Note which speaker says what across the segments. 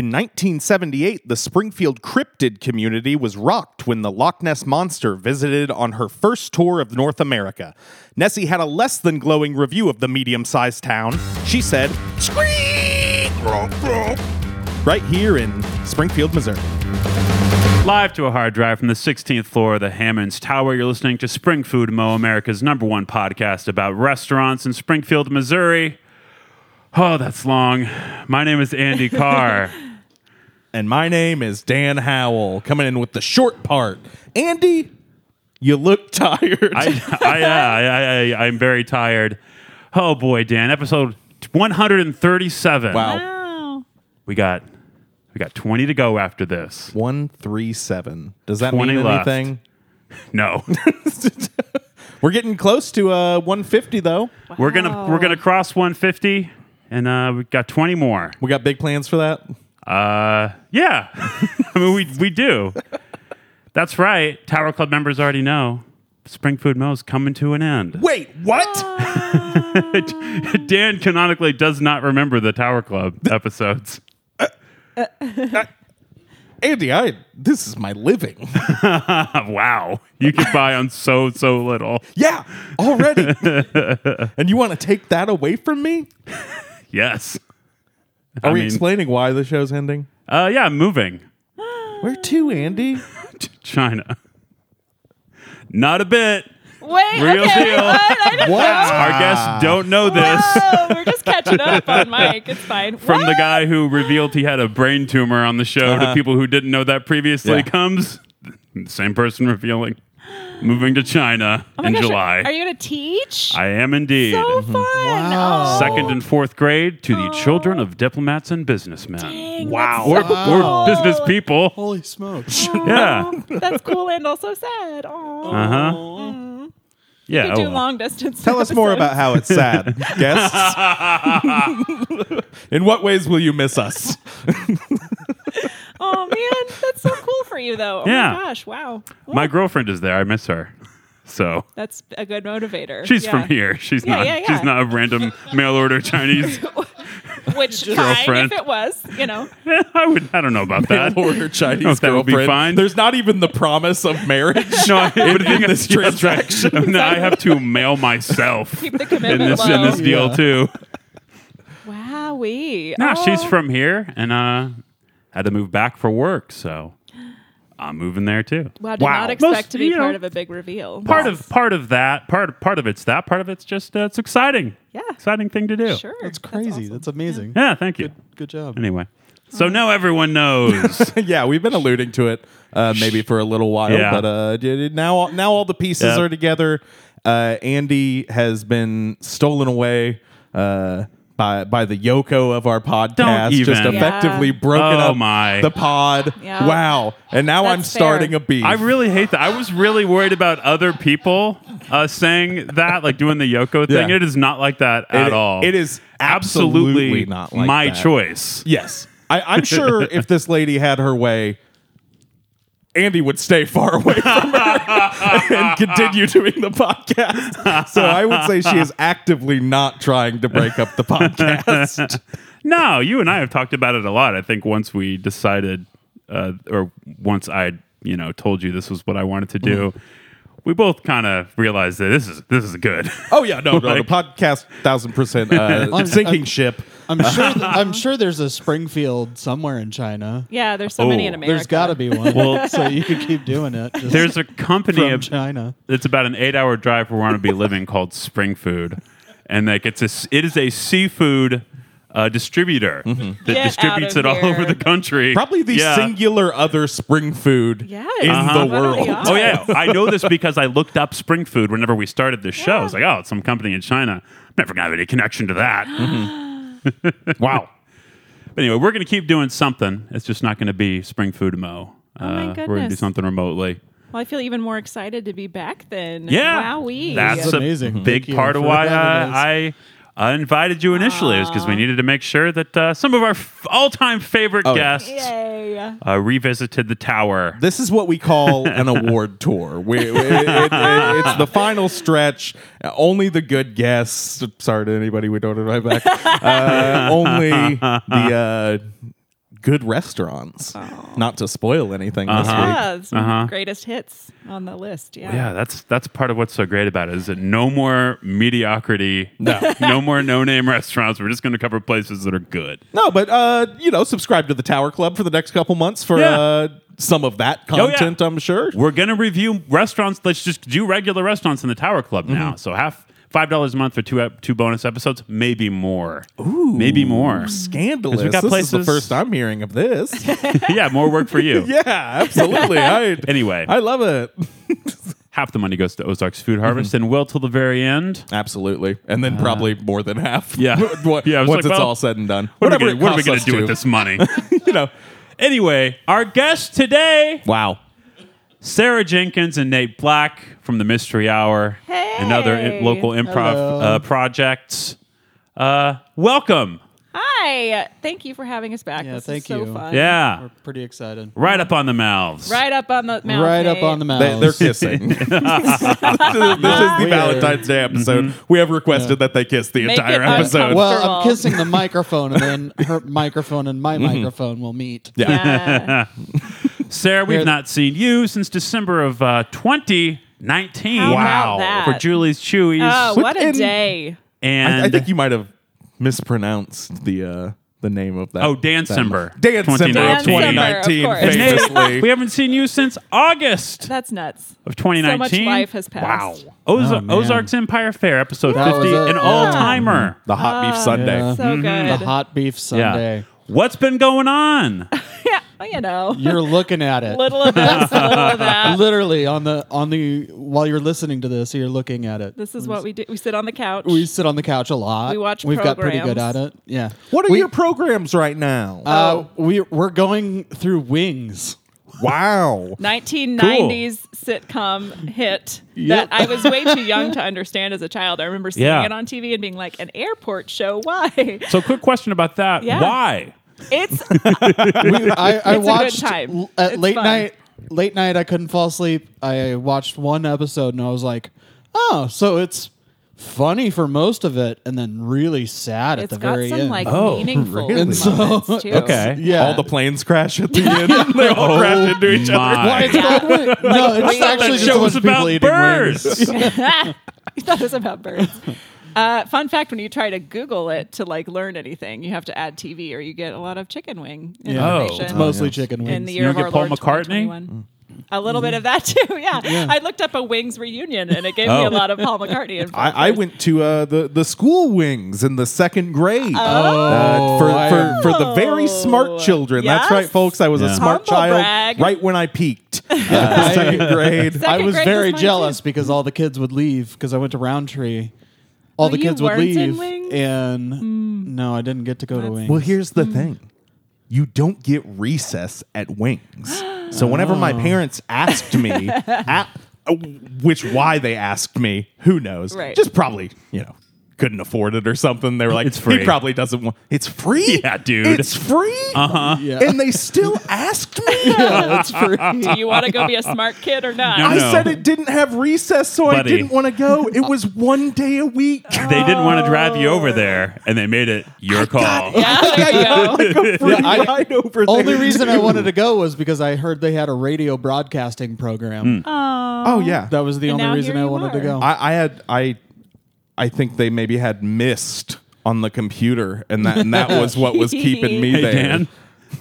Speaker 1: 1978, the Springfield cryptid community was rocked when the Loch Ness Monster visited on her first tour of North America. Nessie had a less than glowing review of the medium sized town. She said, Squeak! Right here in Springfield, Missouri.
Speaker 2: Live to a hard drive from the 16th floor of the Hammonds Tower, you're listening to Spring Food Mo, America's number one podcast about restaurants in Springfield, Missouri. Oh, that's long. My name is Andy Carr.
Speaker 1: And my name is Dan Howell, coming in with the short part. Andy, you look tired.
Speaker 2: I, I, I, I, I, I'm very tired. Oh boy, Dan, episode 137.
Speaker 1: wow.
Speaker 3: Wow.
Speaker 2: We got we got 20 to go after this.
Speaker 1: 137. Does that
Speaker 2: 20
Speaker 1: mean
Speaker 2: left.
Speaker 1: anything?
Speaker 2: No.
Speaker 1: We're getting close to uh, 150, though.
Speaker 2: We're going to we're going to cross 150 and uh, we got 20 more.
Speaker 1: We got big plans for that.
Speaker 2: Uh, yeah. I mean, we, we do. That's right. Tower Club members already know Spring Food Mo's coming to an end.
Speaker 1: Wait,
Speaker 2: Ah.
Speaker 1: what?
Speaker 2: Dan canonically does not remember the Tower Club episodes.
Speaker 1: Andy, I this is my living.
Speaker 2: Uh, wow. You could buy on so, so little.
Speaker 1: yeah, already. and you want to take that away from me?
Speaker 2: Yes.
Speaker 1: Are
Speaker 2: I
Speaker 1: we
Speaker 2: mean-
Speaker 1: explaining why the show's ending?
Speaker 2: Uh, yeah, moving.
Speaker 1: Where to, Andy?
Speaker 2: to China. Not a bit.
Speaker 3: Wait.
Speaker 2: Real
Speaker 3: okay.
Speaker 2: deal.
Speaker 3: What? I didn't
Speaker 1: What?
Speaker 2: Our guests don't know this
Speaker 3: know. We're just catching up on Mike. It's fine.
Speaker 2: from
Speaker 3: what?
Speaker 2: the guy who revealed he had a brain tumor on the show to people who didn't know that previously
Speaker 1: Uh-huh. Yeah.
Speaker 2: comes. Same person revealing moving to China
Speaker 3: Oh my
Speaker 2: in
Speaker 3: gosh,
Speaker 2: July.
Speaker 3: Are you gonna teach?
Speaker 2: I am indeed.
Speaker 3: so fun.
Speaker 1: Wow.
Speaker 3: Oh,
Speaker 2: Second and fourth grade to the children of diplomats and businessmen.
Speaker 3: dang,
Speaker 1: Wow.
Speaker 2: Or,
Speaker 3: that's so
Speaker 2: or business
Speaker 3: cool.
Speaker 2: people.
Speaker 4: Holy smokes.
Speaker 2: Yeah.
Speaker 3: Aw, That's cool and also sad. Aww.
Speaker 2: Uh huh. Yeah.
Speaker 3: We do
Speaker 2: oh well.
Speaker 3: long distance.
Speaker 1: Tell us more
Speaker 3: episodes.
Speaker 1: about how it's sad, guests. In what ways will you miss us?
Speaker 3: Oh man, that's so cool for you though. Oh
Speaker 2: Yeah.
Speaker 3: my gosh, wow. Well,
Speaker 2: My girlfriend is there. I miss her. So.
Speaker 3: that's a good motivator.
Speaker 2: She's
Speaker 3: Yeah.
Speaker 2: from here. She's
Speaker 3: Yeah,
Speaker 2: not.
Speaker 3: yeah, yeah.
Speaker 2: She's not a random mail order Chinese.
Speaker 3: Which fine
Speaker 2: Girlfriend.
Speaker 3: if it was, you know.
Speaker 2: I would. I don't know about that.
Speaker 1: Order Chinese
Speaker 2: If that would be
Speaker 1: girlfriend.
Speaker 2: fine.
Speaker 1: There's not even the promise of marriage.
Speaker 2: No, I would think
Speaker 1: this transaction.
Speaker 2: No, I have to mail myself
Speaker 3: Keep the
Speaker 2: in
Speaker 3: commitment
Speaker 2: this
Speaker 3: low.
Speaker 2: in this deal
Speaker 1: Yeah.
Speaker 2: too.
Speaker 3: Wowee.
Speaker 2: No,
Speaker 3: Oh.
Speaker 2: she's from here and uh, had to move back for work, so I'm moving there too.
Speaker 3: Wow, did
Speaker 1: Wow.
Speaker 3: not expect
Speaker 2: Most-
Speaker 3: to be
Speaker 2: you know,
Speaker 3: part of a big reveal.
Speaker 2: Part of part of that part part of it's that part of it's just uh, it's exciting.
Speaker 3: Yeah.
Speaker 2: exciting thing to do.
Speaker 3: sure.
Speaker 4: That's crazy. That's, amazing.
Speaker 2: Yeah, thank you.
Speaker 4: Good job.
Speaker 2: Anyway, so now everyone knows.
Speaker 1: yeah, we've been alluding to it uh, maybe for a little while,
Speaker 2: Yeah.
Speaker 1: but uh, d- d- now now all the pieces
Speaker 2: Yeah.
Speaker 1: are together. Uh, Andy has been stolen away uh, by by the Yoko of our podcast,
Speaker 2: even.
Speaker 1: just effectively
Speaker 3: Yeah.
Speaker 1: broken
Speaker 2: Oh,
Speaker 1: up
Speaker 2: my.
Speaker 1: the pod.
Speaker 3: Yeah.
Speaker 1: Wow! And now
Speaker 3: That's
Speaker 1: I'm starting
Speaker 3: fair.
Speaker 1: a beef.
Speaker 2: I really hate that. I was really worried about other people uh, saying that, like doing the Yoko thing.
Speaker 1: Yeah.
Speaker 2: It is not like that
Speaker 1: It-
Speaker 2: at all.
Speaker 1: it is absolutely not like
Speaker 2: my
Speaker 1: that.
Speaker 2: choice.
Speaker 1: yes, I, I'm sure if this lady had her way. Andy would stay far away from her and continue doing the podcast. So I would say she is actively not trying to break up the podcast.
Speaker 2: No, you and I have talked about it a lot. I think once we decided, uh, or once I, you know, told you this was what I wanted to
Speaker 1: Mm-hmm.
Speaker 2: do, we both kind of realized that this is this is good.
Speaker 1: Oh yeah, no, no,
Speaker 2: Like-
Speaker 1: the podcast thousand percent uh,
Speaker 4: I'm-
Speaker 1: sinking
Speaker 4: I'm-
Speaker 1: ship.
Speaker 4: I'm sure. th- I'm sure there's a Springfield somewhere in China.
Speaker 3: Yeah, there's so
Speaker 2: Oh.
Speaker 3: many in America.
Speaker 4: There's got to be one.
Speaker 2: Well-
Speaker 4: so you could keep doing it. Just
Speaker 2: There's a company
Speaker 1: uh,
Speaker 4: from
Speaker 2: of
Speaker 4: China.
Speaker 2: It's about an eight-hour drive from where I'm to be living called Spring Food, and like it's a it is a seafood uh, distributor that
Speaker 1: Mm-hmm.
Speaker 3: Get out
Speaker 2: distributes
Speaker 3: of
Speaker 2: it all
Speaker 3: here.
Speaker 2: over the country.
Speaker 1: Probably the
Speaker 2: Yeah.
Speaker 1: singular other spring food
Speaker 3: Yes.
Speaker 1: in
Speaker 3: Uh-huh.
Speaker 1: the
Speaker 3: What are
Speaker 1: world.
Speaker 3: the
Speaker 2: Oh yeah, I know this because I looked up Spring Food whenever we started this show. I was like, oh, it's some company in China. I'm never gonna have any connection to that.
Speaker 1: Wow.
Speaker 2: But anyway, we're gonna keep doing something. It's just not gonna be Spring Food Mo. Uh,
Speaker 3: Oh, my
Speaker 2: we're gonna do
Speaker 3: goodness.
Speaker 2: something remotely.
Speaker 3: Well, I feel even more excited to be back then.
Speaker 2: Yeah,
Speaker 3: Wowee.
Speaker 2: That's,
Speaker 4: That's
Speaker 2: a
Speaker 4: amazing.
Speaker 2: Big
Speaker 4: Thank you
Speaker 2: part of
Speaker 4: for
Speaker 2: why
Speaker 4: having
Speaker 2: I, I I invited you initially is because we needed to make sure that uh, some of our f- all-time favorite
Speaker 1: Oh, yeah.
Speaker 2: guests
Speaker 3: Yay.
Speaker 2: uh, revisited the tower.
Speaker 1: This is what we call an award tour. We, it- it- it- it's the final stretch. Only the good guests. Sorry to anybody we don't invite back. Uh, only the uh, good restaurants. Not to spoil anything
Speaker 2: Uh-huh.
Speaker 1: this week.
Speaker 3: Yeah, it's
Speaker 4: Uh-huh.
Speaker 3: greatest hits on the list. Yeah.
Speaker 2: Yeah, that's that's part of what's so great about it is that no more mediocrity, no, more no name restaurants. We're just going to cover places that are good.
Speaker 1: No, but uh, you know, subscribe to the Tower Club for the next couple months for
Speaker 2: Yeah.
Speaker 1: uh, some of that
Speaker 2: Oh, yeah.
Speaker 1: content. I'm sure.
Speaker 2: We're going to review restaurants. Let's just do regular restaurants in the Tower Club now. So half five dollars a month for two ep- two bonus episodes, maybe more. Ooh, maybe more.
Speaker 1: Scandalous.
Speaker 2: 'Cause we got
Speaker 1: this is
Speaker 2: places-
Speaker 1: the first I'm hearing of this.
Speaker 2: yeah, more work for you.
Speaker 1: yeah, absolutely. I,
Speaker 2: Anyway.
Speaker 1: I love it.
Speaker 2: Half the money goes to Ozark's
Speaker 1: Mm-hmm.
Speaker 2: Food Harvest and will till the very end.
Speaker 1: Absolutely, and then probably more than half.
Speaker 2: Ah. Yeah.
Speaker 1: What-
Speaker 2: Yeah, I was
Speaker 1: Once
Speaker 2: like,
Speaker 1: it's
Speaker 2: well,
Speaker 1: all said and done,
Speaker 2: What are
Speaker 1: whatever.
Speaker 2: we gonna-
Speaker 1: it
Speaker 2: what are we
Speaker 1: costs
Speaker 2: going
Speaker 1: us
Speaker 2: to do
Speaker 1: to.
Speaker 2: with this money?
Speaker 1: You know.
Speaker 2: anyway, our guest today
Speaker 1: Wow.
Speaker 2: Sarah Jenkins and Nate Black from the Mystery Hour,
Speaker 3: Hey.
Speaker 2: another i- local improv
Speaker 4: Hello.
Speaker 2: uh, projects. Uh, welcome,
Speaker 3: Hi. Thank you for having us back.
Speaker 4: Yeah,
Speaker 3: this
Speaker 4: thank
Speaker 3: is so
Speaker 4: you.
Speaker 3: fun.
Speaker 2: yeah,
Speaker 4: We're pretty excited.
Speaker 2: right up on the mouths.
Speaker 3: Right up on the mountain.
Speaker 4: Right up on the
Speaker 1: They,
Speaker 4: mountain.
Speaker 2: Oh,
Speaker 1: they're kissing. this is the
Speaker 4: Weird.
Speaker 1: Valentine's Day episode.
Speaker 2: Mm-hmm.
Speaker 1: We have requested that they kiss the
Speaker 3: Make
Speaker 1: entire
Speaker 3: it
Speaker 1: episode.
Speaker 3: uncomfortable.
Speaker 4: well,
Speaker 3: all.
Speaker 4: I'm kissing the microphone, and then her microphone and
Speaker 1: Mhm.
Speaker 4: my microphone will meet.
Speaker 1: Yeah.
Speaker 3: Yeah.
Speaker 2: Sarah, we've
Speaker 4: We're-
Speaker 2: not seen you since December of uh, 2019.
Speaker 3: How about Wow. that?
Speaker 2: for Julie's Chewies,
Speaker 3: oh, what a
Speaker 1: in-
Speaker 3: day.
Speaker 2: and
Speaker 1: I, I think you might have mispronounced the uh, the name of that.
Speaker 2: oh,
Speaker 1: Dan
Speaker 2: Dan Sember,
Speaker 1: Dan Sember,
Speaker 2: 2019.
Speaker 1: 2019,
Speaker 3: Dan Sember, of course.
Speaker 2: And Nate, we
Speaker 1: famously.
Speaker 2: haven't seen you since August
Speaker 3: That's nuts.
Speaker 2: of 2019.
Speaker 3: So much life has passed.
Speaker 2: Wow. Oz-
Speaker 4: Oh, man.
Speaker 2: Ozark's Empire Fair, episode
Speaker 4: That was
Speaker 2: 50,
Speaker 4: it,
Speaker 2: an
Speaker 4: yeah.
Speaker 2: all timer.
Speaker 1: The hot
Speaker 3: Ah,
Speaker 1: beef Sunday.
Speaker 4: Yeah.
Speaker 3: So
Speaker 4: Mm-hmm. The
Speaker 3: good.
Speaker 4: hot beef Sunday.
Speaker 2: What's been going on?
Speaker 3: yeah. Well, you know.
Speaker 4: You're looking at it.
Speaker 3: little of this, little of that.
Speaker 4: Literally on the on the while you're listening to this, you're looking at it.
Speaker 3: This is what we do. We sit on the couch.
Speaker 4: We sit on the couch a lot.
Speaker 3: We watch
Speaker 4: We've got pretty good at
Speaker 3: programs.
Speaker 4: it. Yeah.
Speaker 1: What are
Speaker 4: we,
Speaker 1: your Oh. programs right now?
Speaker 4: Uh, we we're going through wings.
Speaker 1: wow.
Speaker 3: 1990s sitcom hit
Speaker 4: Yep.
Speaker 3: that I was way too young to understand as a child. I remember seeing
Speaker 2: Yeah.
Speaker 3: it on TV and being like, an airport show? Why?
Speaker 2: So, quick question about that.
Speaker 3: Yeah.
Speaker 2: Why?
Speaker 3: It's
Speaker 4: I, I
Speaker 3: good
Speaker 4: watched
Speaker 3: time.
Speaker 4: l- at
Speaker 3: It's
Speaker 4: late
Speaker 3: fun.
Speaker 4: night. Late night, I couldn't fall asleep. I watched one episode and I was like, "Oh, so it's funny for most of it, and then really sad
Speaker 3: it's
Speaker 4: at the
Speaker 3: got
Speaker 4: very
Speaker 3: some
Speaker 4: end."
Speaker 3: like
Speaker 1: Oh,
Speaker 3: meaningful
Speaker 1: really?
Speaker 4: And so-
Speaker 3: moments, too.
Speaker 2: Okay.
Speaker 4: yeah,
Speaker 1: All the planes crash at the end. they all crash into each other.
Speaker 2: My.
Speaker 4: Why it's called wings. No, it's
Speaker 3: thought
Speaker 4: actually
Speaker 2: that
Speaker 4: just
Speaker 2: show
Speaker 4: a bunch
Speaker 2: was
Speaker 4: of people
Speaker 2: about
Speaker 4: eating
Speaker 2: birds.
Speaker 4: wings.
Speaker 3: you thought it was about birds. Uh, fun fact: When you try to Google it to like learn anything, you have to add TV, or you get a lot of chicken wing
Speaker 4: Yeah.
Speaker 2: Oh.
Speaker 3: information.
Speaker 2: It's
Speaker 4: Mostly
Speaker 3: in
Speaker 4: chicken
Speaker 3: the
Speaker 4: wings.
Speaker 2: don't
Speaker 3: year of
Speaker 2: get
Speaker 3: our
Speaker 2: Paul
Speaker 3: Lord,
Speaker 2: McCartney?
Speaker 3: 2021. A little bit of that too. Yeah. I looked up a Wings reunion, and it gave me
Speaker 2: Oh.
Speaker 3: a lot of Paul McCartney. info.
Speaker 1: I, I went to uh, the the school wings in the second grade uh,
Speaker 4: Oh,
Speaker 1: for,
Speaker 4: I-
Speaker 1: for for the very smart children. That's
Speaker 3: Yes.
Speaker 1: right, folks. I was
Speaker 2: Yeah.
Speaker 1: a smart
Speaker 3: Humble
Speaker 1: child
Speaker 3: brag.
Speaker 1: right when I peaked. Uh, second grade.
Speaker 3: Second
Speaker 4: I was
Speaker 3: grade
Speaker 4: very
Speaker 3: mine, too.
Speaker 4: jealous because all the kids would leave because I went to Roundtree. All
Speaker 3: Oh,
Speaker 4: the
Speaker 3: you
Speaker 4: kids would
Speaker 3: weren't in
Speaker 4: leave,
Speaker 3: Wings? Hmm.
Speaker 4: and no, I didn't get to go to Wings.
Speaker 1: Well, here's the
Speaker 3: Mm.
Speaker 1: thing. You don't get recess at Wings. So whenever
Speaker 2: Oh.
Speaker 1: my parents asked me, at, uh, which why they asked me, who knows?
Speaker 3: Right.
Speaker 1: Just probably, you know, couldn't afford it or something. They were like,
Speaker 2: It's free.
Speaker 1: He probably doesn't want. It's free.
Speaker 2: Yeah, dude. Uh-huh.
Speaker 1: It's free. Uh huh.
Speaker 4: Yeah.
Speaker 1: And they still asked me.
Speaker 4: yeah, that's free.
Speaker 3: Do you want to go be a smart kid or not?
Speaker 2: No,
Speaker 1: I
Speaker 2: no.
Speaker 1: said it didn't have recess, so I
Speaker 2: Buddy.
Speaker 1: didn't want to go. It was one day a week.
Speaker 2: They didn't want to drive you over there, and they made it your call.
Speaker 3: Yeah, there you go.
Speaker 1: Free
Speaker 4: I-
Speaker 1: ride over
Speaker 4: Only
Speaker 1: there.
Speaker 4: reason I wanted to go was because I heard they had a radio broadcasting program.
Speaker 1: Oh yeah.
Speaker 4: That was the
Speaker 3: And now
Speaker 4: only reason
Speaker 3: here
Speaker 4: Hmm. I
Speaker 3: you
Speaker 4: wanted to
Speaker 3: are.
Speaker 4: go.
Speaker 1: I, I had I I think they maybe had missed on the computer and that and that was what was keeping me
Speaker 2: Hey,
Speaker 1: there.
Speaker 2: Dan,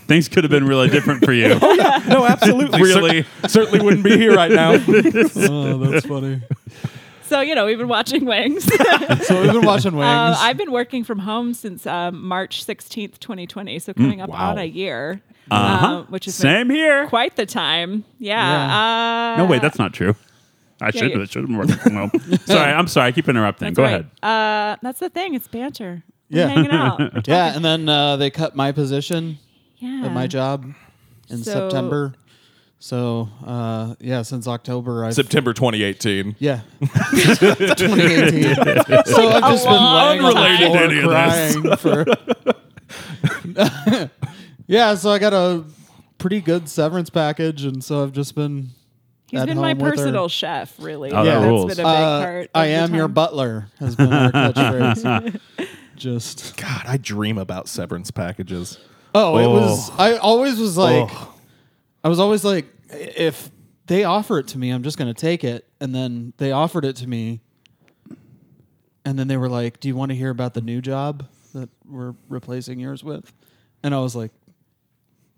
Speaker 2: things could have been really different for you.
Speaker 1: No, absolutely.
Speaker 2: Really?
Speaker 1: Cer- certainly wouldn't be here right now.
Speaker 4: oh, that's funny.
Speaker 3: So you know, we've been watching Wings.
Speaker 4: So we've been watching Wings.
Speaker 3: Um, I've been working from home since um, March 16th, 2020. So coming up
Speaker 1: wow.
Speaker 3: on a year,
Speaker 2: Mm, Uh-huh.
Speaker 3: um, which is
Speaker 2: Same here.
Speaker 3: quite the time. Yeah.
Speaker 2: No,
Speaker 3: Uh,
Speaker 2: wait, that's not true. I should
Speaker 3: you-
Speaker 2: I should have worked from home. Sorry, I'm sorry. I keep interrupting.
Speaker 3: that's
Speaker 2: Go
Speaker 3: right.
Speaker 2: ahead.
Speaker 3: Uh, that's the thing. It's banter. We're
Speaker 4: Yeah.
Speaker 3: hanging out.
Speaker 4: yeah, and then uh, they cut my position
Speaker 3: Yeah.
Speaker 4: at my job in
Speaker 3: So-
Speaker 4: September. So uh, yeah, since October, I've
Speaker 1: September 2018.
Speaker 4: Yeah. 2018. so I've just been
Speaker 3: long
Speaker 4: laying on the
Speaker 2: Unrelated to any
Speaker 4: floor
Speaker 2: of this.
Speaker 4: crying for. yeah, so I got a pretty good severance package, and so I've just been.
Speaker 3: He's
Speaker 4: at
Speaker 3: been my
Speaker 4: home with her.
Speaker 3: personal chef, really.
Speaker 2: Oh, that
Speaker 3: yeah. has
Speaker 2: rules.
Speaker 3: been a big
Speaker 4: Uh,
Speaker 3: part.
Speaker 4: I
Speaker 3: of the
Speaker 4: am your
Speaker 3: time.
Speaker 4: butler has been our catchphrase. just
Speaker 1: God, I dream about severance packages.
Speaker 4: Oh, it was. I always was like,
Speaker 1: Oh.
Speaker 4: I was always like, if they offer it to me, I'm just going to take it. And then they offered it to me. And then they were like, Do you want to hear about the new job that we're replacing yours with? And I was like,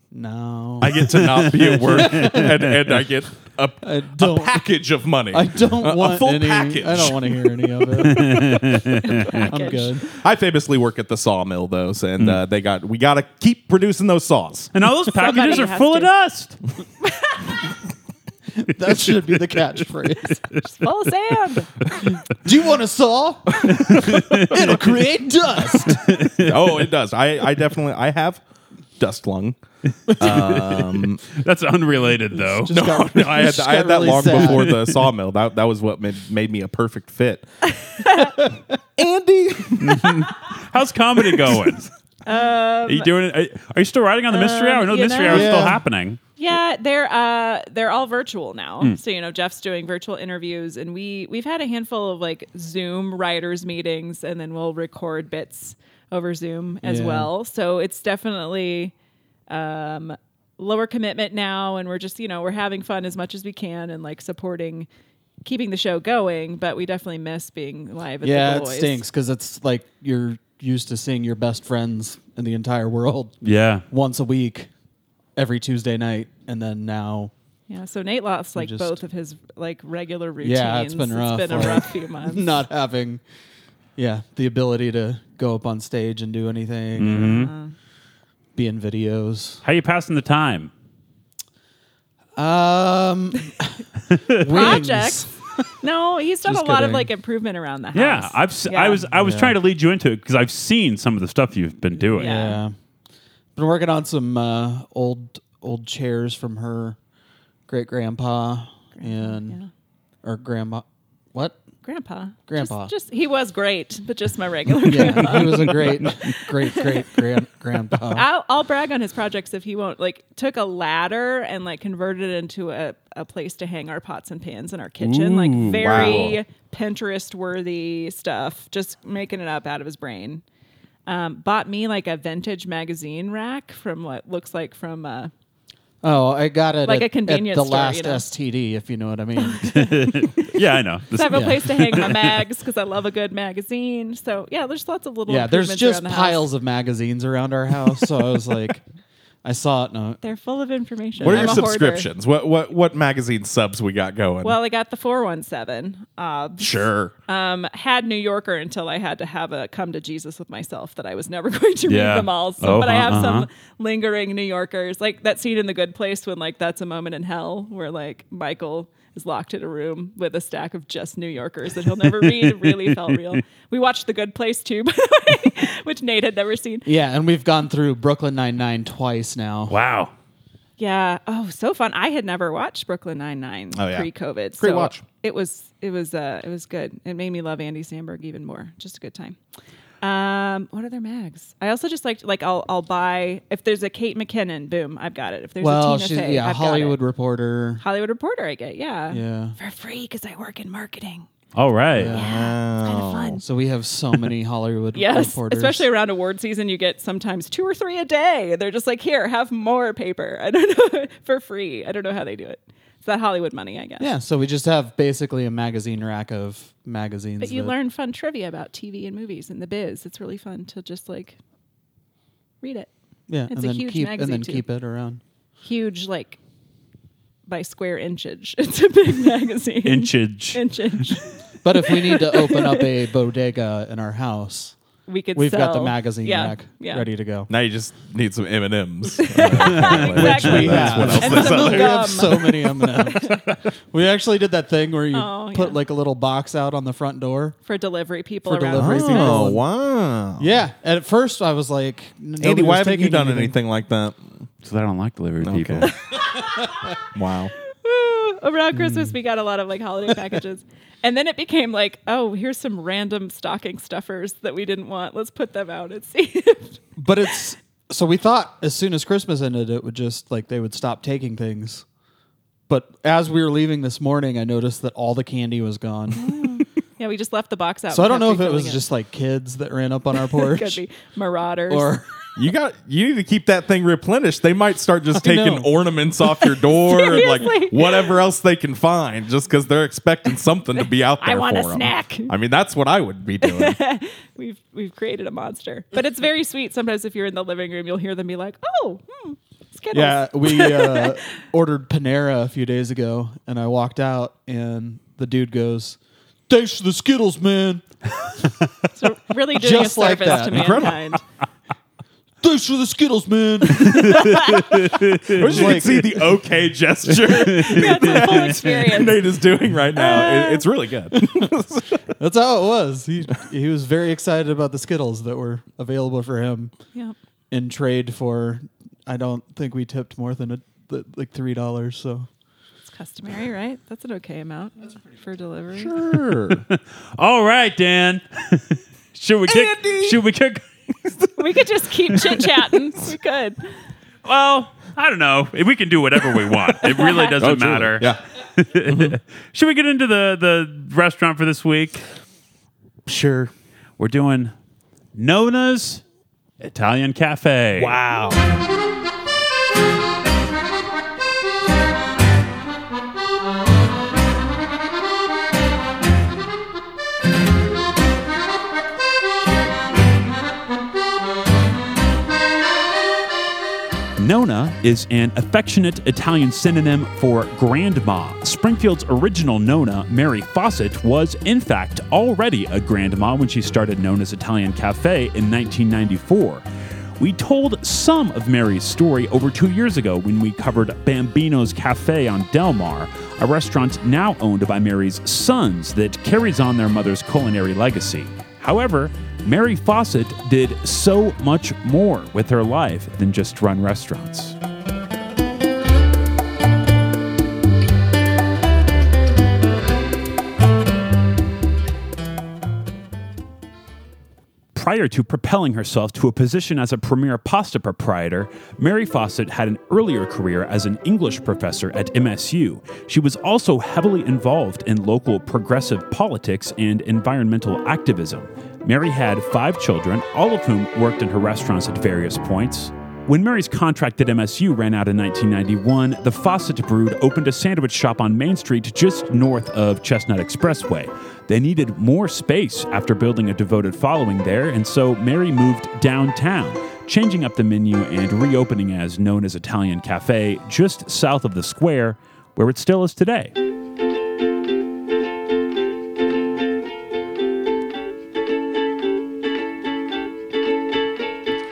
Speaker 4: No.
Speaker 1: I get to not be at work, and, and I get a,
Speaker 4: I
Speaker 1: a
Speaker 4: don't.
Speaker 1: package of money.
Speaker 4: I don't
Speaker 1: a,
Speaker 4: want
Speaker 1: a full
Speaker 4: any.
Speaker 1: package.
Speaker 4: I don't want to hear any of it. I'm good.
Speaker 1: I famously work at the sawmill, though,
Speaker 4: Hmm.
Speaker 1: and uh, they got we got to keep producing those saws.
Speaker 2: And all those
Speaker 3: Somebody
Speaker 2: packages are
Speaker 3: has
Speaker 2: full
Speaker 3: to.
Speaker 2: of dust.
Speaker 4: That should be the catchphrase.
Speaker 3: full of sand.
Speaker 4: Do you want a saw? It'll create dust.
Speaker 1: oh, it does. I, I definitely I have dust lung.
Speaker 2: That's unrelated, though.
Speaker 4: Just got-
Speaker 1: No, I had,
Speaker 4: just
Speaker 1: I had
Speaker 4: got
Speaker 1: that
Speaker 4: really
Speaker 1: long
Speaker 4: sad.
Speaker 1: before the sawmill. That that was what made, made me a perfect fit. Andy,
Speaker 2: How's comedy going? are you doing it? Are, are you still riding on the mystery
Speaker 3: um,
Speaker 2: hour? No, the
Speaker 3: you
Speaker 2: mystery
Speaker 3: know.
Speaker 2: hour is still
Speaker 4: Yeah.
Speaker 2: happening.
Speaker 3: Yeah, they're uh, they're all virtual now.
Speaker 4: Hmm.
Speaker 3: So you know, Jeff's doing virtual interviews, and we we've had a handful of like Zoom writers meetings, and then we'll record bits over Zoom as
Speaker 4: Yeah.
Speaker 3: well. So it's definitely um, lower commitment now, and we're just you know we're having fun as much as we can, and like supporting. Keeping the show going, but we definitely miss being live. At
Speaker 4: Yeah,
Speaker 3: the
Speaker 4: it
Speaker 3: Gaulois.
Speaker 4: stinks because it's like you're used to seeing your best friends in the entire world
Speaker 2: Yeah.
Speaker 4: once a week, every Tuesday night, and then now.
Speaker 3: Yeah, so Nate lost like
Speaker 4: just-
Speaker 3: both of his like regular routines.
Speaker 4: Yeah, it's been rough,
Speaker 3: It's been
Speaker 4: like,
Speaker 3: a rough few months.
Speaker 4: Not having, yeah, the ability to go up on stage and do anything, be in videos.
Speaker 2: How you passing the time?
Speaker 4: Um,
Speaker 3: projects.
Speaker 4: wings.
Speaker 3: No, he's done
Speaker 4: Just
Speaker 3: a lot
Speaker 4: kidding.
Speaker 3: of like improvement around the house.
Speaker 2: Yeah, I've s I
Speaker 3: Yeah.
Speaker 2: was I was
Speaker 4: Yeah.
Speaker 2: trying to lead you into it because I've seen some of the stuff you've been doing.
Speaker 3: Yeah.
Speaker 4: Yeah, Uh, been working on some uh, old old chairs from her great grandpa and
Speaker 3: yeah.
Speaker 4: or grandma. What?
Speaker 3: grandpa. Just-
Speaker 4: Grandpa.
Speaker 3: Just, he was great, but just my regular.
Speaker 4: Yeah, he was a great, great, great grand grandpa.
Speaker 3: I'll, I'll brag on his projects if he won't. Like, took a ladder and like converted it into a, a place to hang our pots and pans in our kitchen. like,
Speaker 2: Ooh,
Speaker 3: very
Speaker 1: wow.
Speaker 3: Pinterest worthy stuff. Just making it up out of his brain. Um, bought me like a vintage magazine rack from what looks like from uh,
Speaker 4: Oh, I got it
Speaker 3: Like
Speaker 4: at,
Speaker 3: a convenience
Speaker 4: at the
Speaker 3: store,
Speaker 4: last
Speaker 3: you know.
Speaker 4: STD, if you know what I mean.
Speaker 2: Yeah, I know. This-
Speaker 3: So I have a
Speaker 4: Yeah.
Speaker 3: place to hang my mags because I love a good magazine. So yeah, there's lots of little
Speaker 4: yeah, there's
Speaker 3: improvements
Speaker 4: just
Speaker 3: around the
Speaker 4: piles
Speaker 3: House.
Speaker 4: of magazines around our house, so I was like, I saw it. No,
Speaker 3: They're full of information.
Speaker 1: what are
Speaker 3: I'm
Speaker 1: your
Speaker 3: a hoarder.
Speaker 1: subscriptions? What what what magazine subs we got going?
Speaker 3: Well, I got the 417. obs.
Speaker 1: sure.
Speaker 3: Uh, Um, had New Yorker until I had to have a come to Jesus with myself that I was never going to
Speaker 2: Yeah.
Speaker 3: read them all. So, but I
Speaker 2: Uh-huh,
Speaker 3: have
Speaker 2: uh-huh.
Speaker 3: some lingering New Yorkers, like that scene in The Good Place when like that's a moment in hell where like Michael is locked in a room with a stack of just New Yorkers that he'll never read. really felt real. We watched The Good Place too, by the way, which Nate had never seen.
Speaker 4: yeah, and we've gone through Brooklyn Nine Nine twice now.
Speaker 2: wow.
Speaker 3: Yeah. Oh, so fun. I had never watched Brooklyn Nine Nine
Speaker 1: Oh, yeah.
Speaker 3: pre-COVID.
Speaker 1: Great
Speaker 3: so
Speaker 1: watch.
Speaker 3: It was it was uh it was good. It made me love Andy Samberg even more. Just a good time. Um, what other mags? I also just liked like I'll I'll buy if there's a Kate McKinnon, boom, I've got it. If there's
Speaker 4: Well,
Speaker 3: a Tina
Speaker 4: she's
Speaker 3: Fey,
Speaker 4: yeah,
Speaker 3: I've got it.
Speaker 4: Hollywood reporter.
Speaker 3: Hollywood Reporter, I get yeah,
Speaker 4: Yeah.
Speaker 3: for free because I work in marketing.
Speaker 2: All right.
Speaker 3: It's
Speaker 4: Oh.
Speaker 3: kind of fun.
Speaker 4: So we have so many Hollywood
Speaker 3: Yes,
Speaker 4: reporters.
Speaker 3: especially around award season, you get sometimes two or three a day. They're just like, here, have more paper. I don't know for free. I don't know how they do it. It's that Hollywood money, I guess.
Speaker 4: Yeah, so we just have basically a magazine rack of magazines.
Speaker 3: But you
Speaker 4: that-
Speaker 3: learn fun trivia about TV and movies and the biz. It's really fun to just like read it.
Speaker 4: yeah,
Speaker 3: it's
Speaker 4: and
Speaker 3: a
Speaker 4: then
Speaker 3: huge
Speaker 4: keep and
Speaker 3: magazine,
Speaker 4: then
Speaker 3: too.
Speaker 4: keep it around.
Speaker 3: Huge, like by square inchage. It's a big magazine.
Speaker 2: Inchage.
Speaker 3: Inchage.
Speaker 4: But if we need to open up a bodega in our house,
Speaker 3: We could.
Speaker 4: we've got the
Speaker 3: sell-
Speaker 4: magazine
Speaker 3: yeah,
Speaker 4: rack
Speaker 3: yeah.
Speaker 4: ready to go.
Speaker 1: now you just need some M and M's. Uh,
Speaker 3: Exactly.
Speaker 1: That's what else
Speaker 3: And
Speaker 1: they
Speaker 3: some
Speaker 1: sell.
Speaker 4: We
Speaker 3: gum.
Speaker 4: have so many M&Ms. we actually did that thing where you
Speaker 3: Oh,
Speaker 4: put
Speaker 3: yeah.
Speaker 4: like a little box out on the front door.
Speaker 3: for delivery people
Speaker 4: For
Speaker 3: around.
Speaker 4: delivery
Speaker 3: Christmas.
Speaker 4: people.
Speaker 1: Oh wow,
Speaker 4: Yeah, and at first I was like,
Speaker 1: Andy, why haven't you done anything, like that?
Speaker 2: So I don't like delivery people.
Speaker 1: Wow.
Speaker 3: Ooh, around Christmas, we got a lot of like holiday packages. And then it became like, oh, here's some random stocking stuffers that we didn't want. Let's put them out and see. if-
Speaker 4: But it's so we thought as soon as Christmas ended, it would just like they would stop taking things. But as we were leaving this morning, I noticed that all the candy was gone.
Speaker 3: yeah, we just left the box out.
Speaker 4: so I don't
Speaker 3: kept
Speaker 4: know if it
Speaker 3: refilling
Speaker 4: was just like kids that ran up on our porch
Speaker 3: Could be marauders.
Speaker 4: or
Speaker 1: You got you need to keep that thing replenished. They might start just
Speaker 4: I
Speaker 1: taking
Speaker 4: know.
Speaker 1: ornaments off your door and
Speaker 3: Seriously.
Speaker 1: like whatever else they can find just cuz they're expecting something to be out
Speaker 3: I
Speaker 1: there
Speaker 3: want a
Speaker 1: for 'em.
Speaker 3: snack.
Speaker 1: I mean, that's what I would be doing.
Speaker 3: We've we've created a monster, but it's very sweet. Sometimes if you're in the living room, you'll hear them be like, "Oh, hmm, Skittles."
Speaker 4: Yeah, we uh, ordered Panera a few days ago, and I walked out, and the dude goes, "Thanks for the Skittles, man.
Speaker 3: so really doing
Speaker 4: Just
Speaker 3: a
Speaker 4: like
Speaker 3: service
Speaker 4: that.
Speaker 3: to
Speaker 1: Incredible.
Speaker 3: mankind.
Speaker 4: Thanks for the Skittles, man."
Speaker 1: I wish you
Speaker 4: Like-
Speaker 1: could see the okay gesture
Speaker 3: yeah, it's a full experience.
Speaker 1: Nate is doing right now.
Speaker 3: Uh.
Speaker 1: It- it's really good.
Speaker 4: That's how it was. He he was very excited about the Skittles that were available for him
Speaker 3: Yeah.
Speaker 4: in trade for. I don't think we tipped more than a, th- like three dollars. So
Speaker 3: It's customary, right? That's an okay amount for delivery.
Speaker 1: Sure.
Speaker 2: All right, Dan. should we kick?
Speaker 1: Andy!
Speaker 2: Should we kick?
Speaker 3: We could just keep chit chatting. We could.
Speaker 2: Well, I don't know. We can do whatever we want. It really doesn't matter.
Speaker 1: Oh, Yeah.
Speaker 2: Should we get into the the restaurant for this week?
Speaker 4: sure.
Speaker 2: We're doing Nona's Italian Cafe.
Speaker 1: Wow.
Speaker 2: Nona is an affectionate Italian synonym for grandma. Springfield's original Nona, Mary Fawcett, was in fact already a grandma when she started Nona's Italian Cafe in 1994. We told some of Mary's story over two years ago when we covered Bambino's Cafe on Del Mar, a restaurant now owned by Mary's sons that carries on their mother's culinary legacy. However, Mary Fawcett did so much more with her life than just run restaurants. Prior to propelling herself to a position as a premier pasta proprietor, Mary Fawcett had an earlier career as an English professor at MSU. She was also heavily involved in local progressive politics and environmental activism. Mary had five children, all of whom worked in her restaurants at various points. When Mary's contract at MSU ran out in 1991, the Fawcett Brood opened a sandwich shop on Main Street just north of Chestnut Expressway. They needed more space after building a devoted following there, and so Mary moved downtown, changing up the menu and reopening as known as Italian Cafe just south of the square, where it still is today.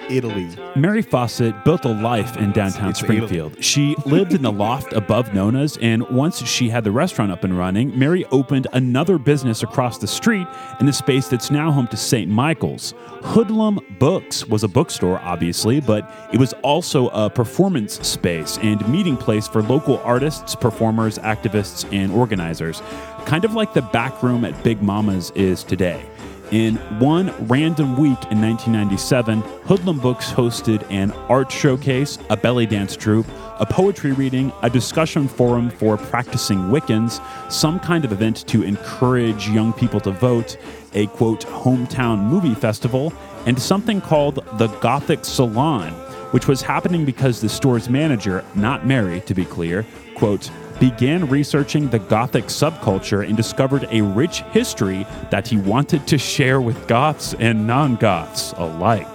Speaker 1: Italy.
Speaker 2: Mary Fawcett built a life in downtown
Speaker 1: it's
Speaker 2: Springfield. She lived in the loft above Nona's, and once she had the restaurant up and running, Mary opened another business across the street in the space that's now home to St. Michael's. Hoodlum Books was a bookstore, obviously, but it was also a performance space and meeting place for local artists, performers, activists, and organizers, kind of like the back room at Big Mama's is today. In one random week in 1997, Hoodlum Books hosted an art showcase, a belly dance troupe, a poetry reading, a discussion forum for practicing Wiccans, some kind of event to encourage young people to vote, a quote, hometown movie festival, and something called the Gothic Salon, which was happening because the store's manager, not Mary to be clear, quote, began researching the Gothic subculture and discovered a rich history that he wanted to share with Goths and non Goths alike.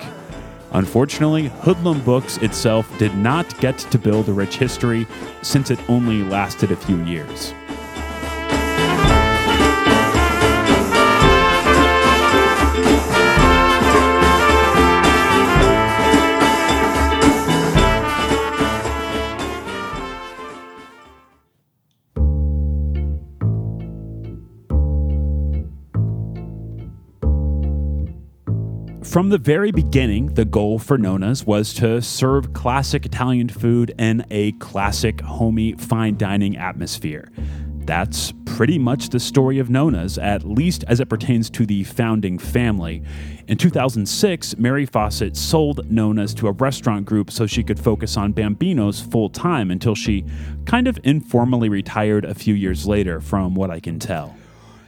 Speaker 2: Unfortunately, Hoodlum Books itself did not get to build a rich history since it only lasted a few years. From the very beginning, the goal for Nona's was to serve classic Italian food in a classic, homey, fine dining atmosphere. That's pretty much the story of Nona's, at least as it pertains to the founding family. In 2006, Mary Fawcett sold Nona's to a restaurant group so she could focus on Bambino's full time until she kind of informally retired a few years later, from what I can tell.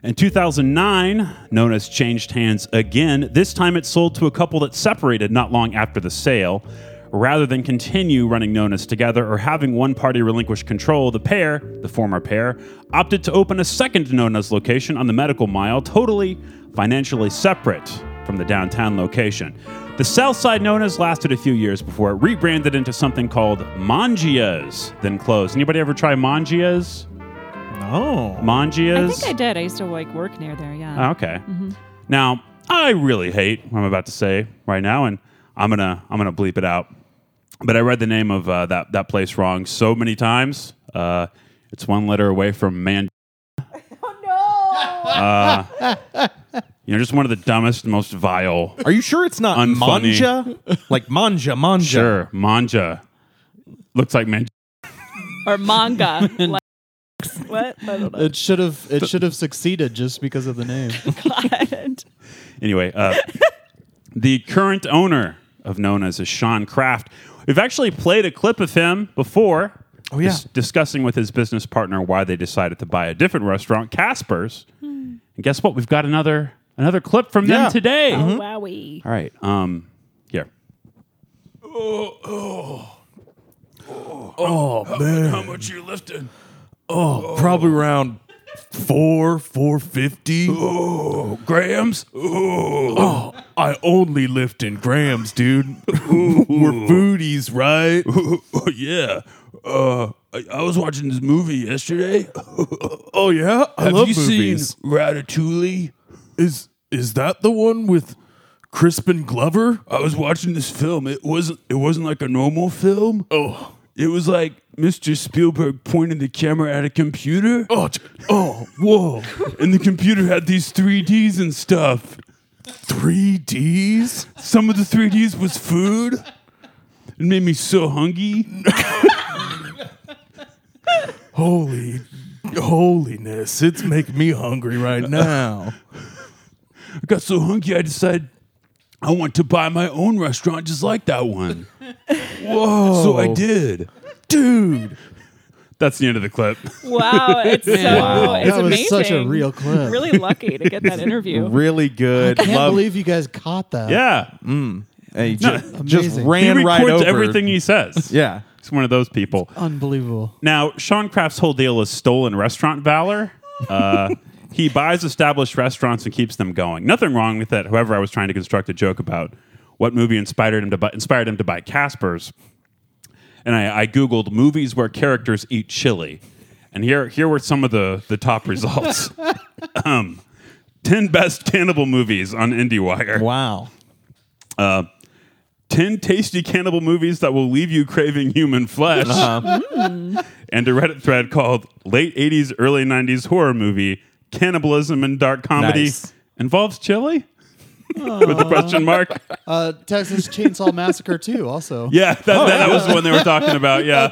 Speaker 2: In 2009, Nona's changed hands again. This time it sold to a couple that separated not long after the sale. Rather than continue running Nona's together or having one party relinquish control, the pair, the former pair, opted to open a second Nona's location on the medical mile, totally financially separate from the downtown location. The South Side Nona's lasted a few years before it rebranded into something called Mangia's, then closed. Anybody ever try Mangia's?
Speaker 1: No.
Speaker 2: Mangia's?
Speaker 3: I think I did. I used to like work near there. Yeah.
Speaker 2: Oh, Okay. Now, I really hate what I'm about to say right now, and I'm gonna I'm gonna bleep it out. But I read the name of uh, that that place wrong so many times. Uh, it's one letter away from man. Oh no! you know, just one of the dumbest, most vile.
Speaker 1: Are you sure it's not
Speaker 2: Unfunny.
Speaker 1: manja? Like manja, manja.
Speaker 2: Sure, manja looks like man.
Speaker 3: Or manga. like, what? I don't know.
Speaker 4: It should have it should have succeeded just because of the name.
Speaker 3: God.
Speaker 2: Anyway, uh, the current owner of Nona's is Sean Kraft. We've actually played a clip of him before. Oh,
Speaker 1: yeah.
Speaker 2: discussing with his business partner why they decided to buy a different restaurant, Casper's. And guess what? We've got another another clip from
Speaker 1: Yeah. Oh.
Speaker 2: them today.
Speaker 4: Mm-hmm.
Speaker 3: Wowie.
Speaker 2: All right. Um, here.
Speaker 1: Oh, Probably around four, four fifty. Oh, grams. Oh, I only lift in grams, dude. We're foodies, right?
Speaker 5: Oh, yeah. Uh, I, I was watching this movie yesterday.
Speaker 1: Oh yeah, I
Speaker 5: Have
Speaker 1: love
Speaker 5: you
Speaker 1: movies.
Speaker 5: seen Ratatouille?
Speaker 1: Is is that the one with Crispin Glover?
Speaker 5: I was watching this film. It wasn't. It wasn't like a normal film.
Speaker 1: Oh,
Speaker 5: It was like Mr. Spielberg pointed the camera at a computer,
Speaker 1: oh, j- oh,
Speaker 5: whoa, and the computer had these 3Ds and stuff.
Speaker 1: three Ds.
Speaker 5: Some of the 3Ds was food. It made me so hungry.
Speaker 1: Holy holiness! It's making me hungry right now.
Speaker 5: I got so hungry I decided I want to buy my own restaurant just like that one.
Speaker 1: Oh.
Speaker 5: Whoa! So I did.
Speaker 1: dude.
Speaker 2: That's the end of the clip.
Speaker 3: Wow. It's so. It's
Speaker 4: that
Speaker 3: amazing.
Speaker 4: was such a real clip.
Speaker 3: Really lucky to get that interview.
Speaker 1: Really good.
Speaker 4: Can't
Speaker 1: Love.
Speaker 4: believe you guys caught that.
Speaker 2: Yeah.
Speaker 1: Hey, ju- just
Speaker 4: Amazing.
Speaker 2: He
Speaker 1: ran right
Speaker 2: records
Speaker 1: over
Speaker 2: everything he says.
Speaker 1: Yeah.
Speaker 2: He's one of those people.
Speaker 4: Unbelievable.
Speaker 2: Now, Sean Kraft's whole deal is stolen restaurant valor. Uh, he buys established restaurants and keeps them going. Nothing wrong with that. However, I was trying to construct a joke about what movie inspired him to buy, inspired him to buy Casper's, and I, I googled movies where characters eat chili, and here here were some of the the top results. um, ten best cannibal movies on IndieWire.
Speaker 1: Wow.
Speaker 2: 10 tasty cannibal movies that will leave you craving human flesh. and a Reddit thread called Late 80s, Early 90s Horror Movie Cannibalism and Dark Comedy
Speaker 1: Nice.
Speaker 2: Involves Chili? With a question mark.
Speaker 4: Uh, Texas Chainsaw Massacre too. Also,
Speaker 2: Yeah, that,
Speaker 1: Oh,
Speaker 2: that, that was the one they were talking about. Yeah.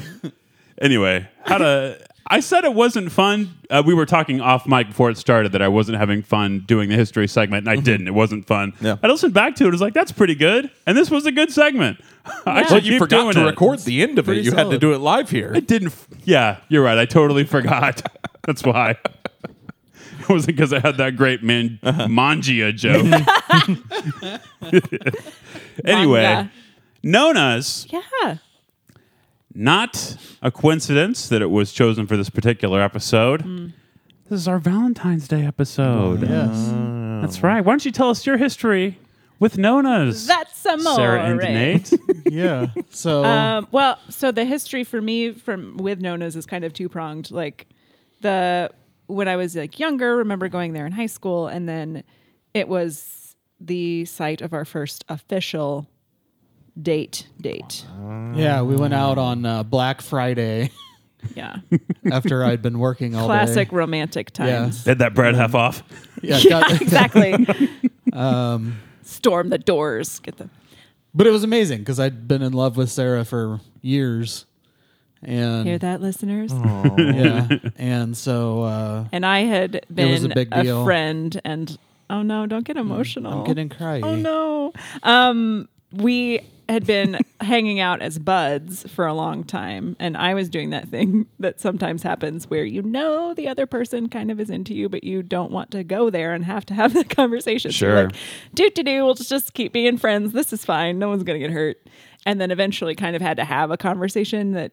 Speaker 2: anyway, how to. I said it wasn't fun. Uh, we were talking off mic before it started that I wasn't having fun doing the history segment, and I didn't. It wasn't fun.
Speaker 1: Mm-hmm. Yeah.
Speaker 2: I listened back to it. I was like, "That's pretty good," and this was a good segment. I should
Speaker 1: Well, you
Speaker 2: keep
Speaker 1: forgot
Speaker 2: doing
Speaker 1: to
Speaker 2: it.
Speaker 1: record the end of it.
Speaker 4: pretty
Speaker 1: You had to
Speaker 4: solid.
Speaker 1: do it live here.
Speaker 2: I didn't. F- yeah, you're right. I totally forgot. That's why. It wasn't because I had that great man
Speaker 1: Uh-huh.
Speaker 2: mangia joke. anyway,
Speaker 3: Manga.
Speaker 2: Nona's
Speaker 3: Yeah.
Speaker 2: not a coincidence that it was chosen for this particular episode.
Speaker 3: Hmm.
Speaker 2: This is our Valentine's Day episode.
Speaker 1: Oh,
Speaker 4: yes.
Speaker 2: That's right. Why don't you tell us your history with Nona's?
Speaker 3: That's some more.
Speaker 2: Sarah and Nate.
Speaker 4: yeah. So
Speaker 3: Um, well, so the history for me from with Nona's is kind of two pronged. Like the when I was like younger, remember going there in high school, and then it was the site of our first official date. Date,
Speaker 4: yeah, we went out on uh, Black Friday
Speaker 3: yeah,
Speaker 4: after I'd been working all
Speaker 3: classic
Speaker 4: day.
Speaker 3: romantic times.
Speaker 2: Did that bread half off?
Speaker 4: Yeah,
Speaker 3: Yeah,
Speaker 4: got-
Speaker 3: exactly. Um, Storm the doors. Get the
Speaker 4: but it was amazing because I'd been in love with Sarah for years, and
Speaker 3: hear that, listeners.
Speaker 4: Oh. yeah, and so uh,
Speaker 3: And I had been
Speaker 4: was a big deal. Mm,
Speaker 3: friend, and oh no, don't get emotional.
Speaker 4: I'm getting cry.
Speaker 3: Oh no. Um, we had been hanging out as buds for a long time, and I was doing that thing that sometimes happens where you know the other person kind of is into you, but you don't want to go there and have to have the conversation. So you're
Speaker 2: Sure.
Speaker 3: like, do to do, we'll just, just keep being friends. This is fine. No one's gonna get hurt. And then eventually, kind of had to have a conversation that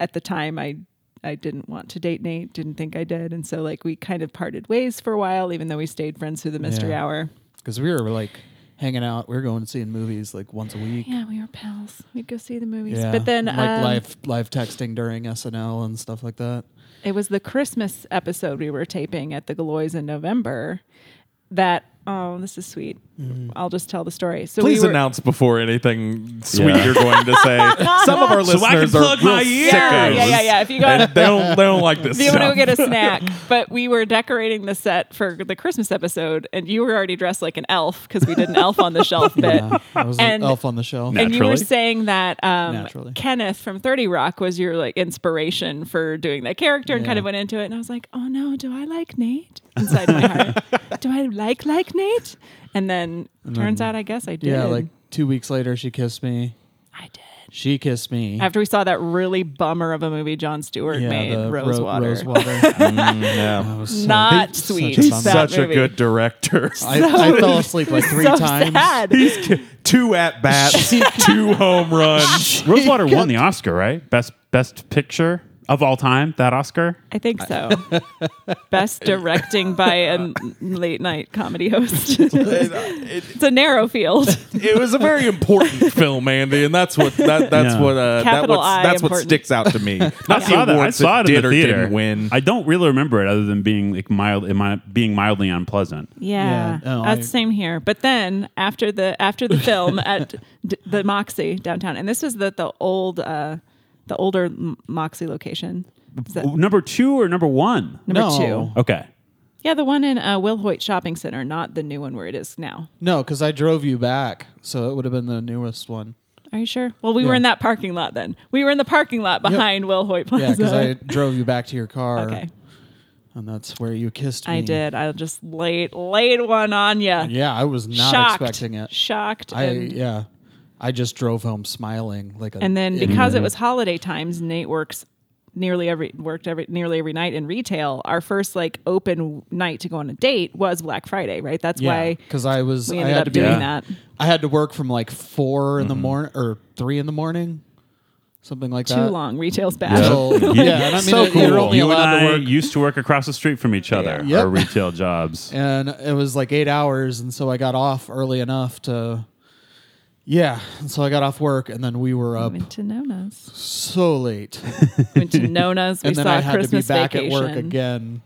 Speaker 3: at the time I I didn't want to date Nate, didn't think I did, and so like we kind of parted ways for a while, even though we stayed friends through the mystery
Speaker 4: Yeah.
Speaker 3: hour.
Speaker 4: because we were like hanging out. We were going and seeing movies like once a week.
Speaker 3: Yeah, we were pals. We'd go see the movies,
Speaker 4: Yeah.
Speaker 3: but then
Speaker 4: like
Speaker 3: um,
Speaker 4: live live texting during SNL and stuff like that.
Speaker 3: it was the Christmas episode we were taping at the Galois in November. That oh, this is sweet. I'll just tell the story. So
Speaker 1: Please
Speaker 3: we were,
Speaker 1: announce before anything sweet
Speaker 2: Yeah.
Speaker 1: you're going to say. Some of our
Speaker 2: So I can
Speaker 1: listeners
Speaker 2: plug
Speaker 1: are real
Speaker 2: my ears.
Speaker 3: Yeah,
Speaker 1: sickos.
Speaker 3: yeah, yeah, yeah. If you go
Speaker 1: And they don't, they don't like this
Speaker 3: Do you
Speaker 1: stuff.
Speaker 3: want to go get a snack? But we were decorating the set for the Christmas episode, and you were already dressed like an elf because we did an elf on the shelf bit.
Speaker 4: Yeah, I was
Speaker 3: And-
Speaker 4: an elf on the shelf.
Speaker 2: No.
Speaker 3: And you were
Speaker 2: Naturally.
Speaker 3: saying that um,
Speaker 4: Naturally.
Speaker 3: Kenneth from Thirty Rock was your like inspiration for doing that character, and kind
Speaker 4: Yeah.
Speaker 3: of went into it. And I was like, "Oh no, do I like Nate?" Inside my heart, do I like like Nate? And then turns out, I guess I did.
Speaker 4: Yeah, like two weeks later, she kissed me.
Speaker 3: I did.
Speaker 4: She kissed me.
Speaker 3: After we saw that really bummer of a movie John Stewart
Speaker 4: yeah,
Speaker 3: made,
Speaker 4: the ro-
Speaker 3: Rosewater.
Speaker 4: Rosewater.
Speaker 1: yeah.
Speaker 4: That was so-
Speaker 3: Not
Speaker 4: such a
Speaker 3: sweet.
Speaker 4: bummer.
Speaker 1: He's
Speaker 3: That
Speaker 1: such a
Speaker 3: movie.
Speaker 1: good director.
Speaker 4: I, I fell asleep like three
Speaker 3: so
Speaker 4: times.
Speaker 3: sad.
Speaker 1: Two at bats, two home runs.
Speaker 2: Rosewater won the Oscar, right? Best best picture of all time. That Oscar.
Speaker 3: I think so. Best directing by a late night comedy host. it's a narrow field.
Speaker 1: It was a very important film, Andy, and that's what that, that's
Speaker 2: Yeah.
Speaker 1: what uh, that
Speaker 3: Capital
Speaker 1: what's,
Speaker 3: I
Speaker 1: that's what
Speaker 3: important.
Speaker 1: sticks out to me. Not
Speaker 2: I saw
Speaker 1: the
Speaker 2: that. I
Speaker 1: awards
Speaker 2: saw it in
Speaker 1: did
Speaker 2: the
Speaker 1: or
Speaker 2: theater.
Speaker 1: didn't win.
Speaker 2: I don't really remember it, other than being like mild, am I- being mildly unpleasant.
Speaker 3: Yeah,
Speaker 4: Yeah, no,
Speaker 3: that's
Speaker 4: I-
Speaker 3: same here. But then after the after the film at d- the Moxie downtown, and this was the the old uh, the older M- Moxie location. Is that
Speaker 2: Number two or number one?
Speaker 3: number
Speaker 4: No.
Speaker 3: two?
Speaker 2: Okay.
Speaker 3: Yeah, the one in uh, Will Hoyt Shopping Center, not the new one where it is now.
Speaker 4: No, because I drove you back, so it would have been the newest one.
Speaker 3: Are you sure? Well, we were
Speaker 4: Yeah.
Speaker 3: in that parking lot then. We were in the parking lot behind Will Hoyt Plaza.
Speaker 4: Yeah, because I drove you back to your car,
Speaker 3: okay.
Speaker 4: and that's where you kissed me.
Speaker 3: I did. I just laid laid one on you.
Speaker 4: Yeah, I was not
Speaker 3: Shocked.
Speaker 4: expecting it.
Speaker 3: Shocked.
Speaker 4: I
Speaker 3: and,
Speaker 4: yeah, I just drove home smiling like a.
Speaker 3: and then
Speaker 4: idiot.
Speaker 3: because it was holiday times, Nate works nearly every worked every nearly every night in retail. Our first like open night to go on a date was Black Friday, right? That's
Speaker 4: yeah,
Speaker 3: why
Speaker 4: because I was
Speaker 3: we
Speaker 4: I
Speaker 3: ended
Speaker 4: had
Speaker 3: up
Speaker 4: to be,
Speaker 3: doing
Speaker 2: Yeah.
Speaker 3: that.
Speaker 4: I had to work from like 4 in the morning or three in the morning, something like
Speaker 3: Too
Speaker 4: that.
Speaker 3: long. Retail's bad.
Speaker 4: Till- yeah, and I mean,
Speaker 2: so
Speaker 4: it- you're
Speaker 2: cool.
Speaker 4: only
Speaker 2: You and
Speaker 4: allowed to
Speaker 2: I
Speaker 4: work.
Speaker 2: used to work across the street from each other.
Speaker 4: Yep.
Speaker 2: Our retail jobs.
Speaker 4: and it was like eight hours, and so I got off early enough to. Yeah, and so I got off work, and then we were up
Speaker 3: Went to Nona's.
Speaker 4: so late,
Speaker 3: Went to Nona's. We
Speaker 4: and then
Speaker 3: saw
Speaker 4: I had
Speaker 3: Christmas
Speaker 4: to be back
Speaker 3: vacation.
Speaker 4: at work again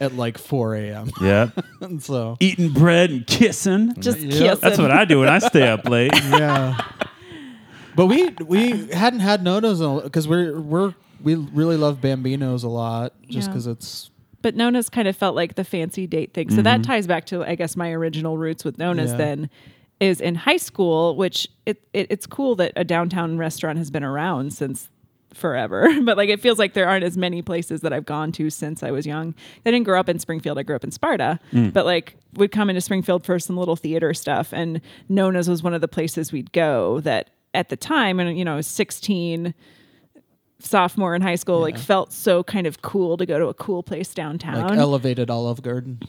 Speaker 4: at like 4 a.m.
Speaker 2: Yeah.
Speaker 4: and so
Speaker 2: Eating bread and kissing.
Speaker 3: Just
Speaker 4: Yep.
Speaker 3: kissing.
Speaker 2: That's what I do when I stay up late.
Speaker 4: yeah. But we we hadn't had nodos because we're we're we really love Bambinos a lot just
Speaker 3: Yeah.
Speaker 4: because it's
Speaker 3: but Nona's kind of felt like the fancy date thing. So that ties back to, I guess, my original roots with Nona's
Speaker 4: Mm-hmm. Yeah.
Speaker 3: then is in high school, which it, it it's cool that a downtown restaurant has been around since forever. but like it feels like there aren't as many places that I've gone to since I was young. I didn't grow up in Springfield, I grew up in Sparta.
Speaker 4: Mm.
Speaker 3: But like would come into Springfield for some little theater stuff and Nona's was one of the places we'd go that at the time and you know, I was sixteen sophomore in high school like felt so kind of cool to go to a cool place downtown
Speaker 4: like elevated Olive Garden.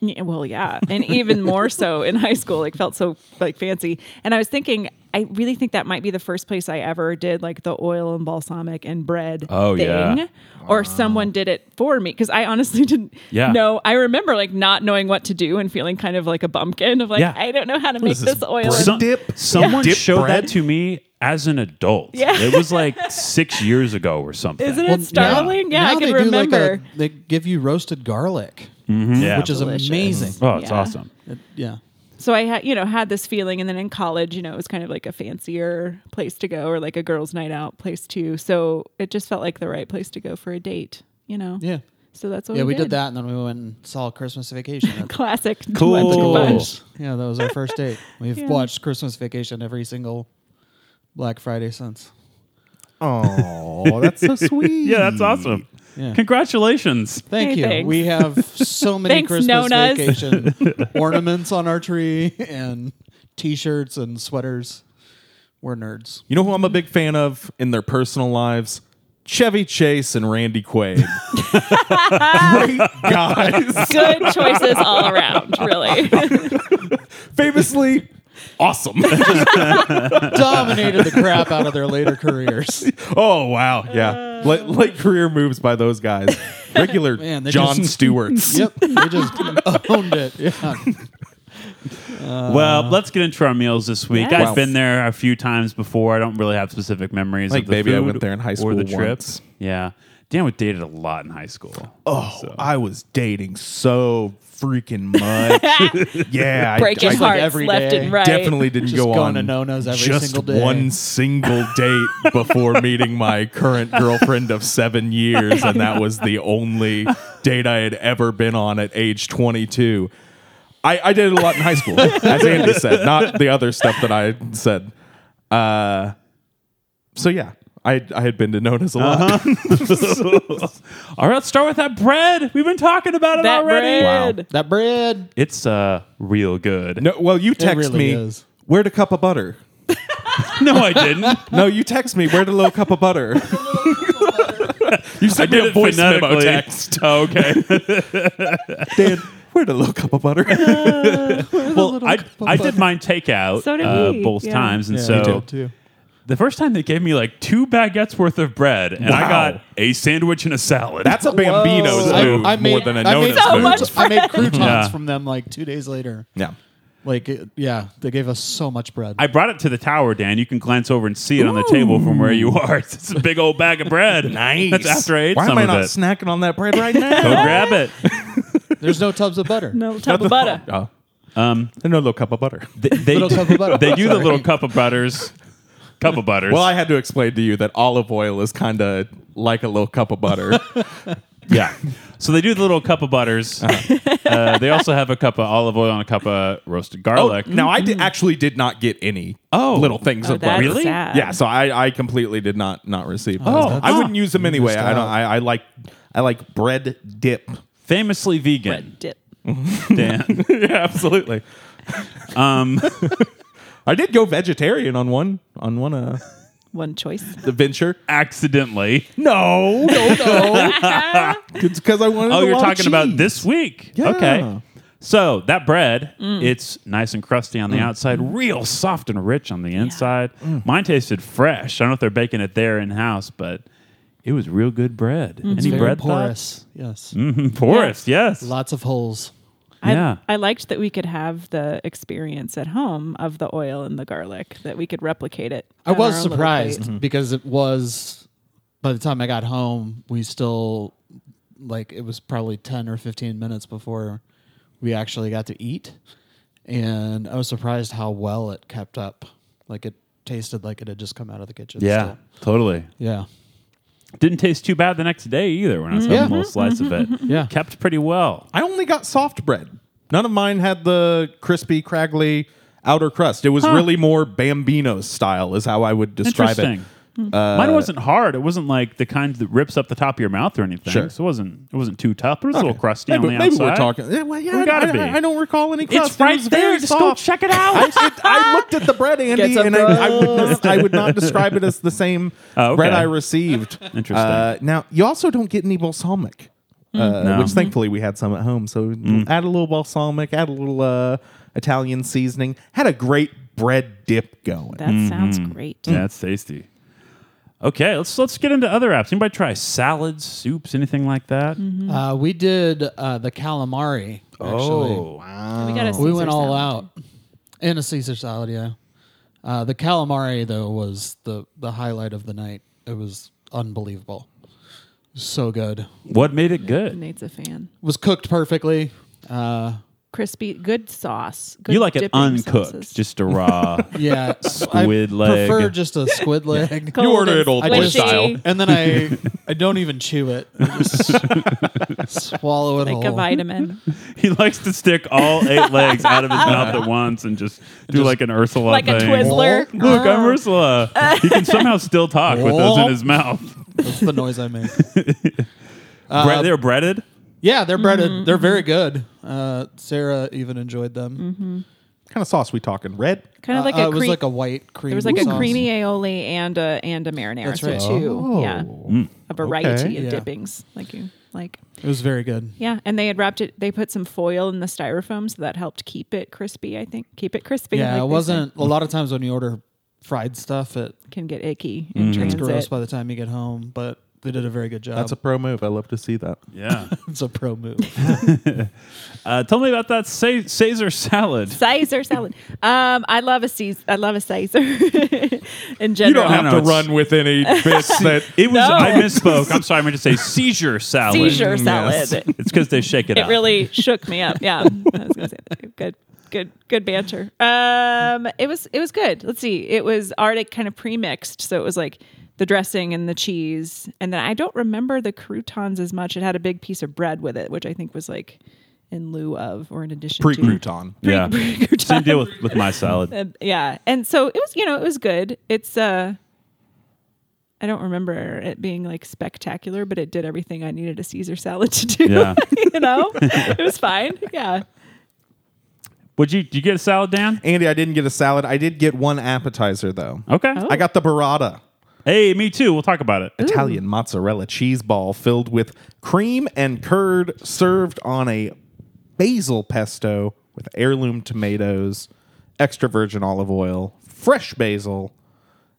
Speaker 3: yeah, well, yeah, and even more so in high school. Like felt so like fancy. And I was thinking, I really think that might be the first place I ever did like the oil and balsamic and bread
Speaker 2: Oh,
Speaker 3: thing,
Speaker 2: yeah.
Speaker 3: or someone did it for me because I honestly didn't
Speaker 2: Yeah.
Speaker 3: know. I remember like not knowing what to do and feeling kind of like a bumpkin of like
Speaker 2: Yeah.
Speaker 3: I don't know how to make
Speaker 1: this,
Speaker 3: this, oil.
Speaker 1: bread?
Speaker 3: and-
Speaker 2: Some-
Speaker 1: Dip.
Speaker 2: Someone
Speaker 1: Yeah. Dip
Speaker 2: showed
Speaker 1: bread.
Speaker 2: that to me as an adult.
Speaker 3: Yeah.
Speaker 2: It was like six years ago or something.
Speaker 3: Isn't it
Speaker 4: Well,
Speaker 3: startling? yeah,
Speaker 4: now
Speaker 3: I can
Speaker 4: they
Speaker 3: remember.
Speaker 4: Do like a, they give you roasted garlic,
Speaker 2: Yeah.
Speaker 4: which is
Speaker 3: Delicious.
Speaker 4: amazing.
Speaker 2: oh, it's
Speaker 3: Yeah.
Speaker 2: awesome.
Speaker 4: It- yeah,
Speaker 3: so I had you know had this feeling, and then in college, you know, it was kind of like a fancier place to go, or like a girls' night out place too. So it just felt like the right place to go for a date, you know.
Speaker 4: yeah,
Speaker 3: So that's what
Speaker 4: yeah.
Speaker 3: we,
Speaker 4: We did that, and then we went and saw Christmas Vacation. That's
Speaker 3: Classic.
Speaker 2: Cool.
Speaker 3: Let's go bunch.
Speaker 4: Yeah, that was our first date. We've
Speaker 3: Yeah.
Speaker 4: watched Christmas Vacation every single Black Friday since.
Speaker 1: Oh, that's so sweet.
Speaker 2: Yeah, that's awesome.
Speaker 4: Yeah.
Speaker 2: Congratulations.
Speaker 4: Thank
Speaker 3: Hey,
Speaker 4: you.
Speaker 3: thanks.
Speaker 4: We have so many
Speaker 3: Thanks,
Speaker 4: Christmas
Speaker 3: Nonas.
Speaker 4: vacation ornaments on our tree and t-shirts and sweaters. We're nerds.
Speaker 1: You know who I'm a big fan of in their personal lives? Chevy Chase and Randy Quaid. Great guys.
Speaker 3: Good choices all around, really.
Speaker 1: Famously awesome.
Speaker 4: Dominated the crap out of their later careers.
Speaker 1: oh, wow. Yeah. Late, late career moves by those guys. Regular
Speaker 4: Man, they
Speaker 1: John
Speaker 4: just-
Speaker 1: Stewart's.
Speaker 4: Yep, they just owned it. Yeah. Uh,
Speaker 2: well, let's get into our meals this week.
Speaker 3: Yes.
Speaker 2: I've been there a few times before. I don't really have specific memories.
Speaker 1: Like,
Speaker 2: of the
Speaker 1: baby, I
Speaker 2: food
Speaker 1: went there in high
Speaker 2: or
Speaker 1: school
Speaker 2: the trip.
Speaker 1: once.
Speaker 2: Yeah, Dan would dated a lot in high school.
Speaker 1: Oh, I was dating so freaking much. yeah. I-
Speaker 3: Breaking
Speaker 1: I,
Speaker 4: like
Speaker 3: hearts
Speaker 4: every
Speaker 3: left
Speaker 4: day.
Speaker 3: and right.
Speaker 1: definitely didn't
Speaker 4: Just
Speaker 1: go
Speaker 4: going
Speaker 1: on
Speaker 4: to no-nos every
Speaker 1: just
Speaker 4: single day.
Speaker 1: one single date before meeting my current girlfriend of seven years, and that was the only date I had ever been on at age 22. I, I did it a lot in high school, as Andy said, not the other stuff that I said. Uh, so yeah, I I had been to Nona's a lot.
Speaker 4: Uh-huh.
Speaker 2: All right, let's start with that bread. We've been talking about it
Speaker 3: That
Speaker 2: already.
Speaker 3: bread.
Speaker 4: That bread.
Speaker 2: It's uh real good.
Speaker 1: No, well, you text
Speaker 4: really
Speaker 1: me
Speaker 4: is.
Speaker 1: where'd a cup of butter.
Speaker 2: No, I didn't.
Speaker 1: No, you text me where'd a little cup of butter. you sent me a voice memo
Speaker 2: phonetically.
Speaker 1: text.
Speaker 2: Oh, okay.
Speaker 1: Dan, where'd a little cup of butter?
Speaker 2: well, I, I did mine takeout
Speaker 3: So did
Speaker 2: uh,
Speaker 3: we,
Speaker 2: both
Speaker 3: yeah.
Speaker 2: times, and
Speaker 4: Yeah,
Speaker 2: so
Speaker 4: we did too.
Speaker 2: The first time they gave me like two baguettes worth of bread, and I
Speaker 1: Wow.
Speaker 2: got a sandwich and a salad.
Speaker 1: That's a Bambino's
Speaker 3: Whoa.
Speaker 4: I-
Speaker 1: move
Speaker 4: I made-
Speaker 1: more than a
Speaker 4: I made
Speaker 1: Nona's
Speaker 3: So
Speaker 1: move.
Speaker 3: much
Speaker 4: I made croutons
Speaker 2: Yeah.
Speaker 4: from them like two days later.
Speaker 1: Yeah.
Speaker 4: Like, it- yeah, they gave us so much bread.
Speaker 2: I brought it to the tower, Dan. You can glance over and see it on the table from where you are. It's a big old bag of bread. That's after I ate
Speaker 1: Why
Speaker 2: some
Speaker 1: am I
Speaker 2: of
Speaker 1: not
Speaker 2: it.
Speaker 1: snacking on that bread right now?
Speaker 2: Go grab it.
Speaker 4: There's no tubs of butter.
Speaker 3: No top of butter.
Speaker 1: Oh. Um, no little cup of butter.
Speaker 2: They, they
Speaker 4: Little
Speaker 2: do,
Speaker 4: cup of butter.
Speaker 2: they do the
Speaker 4: Sorry.
Speaker 2: little cup of butters. Cup of butters.
Speaker 1: Well, I had to explain to you that olive oil is kind of like a little cup of butter.
Speaker 2: yeah. So they do the little cup of butters. Uh, they also have a cup of olive oil and a cup of roasted garlic.
Speaker 1: Oh, now, I did, actually did not get any
Speaker 2: Oh.
Speaker 1: little things
Speaker 3: Oh,
Speaker 1: of butter.
Speaker 3: that's Really? sad.
Speaker 1: Yeah. So I, I completely did not not receive.
Speaker 2: Oh,
Speaker 1: those.
Speaker 2: that's-
Speaker 1: I wouldn't use them anyway.
Speaker 4: missed
Speaker 1: I don't.
Speaker 4: out.
Speaker 1: I, I like I like bread dip.
Speaker 2: Famously vegan,
Speaker 3: Bread dip.
Speaker 2: Dan.
Speaker 1: yeah, absolutely.
Speaker 2: Um,
Speaker 1: I did go vegetarian on one on one uh,
Speaker 3: One choice.
Speaker 1: the venture.
Speaker 2: accidentally.
Speaker 1: No, no, no. It's because I wanted.
Speaker 2: Oh,
Speaker 1: a
Speaker 2: you're
Speaker 1: lot of
Speaker 2: talking about
Speaker 1: cheese.
Speaker 2: this week. Okay. So that bread, it's nice and crusty on the outside, real soft and rich on the inside. Mine tasted fresh. I don't know if they're baking it there in house, but it was real good bread.
Speaker 4: It's
Speaker 2: Any
Speaker 4: very
Speaker 2: bread thoughts?
Speaker 4: porous. Yes.
Speaker 2: Mm, porous, yes.
Speaker 4: Lots of holes.
Speaker 3: I,
Speaker 2: Yeah.
Speaker 3: I liked that we could have the experience at home of the oil and the garlic, that we could replicate it.
Speaker 4: I
Speaker 3: on our
Speaker 4: was
Speaker 3: own little
Speaker 4: surprised
Speaker 3: plate.
Speaker 4: because it was by the time I got home, we still like it was probably 10 or 15 minutes before we actually got to eat. And I was surprised how well it kept up. Like it tasted like it had just come out of the kitchen.
Speaker 2: Yeah,
Speaker 4: still.
Speaker 2: totally.
Speaker 4: Yeah.
Speaker 2: Didn't taste too bad the next day either when I was
Speaker 1: Mm-hmm.
Speaker 4: Yeah.
Speaker 2: having a little slice of it.
Speaker 4: Yeah.
Speaker 2: Kept pretty well.
Speaker 1: I only got soft bread. None of mine had the crispy, craggly outer crust. It was really more Bambino style, is how I would describe it.
Speaker 2: Interesting.
Speaker 1: Uh,
Speaker 2: Mine wasn't hard. It wasn't like the kind that rips up the top of your mouth or anything.
Speaker 1: Sure.
Speaker 2: So it wasn't it wasn't too tough, but it was a little crusty
Speaker 1: maybe,
Speaker 2: on the
Speaker 1: maybe
Speaker 2: outside.
Speaker 1: we're talking. Yeah, well, yeah,
Speaker 2: We
Speaker 1: I-
Speaker 2: gotta
Speaker 1: I,
Speaker 2: be.
Speaker 1: I don't recall any crust.
Speaker 2: It's
Speaker 1: It
Speaker 2: right
Speaker 1: was
Speaker 2: there.
Speaker 1: very
Speaker 2: Just go
Speaker 1: soft.
Speaker 2: check it out.
Speaker 1: I, it, I looked at the bread, Andy,
Speaker 3: Get some
Speaker 1: and I, I, would, I would not describe it as the same
Speaker 2: Oh, okay.
Speaker 1: bread I received.
Speaker 2: Interesting. Hmm.
Speaker 1: Uh, now, you also don't get any balsamic, uh,
Speaker 2: No. Hmm.
Speaker 1: which thankfully we had some at home. So add a little balsamic, add a little uh, Italian seasoning. Had a great bread dip going.
Speaker 3: That
Speaker 2: Mm-hmm.
Speaker 3: sounds great.
Speaker 2: That's tasty. Okay, let's let's get into other apps. Anybody try salads, soups, anything like that?
Speaker 1: Mm-hmm.
Speaker 4: Uh, we did uh, the calamari. Actually.
Speaker 1: wow.
Speaker 3: We, got a
Speaker 4: we
Speaker 3: Caesar
Speaker 4: went all
Speaker 3: salad.
Speaker 4: out in a Caesar salad. Yeah, uh, the calamari though was the the highlight of the night. It was unbelievable, so good. It
Speaker 2: What made it good?
Speaker 3: Nate's a fan.
Speaker 4: was cooked perfectly. Uh,
Speaker 3: Crispy, good sauce. Good
Speaker 2: you like it
Speaker 3: dipping
Speaker 2: uncooked,
Speaker 3: sauces.
Speaker 2: just a raw.
Speaker 4: yeah,
Speaker 2: Squid
Speaker 4: I
Speaker 2: leg.
Speaker 4: Prefer just a squid leg.
Speaker 3: Cold
Speaker 1: order
Speaker 3: and
Speaker 1: it old
Speaker 4: I
Speaker 1: boy
Speaker 4: just-
Speaker 3: squishy.
Speaker 1: style.
Speaker 4: and then I I don't even chew it. I just swallow it
Speaker 3: Like a
Speaker 4: whole.
Speaker 3: vitamin.
Speaker 2: he likes to stick all eight legs out of his mouth at once and just do like an Ursula
Speaker 3: like a
Speaker 2: thing.
Speaker 3: Twizzler.
Speaker 2: Look, I'm Ursula. he can somehow still talk with those in his mouth.
Speaker 4: That's the noise I make.
Speaker 2: Bre- they're breaded.
Speaker 3: Mm-hmm,
Speaker 4: Yeah, they're breaded. They're very good. Uh, Sarah even enjoyed them.
Speaker 1: kind of sauce we talking? Red?
Speaker 3: Kind of Mm-hmm. like
Speaker 4: Uh,
Speaker 3: a
Speaker 4: it was
Speaker 3: cream.
Speaker 4: like a white cream.
Speaker 3: there was like a
Speaker 4: sauce.
Speaker 3: creamy aioli and a and a marinara.
Speaker 4: That's
Speaker 3: so
Speaker 4: right.
Speaker 3: two, yeah,
Speaker 2: Oh. Mm.
Speaker 3: a variety
Speaker 1: okay.
Speaker 3: of
Speaker 4: Yeah.
Speaker 3: dippings like you like.
Speaker 4: It was very good.
Speaker 3: Yeah, and they had wrapped it. They put some foil in the styrofoam, so that helped keep it crispy. I think keep it crispy.
Speaker 4: Yeah,
Speaker 3: like they
Speaker 4: it
Speaker 3: say.
Speaker 4: wasn't. A lot of times when you order fried stuff, it
Speaker 3: can get icky
Speaker 1: Mm-hmm.
Speaker 3: in
Speaker 4: gets gross
Speaker 3: transit.
Speaker 4: by the time you get home. But they did a very good job.
Speaker 1: That's a pro move. I love to see that.
Speaker 2: Yeah.
Speaker 4: it's a pro move.
Speaker 2: Uh, tell me about that Ca- Caesar salad.
Speaker 3: Caesar salad. Um, I love a Caesar. I love a Caesar. in general,
Speaker 1: You don't have
Speaker 2: no,
Speaker 1: to
Speaker 2: it's-
Speaker 1: run with any bits that
Speaker 2: It was
Speaker 3: No.
Speaker 2: I misspoke. I'm sorry. I meant to say seizure salad.
Speaker 3: seizure salad.
Speaker 1: Yes.
Speaker 3: It,
Speaker 2: It's because they shake it, out.
Speaker 3: really shook me up. Yeah, I was gonna say that. good, good, good banter. Um, it was it was good. Let's see. It was already kind of pre-mixed, so it was like the dressing and the cheese, and then I don't remember the croutons as much. It had a big piece of bread with it, which I think was like in lieu of or in addition
Speaker 1: pre
Speaker 3: to.
Speaker 1: crouton.
Speaker 2: yeah.
Speaker 3: pre-crouton.
Speaker 2: Same deal with, with my salad.
Speaker 3: Uh, yeah and so it was you know it was good it's uh i don't remember it being like spectacular but it did everything i needed a caesar salad to do
Speaker 2: Yeah.
Speaker 3: you know it was fine yeah
Speaker 2: Would you? Did you get a salad, Dan?
Speaker 1: Andy, I didn't get a salad. I did get one appetizer though.
Speaker 2: Okay.
Speaker 3: Oh.
Speaker 1: I got the burrata.
Speaker 2: Hey, me too. We'll talk about it.
Speaker 1: Italian mozzarella cheese ball filled with cream and curd, served on a basil pesto with heirloom tomatoes, extra virgin olive oil, fresh basil,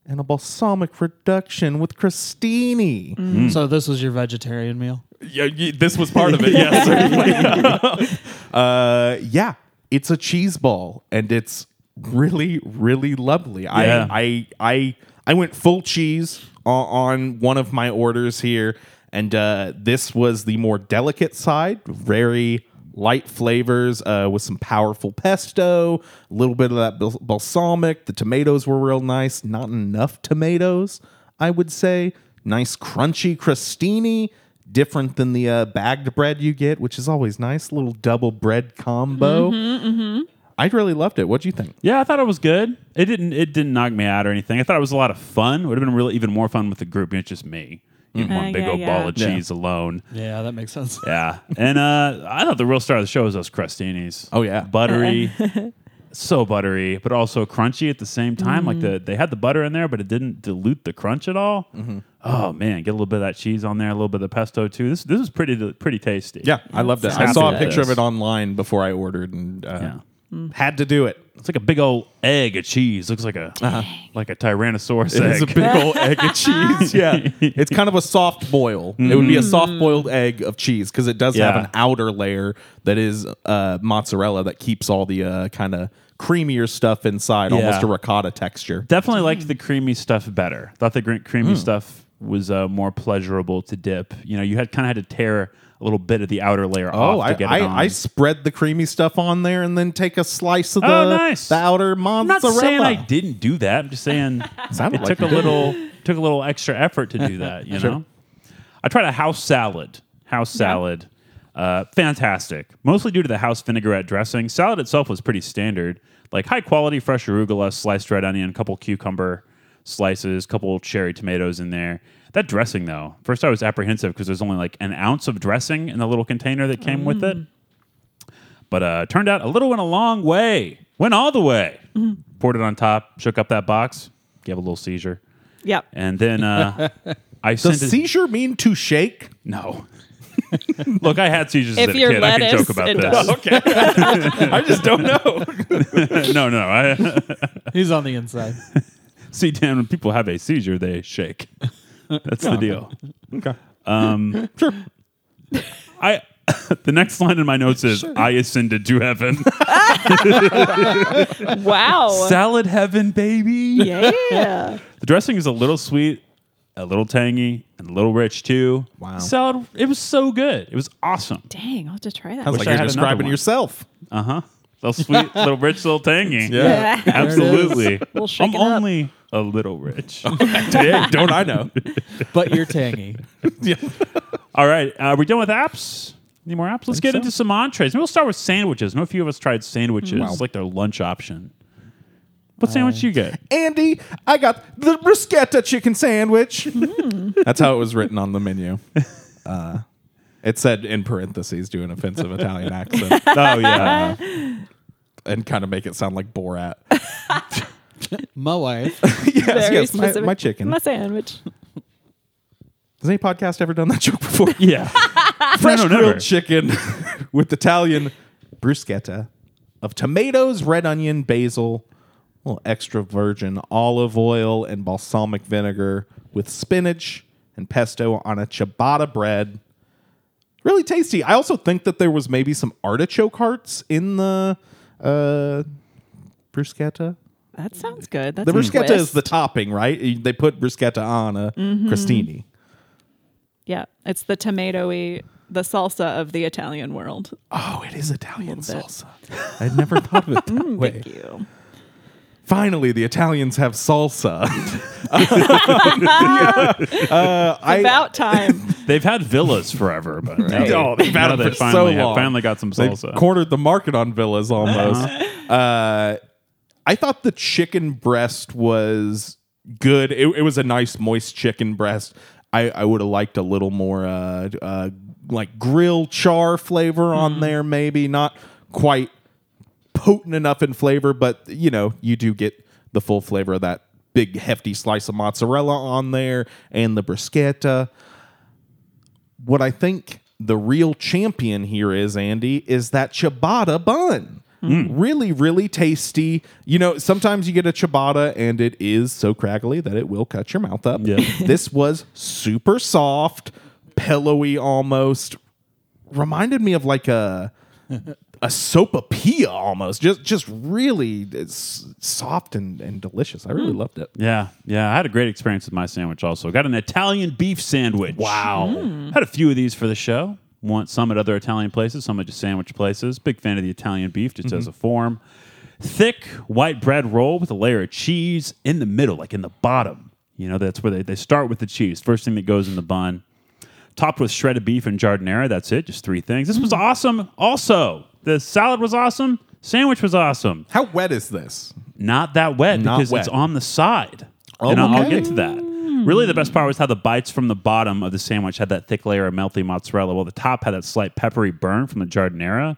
Speaker 1: and a balsamic reduction with crostini.
Speaker 4: So this was your vegetarian meal.
Speaker 1: Yeah, y- this was part of it. Yes, certainly. uh, yeah, it's a cheese ball, and it's really, really lovely.
Speaker 2: Yeah.
Speaker 1: I, I, I, I went full cheese on, on one of my orders here, and uh, this was the more delicate side, very light flavors uh, with some powerful pesto, a little bit of that bal- balsamic. The tomatoes were real nice, not enough tomatoes, I would say. Nice crunchy crostini, different than the uh, bagged bread you get, which is always nice. Little double bread combo. I really loved it. What'd you think?
Speaker 2: Yeah, I thought it was good. It didn't. It didn't knock me out or anything. I thought it was a lot of fun. Would have been really even more fun with the group. and It's just me. You
Speaker 3: Uh,
Speaker 2: one big
Speaker 3: yeah,
Speaker 2: old
Speaker 3: yeah.
Speaker 2: ball of
Speaker 1: Yeah.
Speaker 2: cheese alone.
Speaker 4: Yeah, that makes sense.
Speaker 2: Yeah, and uh, I thought the real star of the show was those crostinis.
Speaker 1: Oh, yeah.
Speaker 2: buttery, so buttery, but also crunchy at the same time. Like the they had the butter in there, but it didn't dilute the crunch at all.
Speaker 1: Mm-hmm.
Speaker 2: Oh man, get a little bit of that cheese on there, a little bit of the pesto too. This this is pretty pretty tasty.
Speaker 1: Yeah, I loved it. I
Speaker 2: Happy
Speaker 1: saw a
Speaker 2: with
Speaker 1: picture of
Speaker 2: this.
Speaker 1: it online before I ordered and uh, had to do it.
Speaker 2: it's like a big old egg of cheese. Looks like a like a tyrannosaurus
Speaker 1: Uh-huh. It
Speaker 2: egg.
Speaker 1: is a big old egg of cheese. Yeah. It's kind of a soft boil. It would be a soft boiled egg of cheese because it does
Speaker 2: Mm. Yeah.
Speaker 1: have an outer layer that is uh, mozzarella that keeps all the uh, kind of creamier stuff inside, almost
Speaker 2: Yeah.
Speaker 1: a ricotta texture.
Speaker 2: Definitely liked the creamy stuff better. Thought the gre-
Speaker 1: Mm.
Speaker 2: creamy stuff was uh, more pleasurable to dip. You know, you had kind of had to tear a little bit of the outer layer
Speaker 1: Oh,
Speaker 2: off
Speaker 1: I,
Speaker 2: to get
Speaker 1: I,
Speaker 2: it on.
Speaker 1: I spread the creamy stuff on there and then take a slice of the,
Speaker 2: Oh, nice.
Speaker 1: the outer
Speaker 2: am not
Speaker 1: mozzarella.
Speaker 2: saying I didn't do that. I'm just saying it
Speaker 1: Sounded like
Speaker 2: took
Speaker 1: you
Speaker 2: a
Speaker 1: did.
Speaker 2: little took a little extra effort to do that. You know, I tried a house salad. House salad, uh, fantastic. Mostly due to the house vinaigrette dressing. Salad itself was pretty standard, like high quality fresh arugula, sliced red onion, couple cucumber slices, couple cherry tomatoes in there. That dressing though, first I was apprehensive because there's only like an ounce of dressing in the little container that came with
Speaker 1: Mm.
Speaker 2: it but uh, turned out a little went a long way. Went all the way. Poured it on top, shook up that box, gave a little seizure,
Speaker 3: yep
Speaker 2: and then uh, I sent
Speaker 1: Does
Speaker 2: it-
Speaker 1: seizure mean to shake?
Speaker 2: no. Look, I had seizures
Speaker 3: If
Speaker 2: as a
Speaker 3: you're
Speaker 2: kid. I can
Speaker 3: lettuce,
Speaker 2: joke about
Speaker 3: it
Speaker 2: this.
Speaker 1: Okay. I just don't know.
Speaker 2: no, no. I
Speaker 4: He's on the inside.
Speaker 2: see. Dan, when people have a seizure, they shake. That's the deal. Um,
Speaker 1: Okay.
Speaker 2: I. The next line in my notes is I ascended to heaven.
Speaker 3: wow
Speaker 2: Salad heaven, baby.
Speaker 3: yeah
Speaker 2: The dressing is a little sweet, a little tangy, and a little rich too.
Speaker 1: Wow.
Speaker 2: The salad, it was so good. It was awesome.
Speaker 3: dang i'll have to try that
Speaker 1: Sounds
Speaker 2: Wish
Speaker 1: like
Speaker 2: I
Speaker 1: you're
Speaker 2: had another
Speaker 1: describing
Speaker 2: one.
Speaker 1: yourself.
Speaker 2: Uh huh. Little sweet, little rich, little tangy.
Speaker 3: Yeah. There it
Speaker 2: absolutely.
Speaker 3: We'll shake
Speaker 2: I'm
Speaker 3: it up.
Speaker 2: only a little rich.
Speaker 1: don't I know?
Speaker 4: But you're tangy.
Speaker 2: All right, uh, we're done with apps. Any more apps? Let's get
Speaker 1: so.
Speaker 2: into some entrees. Maybe we'll start with sandwiches. I know a few of us tried sandwiches, like their lunch option. What sandwich you get?
Speaker 1: Andy, I got the bruschetta chicken sandwich. That's how it was written on the menu. Uh, it said in parentheses, do an offensive Italian accent.
Speaker 2: Oh yeah,
Speaker 1: and kind of make it sound like Borat.
Speaker 4: My wife.
Speaker 1: yes,
Speaker 3: Very
Speaker 1: yes, my,
Speaker 3: specific.
Speaker 1: my chicken.
Speaker 3: My sandwich.
Speaker 1: Has any podcast ever done that joke before?
Speaker 2: Yeah.
Speaker 1: Fresh
Speaker 2: no,
Speaker 1: grilled
Speaker 2: never.
Speaker 1: chicken with Italian bruschetta of tomatoes, red onion, basil, a little extra virgin olive oil, and balsamic vinegar with spinach and pesto on a ciabatta bread. Really tasty. I also think that there was maybe some artichoke hearts in the uh, bruschetta.
Speaker 3: That sounds good. That's
Speaker 1: The
Speaker 3: a
Speaker 1: bruschetta is
Speaker 3: twist. Mm-hmm.
Speaker 1: the topping, right? They put bruschetta on a crostini.
Speaker 3: yeah. It's the tomatoey, the salsa of the Italian world.
Speaker 1: Oh, it is Italian
Speaker 3: bit. Mm,
Speaker 1: salsa. I'd never thought of it that way.
Speaker 3: Thank you.
Speaker 1: Finally, the Italians have salsa. uh, I,
Speaker 3: About time.
Speaker 2: They've had villas forever, but now they,
Speaker 1: Oh, they've had
Speaker 2: now
Speaker 1: them
Speaker 2: they
Speaker 1: for
Speaker 2: finally,
Speaker 1: so
Speaker 2: have-
Speaker 1: long.
Speaker 2: finally got some
Speaker 1: they
Speaker 2: salsa.
Speaker 1: cornered the market on villas almost. Uh, I thought the chicken breast was good. It, it was a nice, moist chicken breast. I, I would have liked a little more uh, uh, like grill char flavor on there, maybe not quite potent enough in flavor, but you know, you do get the full flavor of that big hefty slice of mozzarella on there and the bruschetta. What I think the real champion here is, Andy, is that ciabatta bun.
Speaker 2: Mm.
Speaker 1: Really, really tasty. You know, sometimes you get a ciabatta and it is so crackly that it will cut your mouth up. this was super soft, pillowy almost. Reminded me of like a a soapapilla almost. Just just really it's soft and, and delicious. I
Speaker 2: Mm.
Speaker 1: really loved it.
Speaker 2: Yeah, yeah. I had a great experience with my sandwich. Also, got an Italian beef sandwich. Wow. Had a few of these for the show. Want some at other Italian places, some at just sandwich places. Big fan of the Italian beef, just as a form. Thick white bread roll with a layer of cheese in the middle, like in the bottom. You know, that's where they, they start with the cheese. First thing that goes in the bun. Topped with shredded beef and jardinera. That's it. Just three things. This was awesome. Also, the salad was awesome. Sandwich was awesome
Speaker 1: How wet is this?
Speaker 2: not that wet
Speaker 1: Not
Speaker 2: because
Speaker 1: wet.
Speaker 2: it's on the side. and I'll, I'll
Speaker 1: okay.
Speaker 2: get to that. Really, the best part was how the bites from the bottom of the sandwich had that thick layer of melty mozzarella, while the top had that slight peppery burn from the jardinera.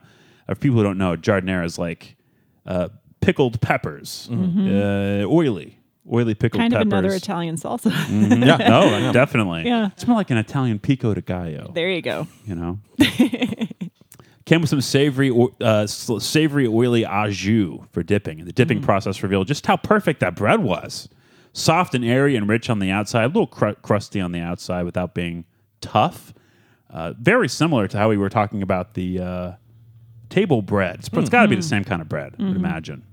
Speaker 2: Uh, For people who don't know, jardinera is like uh, pickled peppers,
Speaker 1: Mm-hmm.
Speaker 2: uh, oily, oily pickled
Speaker 3: kind of
Speaker 2: peppers. Mm-hmm.
Speaker 3: another Italian salsa.
Speaker 2: yeah, no, definitely.
Speaker 3: Yeah.
Speaker 2: it's more like an Italian pico de gallo
Speaker 3: There you go.
Speaker 2: you know. Came with some savory, o- uh, s- savory, oily au jus for dipping, and the dipping process revealed just how perfect that bread was. Soft and airy and rich on the outside, a little cr- crusty on the outside without being tough. Uh, very similar to how we were talking about the uh, table bread. It's, it's got to be the same kind of bread, I would imagine.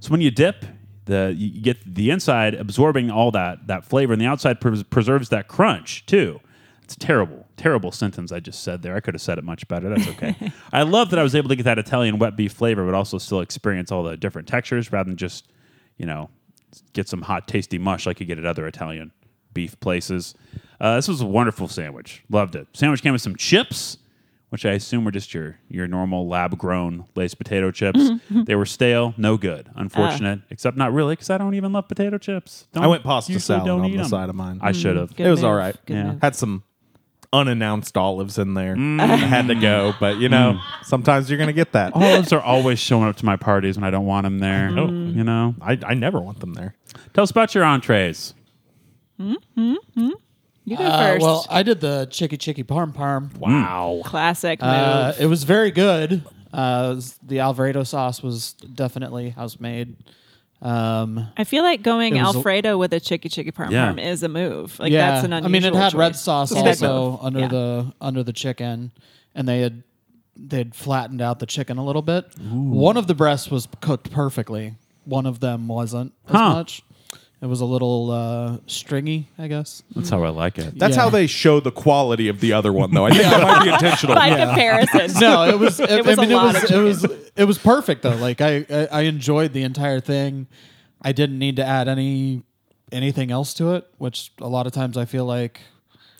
Speaker 2: So when you dip, the you you get the inside absorbing all that that flavor, and the outside pres- preserves that crunch too. It's terrible, terrible sentence I just said there. I could have said it much better. That's okay. I love that I was able to get that Italian wet beef flavor, but also still experience all the different textures rather than just you know get some hot tasty mush like you get at other Italian beef places. Uh, this was a wonderful sandwich. Loved it. Sandwich came with some chips which I assume were just your your normal lab grown laced potato chips.
Speaker 3: Mm-hmm.
Speaker 2: they were stale, no good,
Speaker 3: Oh.
Speaker 2: unfortunate, except not really because I don't even love potato chips. Don't,
Speaker 1: I went pasta
Speaker 2: usually
Speaker 1: salad
Speaker 2: don't
Speaker 1: on
Speaker 2: eat
Speaker 1: the
Speaker 2: 'em.
Speaker 1: side of mine.
Speaker 2: I should have.
Speaker 3: Mm, Good
Speaker 1: it was
Speaker 3: move.
Speaker 1: all right.
Speaker 3: Good
Speaker 2: Yeah.
Speaker 3: move.
Speaker 1: Had some unannounced olives in there.
Speaker 3: Mm.
Speaker 1: Had to go, but you know, sometimes you're gonna get that.
Speaker 2: Olives are always showing up to my parties when I don't want them there.
Speaker 3: Mm-hmm.
Speaker 2: Oh, You know,
Speaker 1: I, I never want them there.
Speaker 2: tell us about your entrees.
Speaker 3: You go
Speaker 4: Uh,
Speaker 3: first.
Speaker 4: well, I did the chicky chicky parm parm.
Speaker 2: Wow.
Speaker 3: Classic move.
Speaker 4: Uh, it was very good. Uh, the Alfredo sauce was definitely house made. Um,
Speaker 3: I feel like going
Speaker 4: It was a-
Speaker 3: Alfredo with a chicky chicky parm
Speaker 2: Yeah.
Speaker 3: parm is a move. Like
Speaker 4: yeah,
Speaker 3: that's an unusual.
Speaker 4: I mean, it had red
Speaker 3: choice.
Speaker 4: sauce
Speaker 3: a big
Speaker 4: also
Speaker 3: move.
Speaker 4: under
Speaker 3: Yeah.
Speaker 4: the under the chicken, and they had they had flattened out the chicken a little bit. One of the breasts was cooked perfectly. One of them wasn't as
Speaker 2: Huh.
Speaker 4: much. It was a little uh, stringy, I guess.
Speaker 2: That's how I like it.
Speaker 1: That's
Speaker 4: Yeah.
Speaker 1: how they show the quality of the other one, though. I think that might be intentional.
Speaker 3: By comparison,
Speaker 4: No, it was. It,
Speaker 3: was
Speaker 4: I mean,
Speaker 3: a lot
Speaker 4: it
Speaker 3: of
Speaker 4: was. It was. It was perfect though. Like I, I, I enjoyed the entire thing. I didn't need to add any anything else to it, which a lot of times I feel like,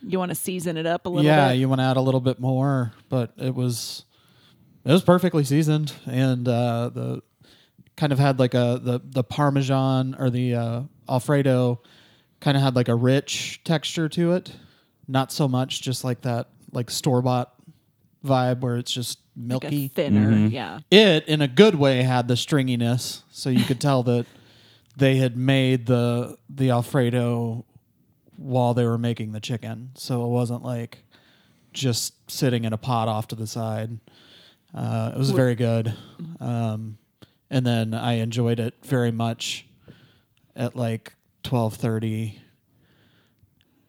Speaker 3: you want to season it up a little
Speaker 4: yeah,
Speaker 3: bit.
Speaker 4: you want to add a little bit more, but it was it was perfectly seasoned and uh, the kind of had like a the the parmesan or the uh, alfredo kind of had like a rich texture to it. Not so much, just like that, like store bought vibe where it's just
Speaker 3: Like a
Speaker 4: milky.
Speaker 3: thinner, yeah.
Speaker 4: it in a good way had the stringiness so you could tell that they had made the the alfredo while they were making the chicken so it wasn't like just sitting in a pot off to the side uh, it was very good um, and then i enjoyed it very much at like 12.30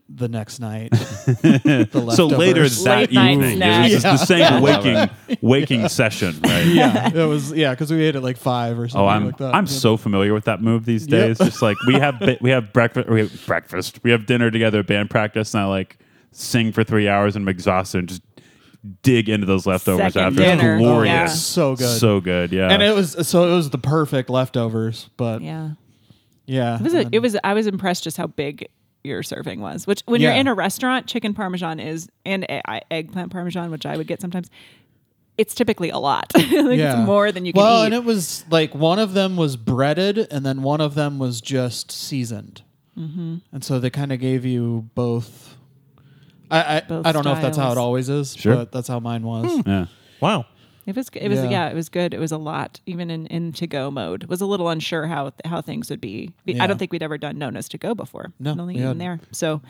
Speaker 4: the next night the
Speaker 2: So later
Speaker 4: leftovers.
Speaker 2: that
Speaker 3: Late night
Speaker 2: evening, it
Speaker 3: snack.
Speaker 2: was just the same waking waking session, right?
Speaker 4: yeah it was yeah because we ate at like five or something
Speaker 2: Oh, I'm
Speaker 4: like that
Speaker 2: I'm
Speaker 4: Yeah.
Speaker 2: so familiar with that move these days. Just like we have bi- we have breakfast we have breakfast we have dinner together, at band practice, and I like sing for three hours and I'm exhausted and just dig into those leftovers
Speaker 3: Second
Speaker 2: after. It's
Speaker 3: dinner.
Speaker 2: Glorious,
Speaker 3: Oh, Yeah.
Speaker 4: So good.
Speaker 2: so good, yeah.
Speaker 4: and it was so it was the perfect leftovers but yeah,
Speaker 3: Yeah. It was, a, it was I was impressed just how big your serving was. Which when
Speaker 4: Yeah.
Speaker 3: you're in a restaurant, chicken parmesan is and e- I- eggplant parmesan, which I would get sometimes. It's typically a lot. like It's more than you can
Speaker 4: well
Speaker 3: eat.
Speaker 4: and it was like one of them was breaded and then one of them was just seasoned mm-hmm. and so they kind of gave you both i I,
Speaker 3: Both
Speaker 4: I don't know if that's how
Speaker 3: styles.
Speaker 4: it always is
Speaker 2: Sure.
Speaker 4: but that's how mine was
Speaker 1: Hmm.
Speaker 2: yeah.
Speaker 1: Wow.
Speaker 3: It was it was
Speaker 4: Yeah.
Speaker 3: yeah. it was good. It was a lot even in in to go mode. Was a little unsure how how things would be. We-
Speaker 4: Yeah.
Speaker 3: I don't think we'd ever done nonas to go before.
Speaker 4: No,
Speaker 3: I'd only
Speaker 4: we
Speaker 3: even
Speaker 4: hadn't.
Speaker 3: there. So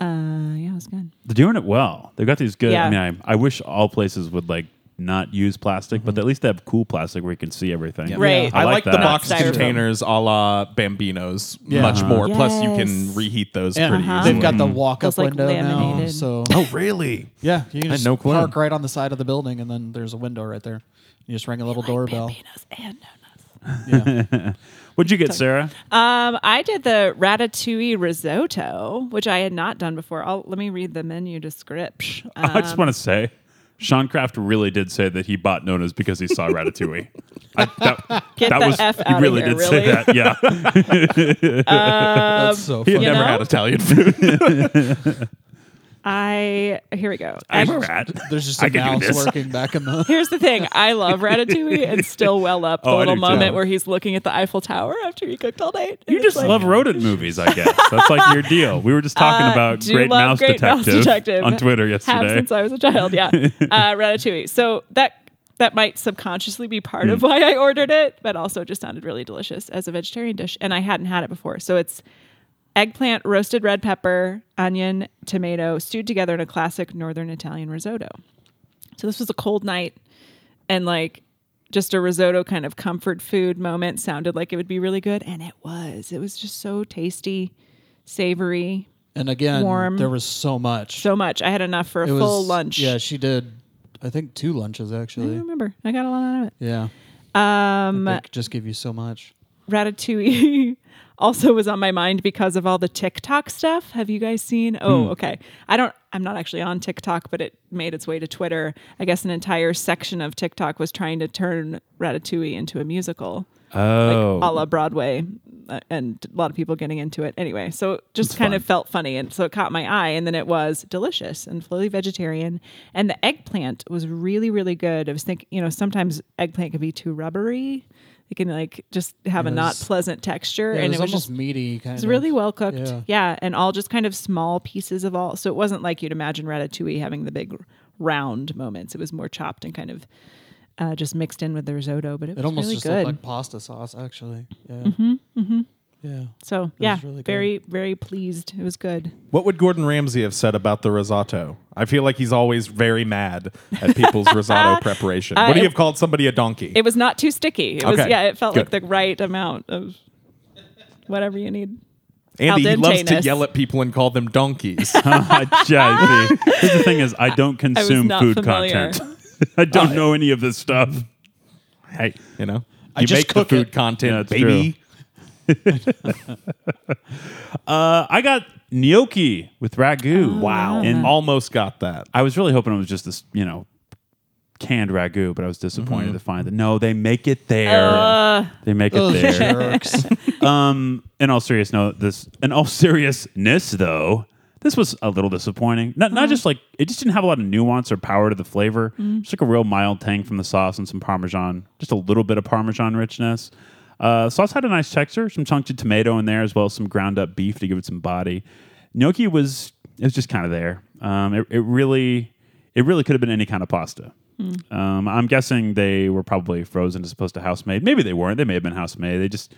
Speaker 3: uh yeah, it was good.
Speaker 2: they're doing it well. They've got these good. I
Speaker 3: Yeah.
Speaker 2: mean, I, I wish all places would like not use plastic,
Speaker 4: Mm-hmm.
Speaker 2: but at least they have cool plastic where you can see everything.
Speaker 3: Right.
Speaker 1: I,
Speaker 2: I like
Speaker 1: like, the
Speaker 2: that.
Speaker 1: box
Speaker 3: Not styrofoam.
Speaker 1: containers a la Bambinos
Speaker 4: Yeah.
Speaker 1: much more. Plus, you
Speaker 3: Uh-huh. Yes. Uh-huh.
Speaker 1: can reheat those
Speaker 4: and
Speaker 1: pretty easily.
Speaker 4: they've got the walk-up
Speaker 3: Those, like,
Speaker 4: window now
Speaker 3: laminated-
Speaker 4: so
Speaker 1: oh, really?
Speaker 4: yeah you can
Speaker 1: had
Speaker 4: just
Speaker 1: no clue.
Speaker 4: park right on the side of the building and then there's a window right there you just ring a little doorbell
Speaker 3: Pampinos and nonas.
Speaker 2: What'd you get, Sarah?
Speaker 3: Um, I did the ratatouille risotto, which I had not done before. I'll let me read the menu description. Uh,
Speaker 2: I just want to say, Sean Craft really did say that he bought Nona's because he saw Ratatouille. I, that
Speaker 3: Get
Speaker 2: that
Speaker 3: the
Speaker 2: was
Speaker 3: F
Speaker 2: he
Speaker 3: out
Speaker 2: really
Speaker 3: of here,
Speaker 2: did
Speaker 3: really.
Speaker 2: say that. Yeah,
Speaker 4: that's so
Speaker 1: He
Speaker 4: funny.
Speaker 1: had
Speaker 3: You
Speaker 1: never
Speaker 3: know?
Speaker 1: had Italian food.
Speaker 3: I here we go.
Speaker 2: I'm
Speaker 3: I-
Speaker 2: a rat.
Speaker 4: there's just
Speaker 2: I
Speaker 4: a
Speaker 2: can do
Speaker 4: mouse
Speaker 2: this.
Speaker 4: working back in the
Speaker 3: Here's the thing. I love Ratatouille and still well up the
Speaker 2: Oh, I
Speaker 3: little
Speaker 2: do too.
Speaker 3: moment where he's looking at the Eiffel Tower after he cooked all night.
Speaker 2: You just
Speaker 3: love.
Speaker 2: love rodent movies, I guess. That's like your deal. We were just talking about
Speaker 3: Uh, do
Speaker 2: Great,
Speaker 3: love
Speaker 2: mouse,
Speaker 3: Great
Speaker 2: Detective
Speaker 3: Mouse Detective
Speaker 2: on Twitter
Speaker 3: Have
Speaker 2: yesterday.
Speaker 3: since I was a child, yeah. uh, Ratatouille. So that that might subconsciously be part
Speaker 2: Hmm.
Speaker 3: of why I ordered it, but also it just sounded really delicious as a vegetarian dish, and I hadn't had it before. So it's eggplant, roasted red pepper, onion, tomato, stewed together in a classic northern Italian risotto. So this was a cold night, and like. Just a risotto kind of comfort food moment sounded like it would be really good, and it was. It was just so tasty, savory,
Speaker 4: and again
Speaker 3: Warm.
Speaker 4: there was so much
Speaker 3: so much. I had enough for a full lunch.
Speaker 4: Yeah, she did. I think two lunches
Speaker 3: I don't
Speaker 4: actually.
Speaker 3: remember. I got a lot out of it.
Speaker 4: Yeah,
Speaker 3: Um,
Speaker 4: they could just give you so much.
Speaker 3: Ratatouille also was on my mind because of all the TikTok stuff. Have you guys seen?
Speaker 4: Hmm.
Speaker 3: Oh, okay. I don't. I'm not actually on TikTok, but it made its way to Twitter. I guess an entire section of TikTok was trying to turn Ratatouille into a musical,
Speaker 2: oh,
Speaker 3: a la Broadway, uh, and a lot of people getting into it. Anyway, so it just kind of felt funny, and so it caught my eye. And then it was delicious and fully vegetarian, and the eggplant was really, really good. I was thinking, you know, sometimes eggplant can be too rubbery. It can like just have a not
Speaker 4: was-
Speaker 3: pleasant texture,
Speaker 4: Yeah,
Speaker 3: and
Speaker 4: it was, almost
Speaker 3: just
Speaker 4: meaty kind
Speaker 3: it
Speaker 4: of.
Speaker 3: was really well cooked.
Speaker 4: Yeah.
Speaker 3: Yeah. and all just kind of small pieces of all. So it wasn't like you'd imagine ratatouille having the big round moments. It was more chopped and kind of uh, just mixed in with the risotto. But it,
Speaker 4: It
Speaker 3: was
Speaker 4: almost
Speaker 3: really
Speaker 4: just
Speaker 3: good. Mm-hmm,
Speaker 4: looked like pasta sauce actually. Yeah. Yeah.
Speaker 3: so yeah,
Speaker 4: really good.
Speaker 3: very very pleased. It was good.
Speaker 1: What would Gordon Ramsay have said about the risotto? I feel like he's always very mad at people's risotto preparation. Would he
Speaker 3: Uh, it-
Speaker 1: have called somebody a donkey?
Speaker 3: It was not too sticky. It was
Speaker 1: Okay.
Speaker 3: yeah, it felt like
Speaker 1: Good.
Speaker 3: the right amount of whatever you need.
Speaker 1: Andy
Speaker 3: al
Speaker 1: he loves to
Speaker 3: dente-ness.
Speaker 1: yell at people and call them donkeys.
Speaker 2: Yeah, you see. Here's the thing: is I don't consume
Speaker 3: not
Speaker 2: food
Speaker 3: familiar.
Speaker 2: content. I don't know any of this stuff. Hey,
Speaker 1: you know, you
Speaker 4: just
Speaker 1: make the
Speaker 4: cook
Speaker 1: food
Speaker 4: it.
Speaker 2: Yeah,
Speaker 1: content,
Speaker 2: it's
Speaker 1: baby.
Speaker 2: true. uh, I got gnocchi with
Speaker 3: Oh,
Speaker 2: ragu.
Speaker 1: Wow,
Speaker 2: and all
Speaker 1: almost got that.
Speaker 2: I was really hoping it was just this, you know, canned ragu, but I was disappointed to find that no, they make it there.
Speaker 3: Uh,
Speaker 2: they make it
Speaker 4: Those
Speaker 2: there.
Speaker 4: jerks.
Speaker 2: Um, in all serious note, this in all seriousness though, this was a little disappointing. Not not just like it just didn't have a lot of nuance or power to the flavor. Just like a real mild tang from the sauce and some parmesan, just a little bit of parmesan richness. Uh, sauce had a nice texture, some chunks of tomato in there as well as some ground up beef to give it some body. Gnocchi was it was just kind of there. Um, it, it really It really could have been any kind of pasta. Um, I'm guessing they were probably frozen as opposed to house made. Maybe they weren't. They may have been house made. They just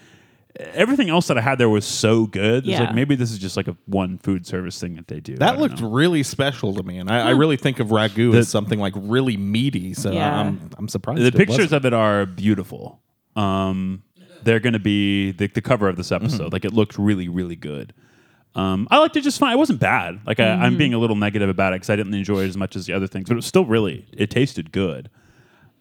Speaker 2: everything else that I had there was so good. It's
Speaker 3: Yeah.
Speaker 2: like maybe this is just like a one food service thing that they do. I
Speaker 1: That
Speaker 2: don't
Speaker 1: looked
Speaker 2: know.
Speaker 1: really special to me, and I, I really think of ragu as something like really meaty. So
Speaker 3: Yeah.
Speaker 1: I'm I'm surprised.
Speaker 2: the
Speaker 1: it
Speaker 2: pictures
Speaker 1: wasn't.
Speaker 2: of it are beautiful. Um, they're going to be the, the cover of this episode. Like it looked really, really good. Um, I liked it just fine. It wasn't bad. Like I, I'm being a little negative about it because I didn't enjoy it as much as the other things, but it was still really. It tasted good.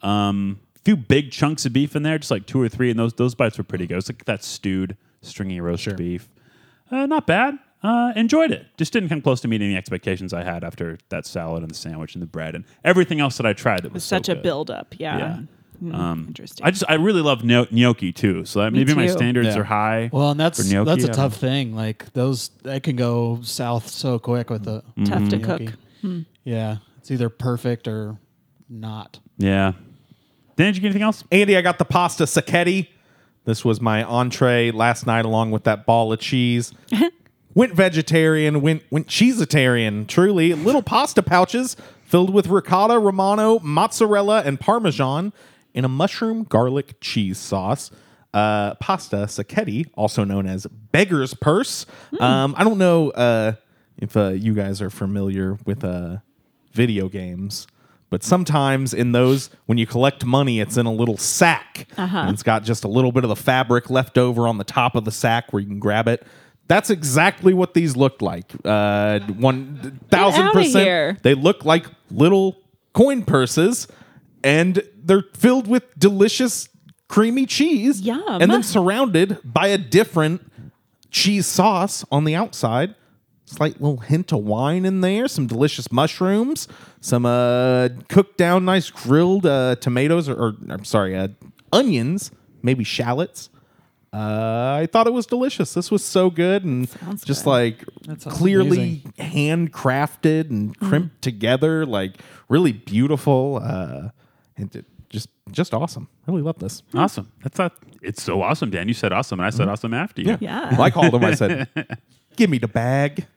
Speaker 2: Um, few big chunks of beef in there, just like two or three, and those those bites were pretty good. It's like that stewed, stringy roast beef. Uh, not bad. Uh, enjoyed it. Just didn't come close to meeting the expectations I had after that salad and the sandwich and the bread and everything else that I tried. That was so
Speaker 3: Such a
Speaker 2: good.
Speaker 3: build up. Yeah.
Speaker 2: Yeah.
Speaker 3: Hmm, Interesting.
Speaker 2: I just I really love gno- gnocchi too. So that, maybe my
Speaker 3: too.
Speaker 2: standards
Speaker 1: Yeah.
Speaker 2: are high.
Speaker 4: Well, and
Speaker 2: for
Speaker 4: that's
Speaker 2: gnocchi. I
Speaker 4: that's a
Speaker 2: don't
Speaker 4: tough thing. Like those, that can go south so quick with the
Speaker 2: Mm-hmm.
Speaker 3: Tough to
Speaker 4: gnocchi.
Speaker 3: cook. Hmm.
Speaker 4: Yeah, it's either perfect or not.
Speaker 2: know. Yeah. Dan, did you get anything else?
Speaker 1: Andy, I got the pasta sacchetti. This was my entree last night, along with that ball of cheese. went vegetarian, went went cheesetarian. Truly, little pasta pouches filled with ricotta, romano, mozzarella, and parmesan in a mushroom garlic cheese sauce. Uh, pasta sacchetti, also known as beggar's purse. Um, I don't know uh, if uh, you guys are familiar with uh, video games. But sometimes in those, when you collect money, it's in a little sack. And it's got just a little bit of the fabric left over on the top of the sack where you can grab it. That's exactly what these looked like. Uh, one thousand
Speaker 3: here.
Speaker 1: percent. They look like little coin purses, and they're filled with delicious creamy cheese.
Speaker 3: Yum.
Speaker 1: And then surrounded by a different cheese sauce on the outside. Slight little hint of wine in there, some delicious mushrooms, some uh, cooked down, nice grilled uh, tomatoes, or, or I'm sorry, uh, onions, maybe shallots. Uh, I thought it was delicious. This was so good and
Speaker 3: Sounds
Speaker 1: just
Speaker 3: good.
Speaker 1: like
Speaker 4: sounds
Speaker 1: clearly handcrafted and
Speaker 3: Mm-hmm.
Speaker 1: crimped together, like really beautiful uh, and it- just just awesome. Really love this.
Speaker 2: Awesome. That's not, it's so awesome, Dan. You said awesome, and I said awesome after you.
Speaker 3: Yeah.
Speaker 1: Well, I called him. I said, "Give me the bag.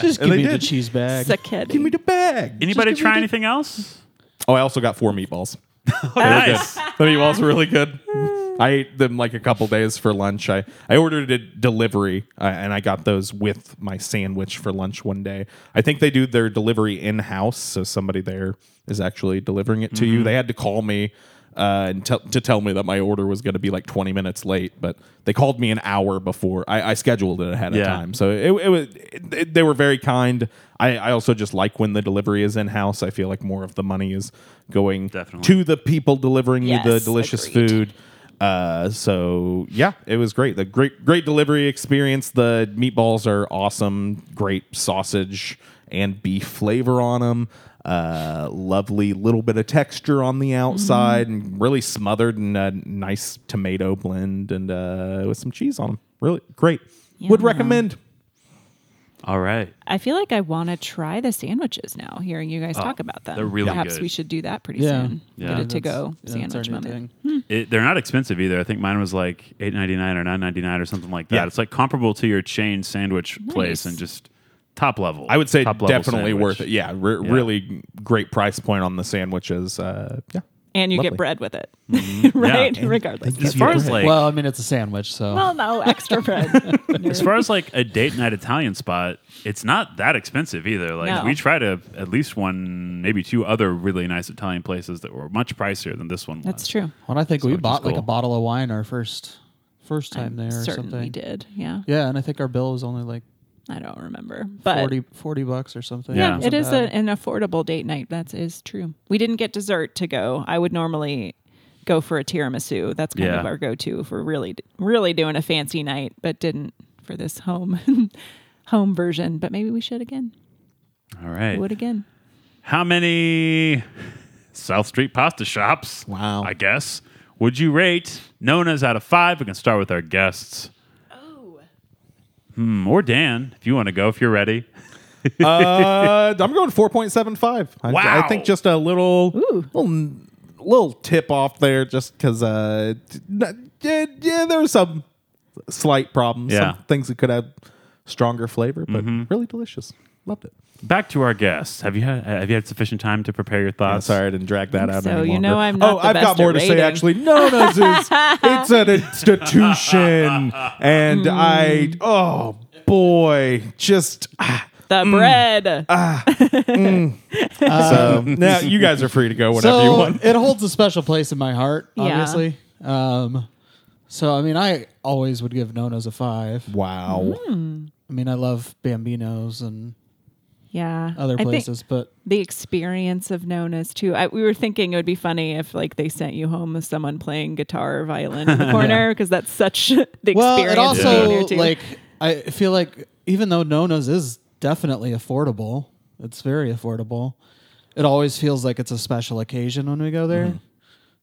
Speaker 4: Just give
Speaker 1: they
Speaker 4: me the
Speaker 1: did.
Speaker 4: cheese bag.
Speaker 3: Sacchetti.
Speaker 1: Give me the bag."
Speaker 2: Anybody
Speaker 3: Just give me
Speaker 2: try
Speaker 3: the-
Speaker 2: anything else?
Speaker 1: Oh, I also got four meatballs.
Speaker 2: nice.
Speaker 1: The meatballs were really good. I ate them like a couple days for lunch. I, I ordered a delivery uh, and I got those with my sandwich for lunch one day. I think they do their delivery in house, so somebody there is actually delivering it to
Speaker 2: Mm-hmm.
Speaker 1: you. They had to call me uh, and tell to tell me that my order was going to be like 20 minutes late, but they called me an hour before. I, I scheduled it ahead
Speaker 2: Yeah.
Speaker 1: of time. So it, it was it, it- they were very kind. I, I also just like when the delivery is in house. I feel like more of the money is going
Speaker 2: Definitely.
Speaker 1: to the people delivering you the
Speaker 3: Yes,
Speaker 1: delicious
Speaker 3: agreed.
Speaker 1: food. Uh, so yeah, it was great. The great great delivery experience. The meatballs are awesome. Great sausage and beef flavor on them. Uh, lovely little bit of texture on the outside, and really smothered in a nice tomato blend, and uh, with some cheese on them. Really great. Would
Speaker 3: Yum.
Speaker 1: recommend.
Speaker 2: All right.
Speaker 3: I feel like I want to try the sandwiches now. Hearing you guys talk about them,
Speaker 2: Oh, they're really
Speaker 3: perhaps
Speaker 2: good.
Speaker 3: we should do that pretty
Speaker 4: Yeah.
Speaker 3: soon.
Speaker 2: Yeah.
Speaker 3: Get a to
Speaker 4: That's-
Speaker 3: go
Speaker 4: yeah, that's our
Speaker 3: sandwich
Speaker 4: new
Speaker 3: moment.
Speaker 4: thing.
Speaker 2: It, they're not expensive either. I think mine was like eight ninety nine or nine ninety nine or something like that.
Speaker 1: Yeah.
Speaker 2: It's like comparable to your chain sandwich place
Speaker 3: Nice.
Speaker 2: and just top level.
Speaker 1: I would say
Speaker 2: Top level
Speaker 1: definitely
Speaker 2: sandwich.
Speaker 1: worth it. Yeah, re- really great price point on the sandwiches. Uh, yeah,
Speaker 3: and you
Speaker 1: Lovely.
Speaker 3: get bread with it,
Speaker 4: Mm-hmm.
Speaker 3: right?
Speaker 2: And-
Speaker 3: Regardless.
Speaker 2: As far as like
Speaker 4: well, I mean, it's a sandwich, so
Speaker 3: Well, no extra bread.
Speaker 2: as far as like a date night Italian spot, it's not that expensive either. Like
Speaker 3: No.
Speaker 2: we tried a, at least one, maybe two other really nice Italian places that were much pricier than this one was.
Speaker 3: That's true.
Speaker 4: when I think we
Speaker 2: which is
Speaker 4: bought like
Speaker 2: cool.
Speaker 4: a bottle of wine our first first time there or
Speaker 3: Certainly
Speaker 4: something.
Speaker 3: did. Yeah.
Speaker 4: Yeah, and I think our bill was only like
Speaker 3: I don't remember, but
Speaker 4: 40, 40 bucks or something.
Speaker 2: Yeah.
Speaker 3: yeah,
Speaker 2: Wasn't
Speaker 3: it is
Speaker 4: bad.
Speaker 3: a, an affordable date night. That is true. We didn't get dessert to go. I would normally go for a tiramisu. That's kind
Speaker 2: Yeah.
Speaker 3: of our go-to if we're really really doing a fancy night, but didn't for this home home version. But maybe we should again.
Speaker 2: All right.
Speaker 3: Would again.
Speaker 2: How many South Street pasta shops?
Speaker 1: Wow.
Speaker 2: I guess. Would you rate Nona's out of five? We can start with our guests. Oh. Hmm, or Dan, if you want to go, if you're ready.
Speaker 1: uh, I'm going 4.75. I-
Speaker 2: Wow.
Speaker 1: I, think just a little, little, little tip off there, just because. Uh, t- n- yeah, yeah, there were some slight problems.
Speaker 2: Yeah.
Speaker 1: Mm-hmm. Some things that could have stronger flavor, but really delicious. Loved it.
Speaker 2: Back to our guests. Have you had have you had sufficient time to prepare your
Speaker 1: I'm
Speaker 2: thoughts?
Speaker 1: sorry I didn't drag that out.
Speaker 3: so.
Speaker 1: any
Speaker 3: You know
Speaker 1: longer.
Speaker 3: I'm not
Speaker 1: Oh,
Speaker 3: the
Speaker 1: I've got
Speaker 3: best at
Speaker 1: more to say.
Speaker 3: rating.
Speaker 1: Actually, no, no, it's, it's an institution,
Speaker 3: Mm.
Speaker 1: and I. Oh boy, just ah,
Speaker 3: The bread.
Speaker 1: so um, now you guys are free to go whenever
Speaker 4: so
Speaker 1: you want.
Speaker 4: it holds a special place in my heart,
Speaker 3: Yeah.
Speaker 4: obviously. Um, so I mean, I always would give Nona's a five.
Speaker 1: Wow.
Speaker 4: I mean, I love Bambinos and
Speaker 3: yeah.
Speaker 4: other
Speaker 3: I think-
Speaker 4: places, but
Speaker 3: the experience of Nona's too. I, we were thinking it would be funny if like they sent you home with someone playing guitar or violin in the corner because that's such the experience.
Speaker 4: well, it
Speaker 3: of being there,
Speaker 4: also
Speaker 3: too.
Speaker 4: like I feel like even though Nona's is definitely affordable, it's very affordable. It always feels like it's a special occasion when we go there.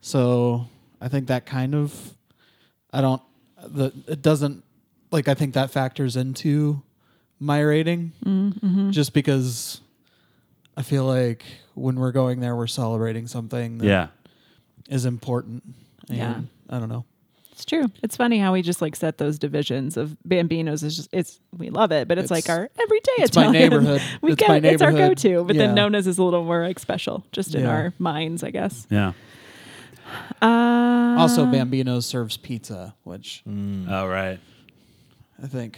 Speaker 4: So I think that kind of I don't the it doesn't like I think that factors into my rating
Speaker 3: Mm-hmm.
Speaker 4: just because I feel like when we're going there we're celebrating something that is
Speaker 2: Yeah.
Speaker 4: important. And
Speaker 3: Yeah.
Speaker 4: I don't know.
Speaker 3: it's true. It's funny how we just like set those divisions of Bambinos. Is just it's we love it, but it's,
Speaker 4: It's-
Speaker 3: like our everyday.
Speaker 4: it's my
Speaker 3: Italian.
Speaker 4: neighborhood.
Speaker 3: We
Speaker 4: It's
Speaker 3: get
Speaker 4: my
Speaker 3: it. It's our
Speaker 4: neighborhood.
Speaker 3: go-to, but
Speaker 4: Yeah.
Speaker 3: then Nona's is a little more like special, just in
Speaker 4: Yeah.
Speaker 3: our minds, I guess.
Speaker 2: Yeah.
Speaker 3: Uh,
Speaker 4: Also Bambino serves pizza, which
Speaker 2: All Oh, right.
Speaker 4: I think.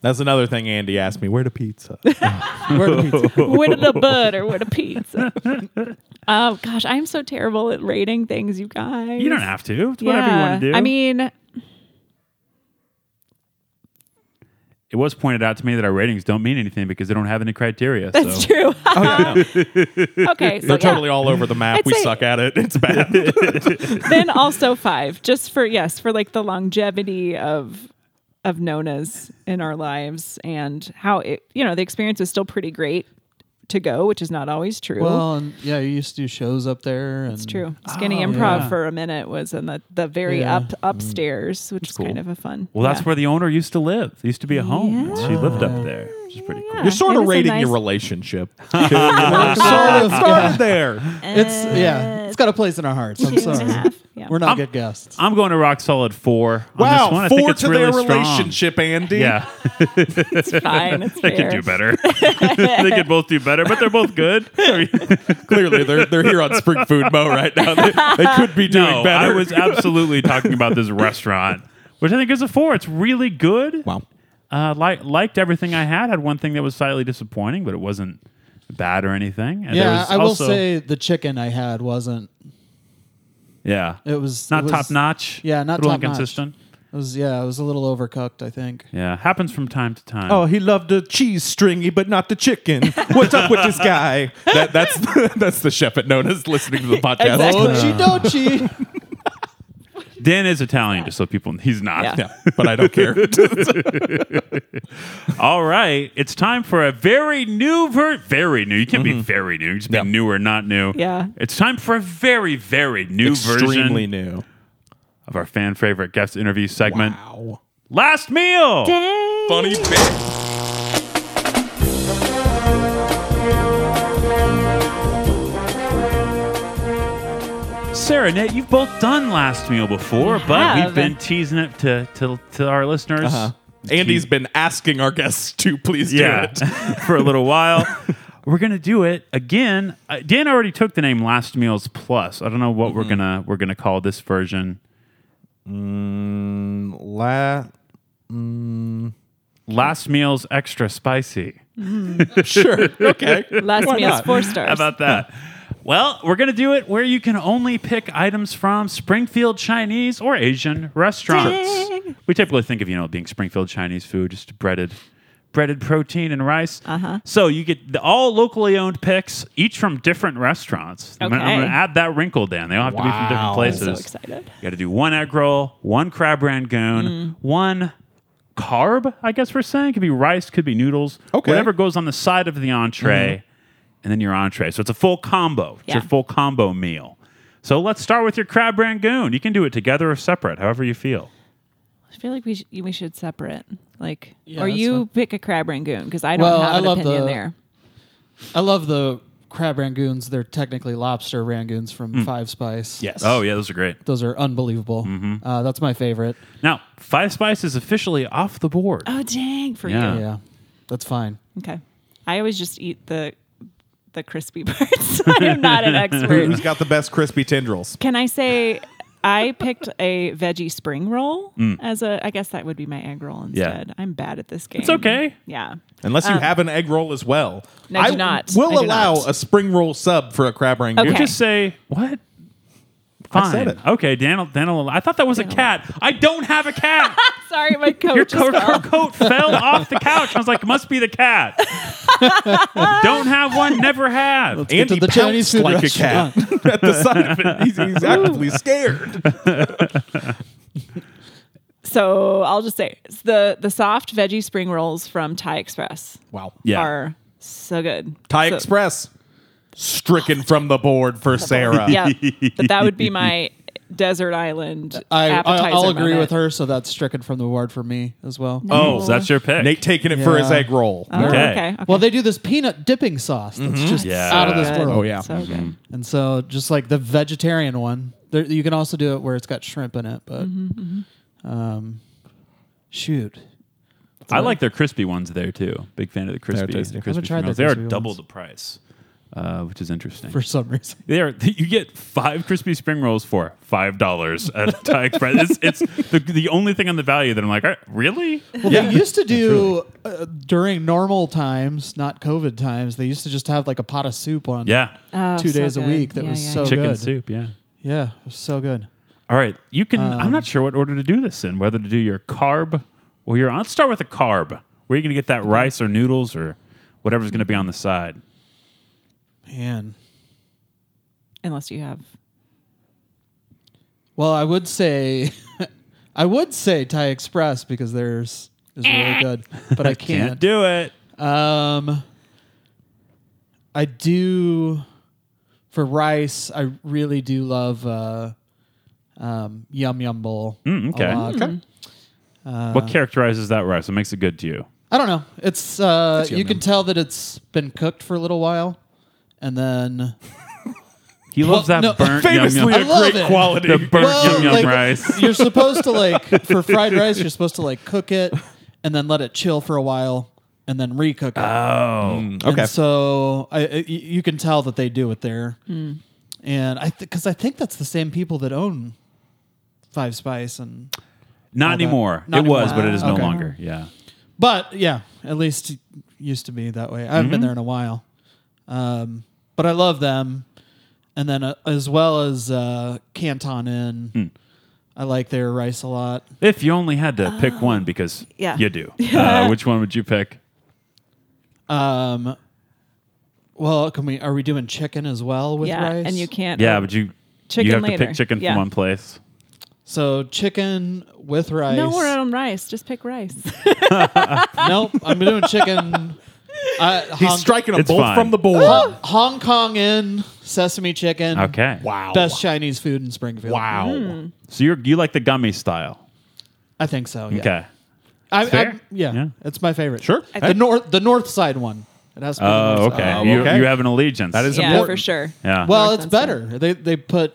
Speaker 1: That's another thing Andy asked me. Where to pizza?
Speaker 3: with a bud or with a pizza. oh gosh, I'm so terrible at rating things, you guys.
Speaker 2: You don't have to. It's whatever you want to do.
Speaker 3: I mean,
Speaker 2: it was pointed out to me that our ratings don't mean anything because they don't have any criteria. So
Speaker 3: That's true.
Speaker 4: Oh,
Speaker 3: okay, so
Speaker 1: They're
Speaker 3: yeah.
Speaker 1: totally all over the map.
Speaker 3: I'd
Speaker 1: we
Speaker 3: say-
Speaker 1: suck at it. It's bad.
Speaker 3: then also five, just for yes, for like the longevity of of Nona's in our lives and how it, you know, the experience is still pretty great to go, which is not always true.
Speaker 4: Well, and yeah, you used to do shows up there. And
Speaker 3: it's true. Skinny improv
Speaker 2: yeah.
Speaker 3: for a minute was in the, the very
Speaker 4: Yeah. Mm.
Speaker 3: up upstairs, which is
Speaker 2: cool.
Speaker 3: kind of a fun.
Speaker 2: Well, that's
Speaker 3: yeah.
Speaker 2: where the owner used to live. It used to be a home. and She lived up there, which is pretty cool.
Speaker 1: You're sort
Speaker 3: it
Speaker 1: of
Speaker 3: is a
Speaker 1: rating
Speaker 3: nice-
Speaker 1: your relationship.
Speaker 4: Sort of,
Speaker 1: Started there.
Speaker 4: It's yeah, it's got a place in our hearts. I'm
Speaker 3: Two and a
Speaker 4: sorry,
Speaker 3: half. Yeah.
Speaker 4: we're
Speaker 2: Uh,
Speaker 4: not good guests.
Speaker 2: I'm going to rock solid four on this one.
Speaker 1: Wow,
Speaker 2: I think
Speaker 1: four
Speaker 2: it's
Speaker 1: to
Speaker 2: really
Speaker 1: their
Speaker 2: strong.
Speaker 1: relationship, Andy.
Speaker 2: Yeah,
Speaker 3: It's fine. It's
Speaker 2: they could
Speaker 3: fair.
Speaker 2: do better. they could both do better, but they're both good. I mean,
Speaker 1: Clearly, they're they're here on Spring Food Mo right now. They, they could be doing
Speaker 2: no,
Speaker 1: better.
Speaker 2: I was absolutely talking about this restaurant, which I think is a four. It's really good.
Speaker 1: wow.
Speaker 2: Uh, li- liked everything I had. Had one thing that was slightly disappointing, but it wasn't bad or anything. And there
Speaker 4: yeah,
Speaker 2: was
Speaker 4: I will
Speaker 2: also-
Speaker 4: say the chicken I had wasn't.
Speaker 2: yeah,
Speaker 4: It was
Speaker 2: not
Speaker 4: it was-
Speaker 2: top notch.
Speaker 4: Yeah, not
Speaker 2: a little
Speaker 4: top-notch.
Speaker 2: inconsistent.
Speaker 4: It was yeah, it was a little overcooked. I think.
Speaker 2: Yeah, happens from time to time.
Speaker 1: Oh, he loved the cheese stringy, but not the chicken. What's up with this guy? That, that's the, that's the chef at Nona's listening to the podcast.
Speaker 3: Exactly.
Speaker 4: Ochi dochi.
Speaker 2: Dan is Italian, just so people. He's not.
Speaker 3: Yeah.
Speaker 1: Yeah, but I don't care.
Speaker 2: All right, it's time for a very new ver- very new. You can't be very new. You just be
Speaker 1: Mm-hmm. Yeah.
Speaker 2: new or not new.
Speaker 3: Yeah.
Speaker 2: It's time for a very very new
Speaker 1: Extremely
Speaker 2: version
Speaker 1: new.
Speaker 2: of our fan favorite guest interview segment.
Speaker 1: Wow.
Speaker 2: Last meal.
Speaker 3: Dang.
Speaker 1: Funny bit.
Speaker 2: Sarah, Nate, you've both done last meal before,
Speaker 3: We
Speaker 2: but
Speaker 3: have.
Speaker 2: we've been teasing it to to, to our listeners.
Speaker 1: Uh-huh. Andy's been asking our guests to please do
Speaker 2: yeah,
Speaker 1: it.
Speaker 2: for a little while. We're gonna do it again. Uh, Dan already took the name Last Meals Plus. I don't know what we're gonna we're gonna call this version.
Speaker 1: La-
Speaker 2: Last Meals Extra Spicy.
Speaker 1: sure. Okay.
Speaker 3: Last
Speaker 1: Why
Speaker 3: meal's
Speaker 1: not?
Speaker 3: four stars.
Speaker 2: How about that? well, we're gonna do it where you can only pick items from Springfield Chinese or Asian restaurants.
Speaker 3: Dang.
Speaker 2: We typically think of you know being Springfield Chinese food, just breaded. Breaded protein and rice. Uh-huh. So you get the, all locally owned picks, each from different restaurants. I'm gonna- I'm
Speaker 3: Okay.
Speaker 2: going to add that wrinkle down. They all have to be from different
Speaker 1: Wow.
Speaker 3: I'm
Speaker 2: places.
Speaker 3: so excited.
Speaker 2: You got to do one egg roll, one crab rangoon,
Speaker 3: Mm.
Speaker 2: one carb. I guess we're saying could be rice, could be noodles,
Speaker 1: Okay.
Speaker 2: whatever goes on the side of the entree, and then your entree. So it's a full combo. It's your
Speaker 3: Mm-hmm. Yeah.
Speaker 2: full combo meal. So let's start with your crab rangoon. You can do it together or separate, however you feel.
Speaker 3: I feel like we sh- we should separate, like,
Speaker 4: Yeah,
Speaker 3: or
Speaker 4: that's
Speaker 3: you
Speaker 4: fine.
Speaker 3: pick a crab rangoon because I don't
Speaker 4: Well,
Speaker 3: have
Speaker 4: I
Speaker 3: an
Speaker 4: love
Speaker 3: opinion
Speaker 4: the-
Speaker 3: there.
Speaker 4: I love the crab rangoons. They're technically lobster rangoons from
Speaker 2: Mm.
Speaker 4: Five Spice.
Speaker 1: Yes.
Speaker 2: Oh yeah, those are great.
Speaker 4: Those are unbelievable.
Speaker 2: Mm-hmm.
Speaker 4: Uh, that's my favorite.
Speaker 2: Now Five Spice is officially off the board.
Speaker 3: Oh dang, for
Speaker 2: Yeah.
Speaker 3: you.
Speaker 4: Yeah, that's fine.
Speaker 3: Okay. I always just eat the the crispy parts. I am not an expert.
Speaker 1: Who's got the best crispy tendrils?
Speaker 3: Can I say I picked a veggie spring roll
Speaker 4: Mm.
Speaker 3: as a I guess that would be my egg roll instead. I'm bad at this game. It's
Speaker 2: okay.
Speaker 3: Yeah.
Speaker 1: Unless you have an egg roll as well.
Speaker 3: No, do not.
Speaker 1: We'll
Speaker 3: I do
Speaker 1: allow
Speaker 3: not.
Speaker 1: a spring roll sub for a crab ring.
Speaker 3: Okay.
Speaker 2: Just say what? Fine.
Speaker 1: I said it.
Speaker 2: Okay, Daniel. Daniel. I thought that was a cat. I don't have a cat.
Speaker 3: Sorry, my coat
Speaker 2: Your
Speaker 3: just
Speaker 2: coat,
Speaker 3: fell.
Speaker 2: her coat fell off the couch. I was like, it must be the cat. don't have one. Never have.
Speaker 4: get
Speaker 1: Andy
Speaker 4: to the
Speaker 1: pounced
Speaker 4: Chinese food
Speaker 1: like
Speaker 4: restaurant.
Speaker 1: a cat at the sight of it. He's, he's actively scared.
Speaker 3: So I'll just say it's the the soft veggie spring rolls from Thai Express
Speaker 1: Wow.
Speaker 2: Yeah.
Speaker 3: are so good.
Speaker 1: Thai
Speaker 3: So-
Speaker 1: Express
Speaker 4: Oh.
Speaker 1: stricken from the board for Sarah.
Speaker 3: Yeah, but that would be my desert island
Speaker 4: I, I
Speaker 3: appetizer.
Speaker 4: I'll agree
Speaker 3: moment.
Speaker 4: with her, so that's stricken from the award for me as well.
Speaker 2: Oh, so that's your pick.
Speaker 1: Nate taking it for his
Speaker 4: Yeah. Uh-huh.
Speaker 1: egg roll.
Speaker 3: Oh,
Speaker 2: Okay.
Speaker 3: okay. okay.
Speaker 4: Well, they do this peanut dipping sauce that's just
Speaker 2: Yeah.
Speaker 4: out of this world.
Speaker 1: Oh, yeah.
Speaker 3: So
Speaker 2: Mm-hmm.
Speaker 3: good.
Speaker 4: And so, just like the vegetarian one, there, you can also do it where it's got shrimp in it. But,
Speaker 3: Mm-hmm,
Speaker 4: um, shoot,
Speaker 2: I like their crispy ones there too. Big fan of the crispy.
Speaker 1: tasty.
Speaker 2: The crispy
Speaker 4: Haven't tried
Speaker 2: spring rolls.
Speaker 4: their
Speaker 2: They are
Speaker 4: crispy
Speaker 2: double
Speaker 4: ones.
Speaker 2: the price, uh, which is interesting.
Speaker 4: for some reason,
Speaker 2: They are. You get five crispy spring rolls for five dollars at Thai Express. It's, it's the, the only thing on the value that I'm like, "All right, really?
Speaker 4: well, they used to do uh, during normal times, not COVID times. They used to just have like a pot of soup on
Speaker 2: Yeah,
Speaker 3: Oh,
Speaker 4: two
Speaker 3: so
Speaker 4: days a
Speaker 3: good.
Speaker 4: week. That
Speaker 3: Yeah,
Speaker 4: was
Speaker 3: yeah,
Speaker 4: so
Speaker 3: yeah.
Speaker 2: chicken
Speaker 4: Oh, good.
Speaker 2: soup. Yeah.
Speaker 4: Yeah, it was so good.
Speaker 2: All right, you can. I'm not sure what order to do this in. Whether to do your carb or your. Let's start with a carb. Where are you going to get that rice or noodles or whatever's going to be on the side?
Speaker 4: Man.
Speaker 3: Unless you have
Speaker 4: Well, I would say, I would say Thai Express because theirs is really good, but I
Speaker 2: Can't
Speaker 4: can't.
Speaker 2: do it.
Speaker 4: Um, I do for rice. I really do love uh, um, yum yum bowl.
Speaker 2: Mm,
Speaker 4: a
Speaker 2: okay.
Speaker 4: lot.
Speaker 2: what characterizes that rice? What makes it good to you?
Speaker 4: I don't know. It's uh,
Speaker 1: It's
Speaker 4: you
Speaker 1: yum
Speaker 4: can
Speaker 1: yum.
Speaker 4: tell that it's been cooked for a little while, and then
Speaker 2: He loves that
Speaker 4: Well, no,
Speaker 2: burnt yum
Speaker 1: Famously
Speaker 2: yum.
Speaker 4: I
Speaker 1: a
Speaker 4: love
Speaker 1: great
Speaker 4: it.
Speaker 1: quality.
Speaker 2: The burnt
Speaker 4: Well,
Speaker 2: yum yum
Speaker 4: like-
Speaker 2: rice.
Speaker 4: you're supposed to like for fried rice. You're supposed to like cook it and then let it chill for a while and then recook it.
Speaker 2: Oh.
Speaker 1: Okay.
Speaker 4: And so I, I- y- you can tell that they do it there. And I because I think that's the same people that own Five Spice and
Speaker 2: Not
Speaker 4: that.
Speaker 2: anymore.
Speaker 4: Not
Speaker 2: it was,
Speaker 4: anymore.
Speaker 2: but it is no
Speaker 4: Okay.
Speaker 2: longer. Yeah.
Speaker 4: but yeah, at least it used to be that way. I haven't
Speaker 2: Mm-hmm.
Speaker 4: been there in a while. Um, but I love them. And then uh, as well as uh, Canton Inn. I like their rice a lot.
Speaker 2: If you only had to pick one, because
Speaker 3: yeah.
Speaker 2: you do, uh, which one would you pick?
Speaker 4: Um, well, can we are we doing chicken as well with
Speaker 3: yeah,
Speaker 4: rice?
Speaker 3: and you can't.
Speaker 2: Yeah, but you
Speaker 3: Chicken
Speaker 2: you have to
Speaker 3: later.
Speaker 2: pick chicken
Speaker 3: Yeah.
Speaker 2: from one place.
Speaker 4: So chicken with rice.
Speaker 3: no, we're on rice. Just pick rice.
Speaker 4: nope, I'm doing chicken. Uh,
Speaker 1: He's
Speaker 4: Hong-
Speaker 1: striking them
Speaker 2: It's
Speaker 1: both
Speaker 2: fine.
Speaker 1: from the board.
Speaker 4: Hong Kong Inn, sesame chicken.
Speaker 2: Okay.
Speaker 1: wow.
Speaker 4: Best Chinese food in Springfield.
Speaker 1: Wow.
Speaker 2: So you you like the gummy style?
Speaker 4: I think so. Yeah.
Speaker 2: Okay.
Speaker 4: I, I-
Speaker 2: fair.
Speaker 4: yeah,
Speaker 2: Yeah.
Speaker 4: It's my favorite.
Speaker 1: Sure. I
Speaker 4: The
Speaker 1: think-
Speaker 4: north, the north side one. It has to be. the
Speaker 2: Oh,
Speaker 4: north
Speaker 2: okay.
Speaker 4: side.
Speaker 2: You,
Speaker 1: okay.
Speaker 2: you have an allegiance.
Speaker 1: That is
Speaker 3: yeah,
Speaker 1: important.
Speaker 3: for sure.
Speaker 2: Yeah.
Speaker 4: Well,
Speaker 3: North
Speaker 4: it's
Speaker 3: side.
Speaker 4: better. They they put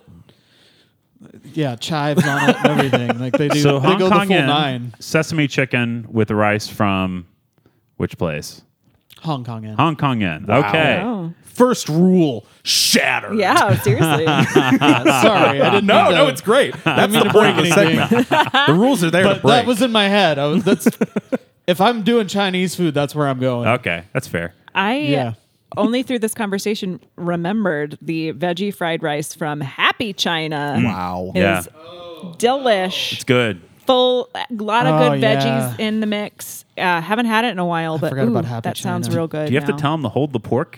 Speaker 4: yeah chives on it and everything. Like they do.
Speaker 2: so
Speaker 4: they
Speaker 2: Hong
Speaker 4: go
Speaker 2: Kong
Speaker 4: the full
Speaker 2: Inn,
Speaker 4: nine.
Speaker 2: sesame chicken with rice from which place?
Speaker 4: Hong Kong Inn.
Speaker 2: Hong Kong Inn. Okay.
Speaker 3: Oh,
Speaker 1: First rule shattered.
Speaker 3: yeah. Seriously.
Speaker 4: Sorry, I didn't.
Speaker 1: No,
Speaker 4: mean to-
Speaker 1: no, it's great. That's the
Speaker 4: to
Speaker 1: point of the
Speaker 4: break
Speaker 1: segment. the rules are there to
Speaker 4: But
Speaker 1: break.
Speaker 4: that was in my head. I was that's. if I'm doing Chinese food, that's where I'm going.
Speaker 2: Okay. That's fair.
Speaker 3: I
Speaker 4: Yeah.
Speaker 3: only through this conversation remembered the veggie fried rice from Happy China.
Speaker 1: wow.
Speaker 3: It
Speaker 2: Yeah.
Speaker 3: was delish.
Speaker 2: Mm. It's good.
Speaker 3: full a lot of
Speaker 4: Oh,
Speaker 3: good
Speaker 4: yeah.
Speaker 3: veggies in the mix. Uh, haven't had it in a while, but
Speaker 4: forgot
Speaker 3: ooh,
Speaker 4: about Happy
Speaker 3: that sounds
Speaker 4: China.
Speaker 3: real good.
Speaker 2: Do you have
Speaker 3: now.
Speaker 2: to tell them to hold the pork?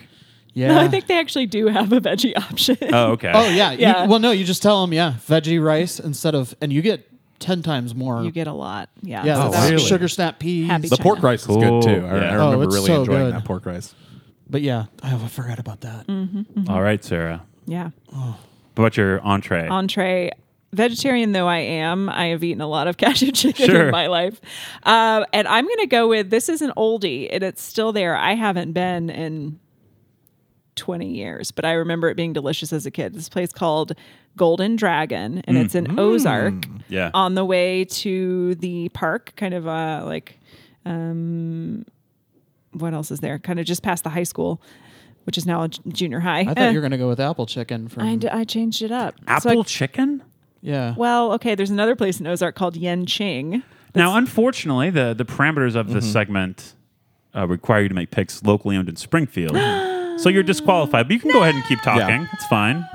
Speaker 4: Yeah.
Speaker 3: No, I think they actually do have a veggie option.
Speaker 2: Oh, okay.
Speaker 4: Oh yeah. You-
Speaker 3: Yeah.
Speaker 4: well, no, you just tell them yeah, veggie rice instead of, and you get ten times more.
Speaker 3: you get a lot. Yeah.
Speaker 4: yeah,
Speaker 3: so
Speaker 1: Oh,
Speaker 4: that's
Speaker 3: that-
Speaker 1: really?
Speaker 4: sugar snap peas.
Speaker 3: Happy-
Speaker 1: The pork
Speaker 3: China.
Speaker 1: rice is good
Speaker 2: Cool.
Speaker 1: too. I, I
Speaker 2: Yeah. Oh,
Speaker 1: remember
Speaker 4: it's
Speaker 1: really
Speaker 4: so
Speaker 1: enjoying
Speaker 4: good.
Speaker 1: that pork rice.
Speaker 4: But yeah, oh, I forgot about that.
Speaker 3: Mm-hmm.
Speaker 2: All right, Sarah.
Speaker 3: yeah.
Speaker 2: What about your entree?
Speaker 3: Entree. Vegetarian though I am, I have eaten a lot of cashew chicken
Speaker 2: Sure.
Speaker 3: in my life. Uh, and I'm going to go with this is an oldie and it's still there. I haven't been in 20 years, but I remember it being delicious as a kid. This place called Golden Dragon and it's in Ozark.
Speaker 2: yeah.
Speaker 3: on the way to the park, kind of uh, like what else is there? Kind of just past the high school, which is now a j- junior high.
Speaker 4: I thought you were going to go with apple chicken from.
Speaker 3: I, d- I changed it up. So I-
Speaker 2: Apple chicken?
Speaker 4: yeah.
Speaker 3: well, okay. There's another place in Ozark called Yen Ching.
Speaker 2: Now, unfortunately, the, the parameters of this segment uh, require you to make picks locally owned in Springfield. so you're disqualified, but you can go ahead and keep talking. It's fine.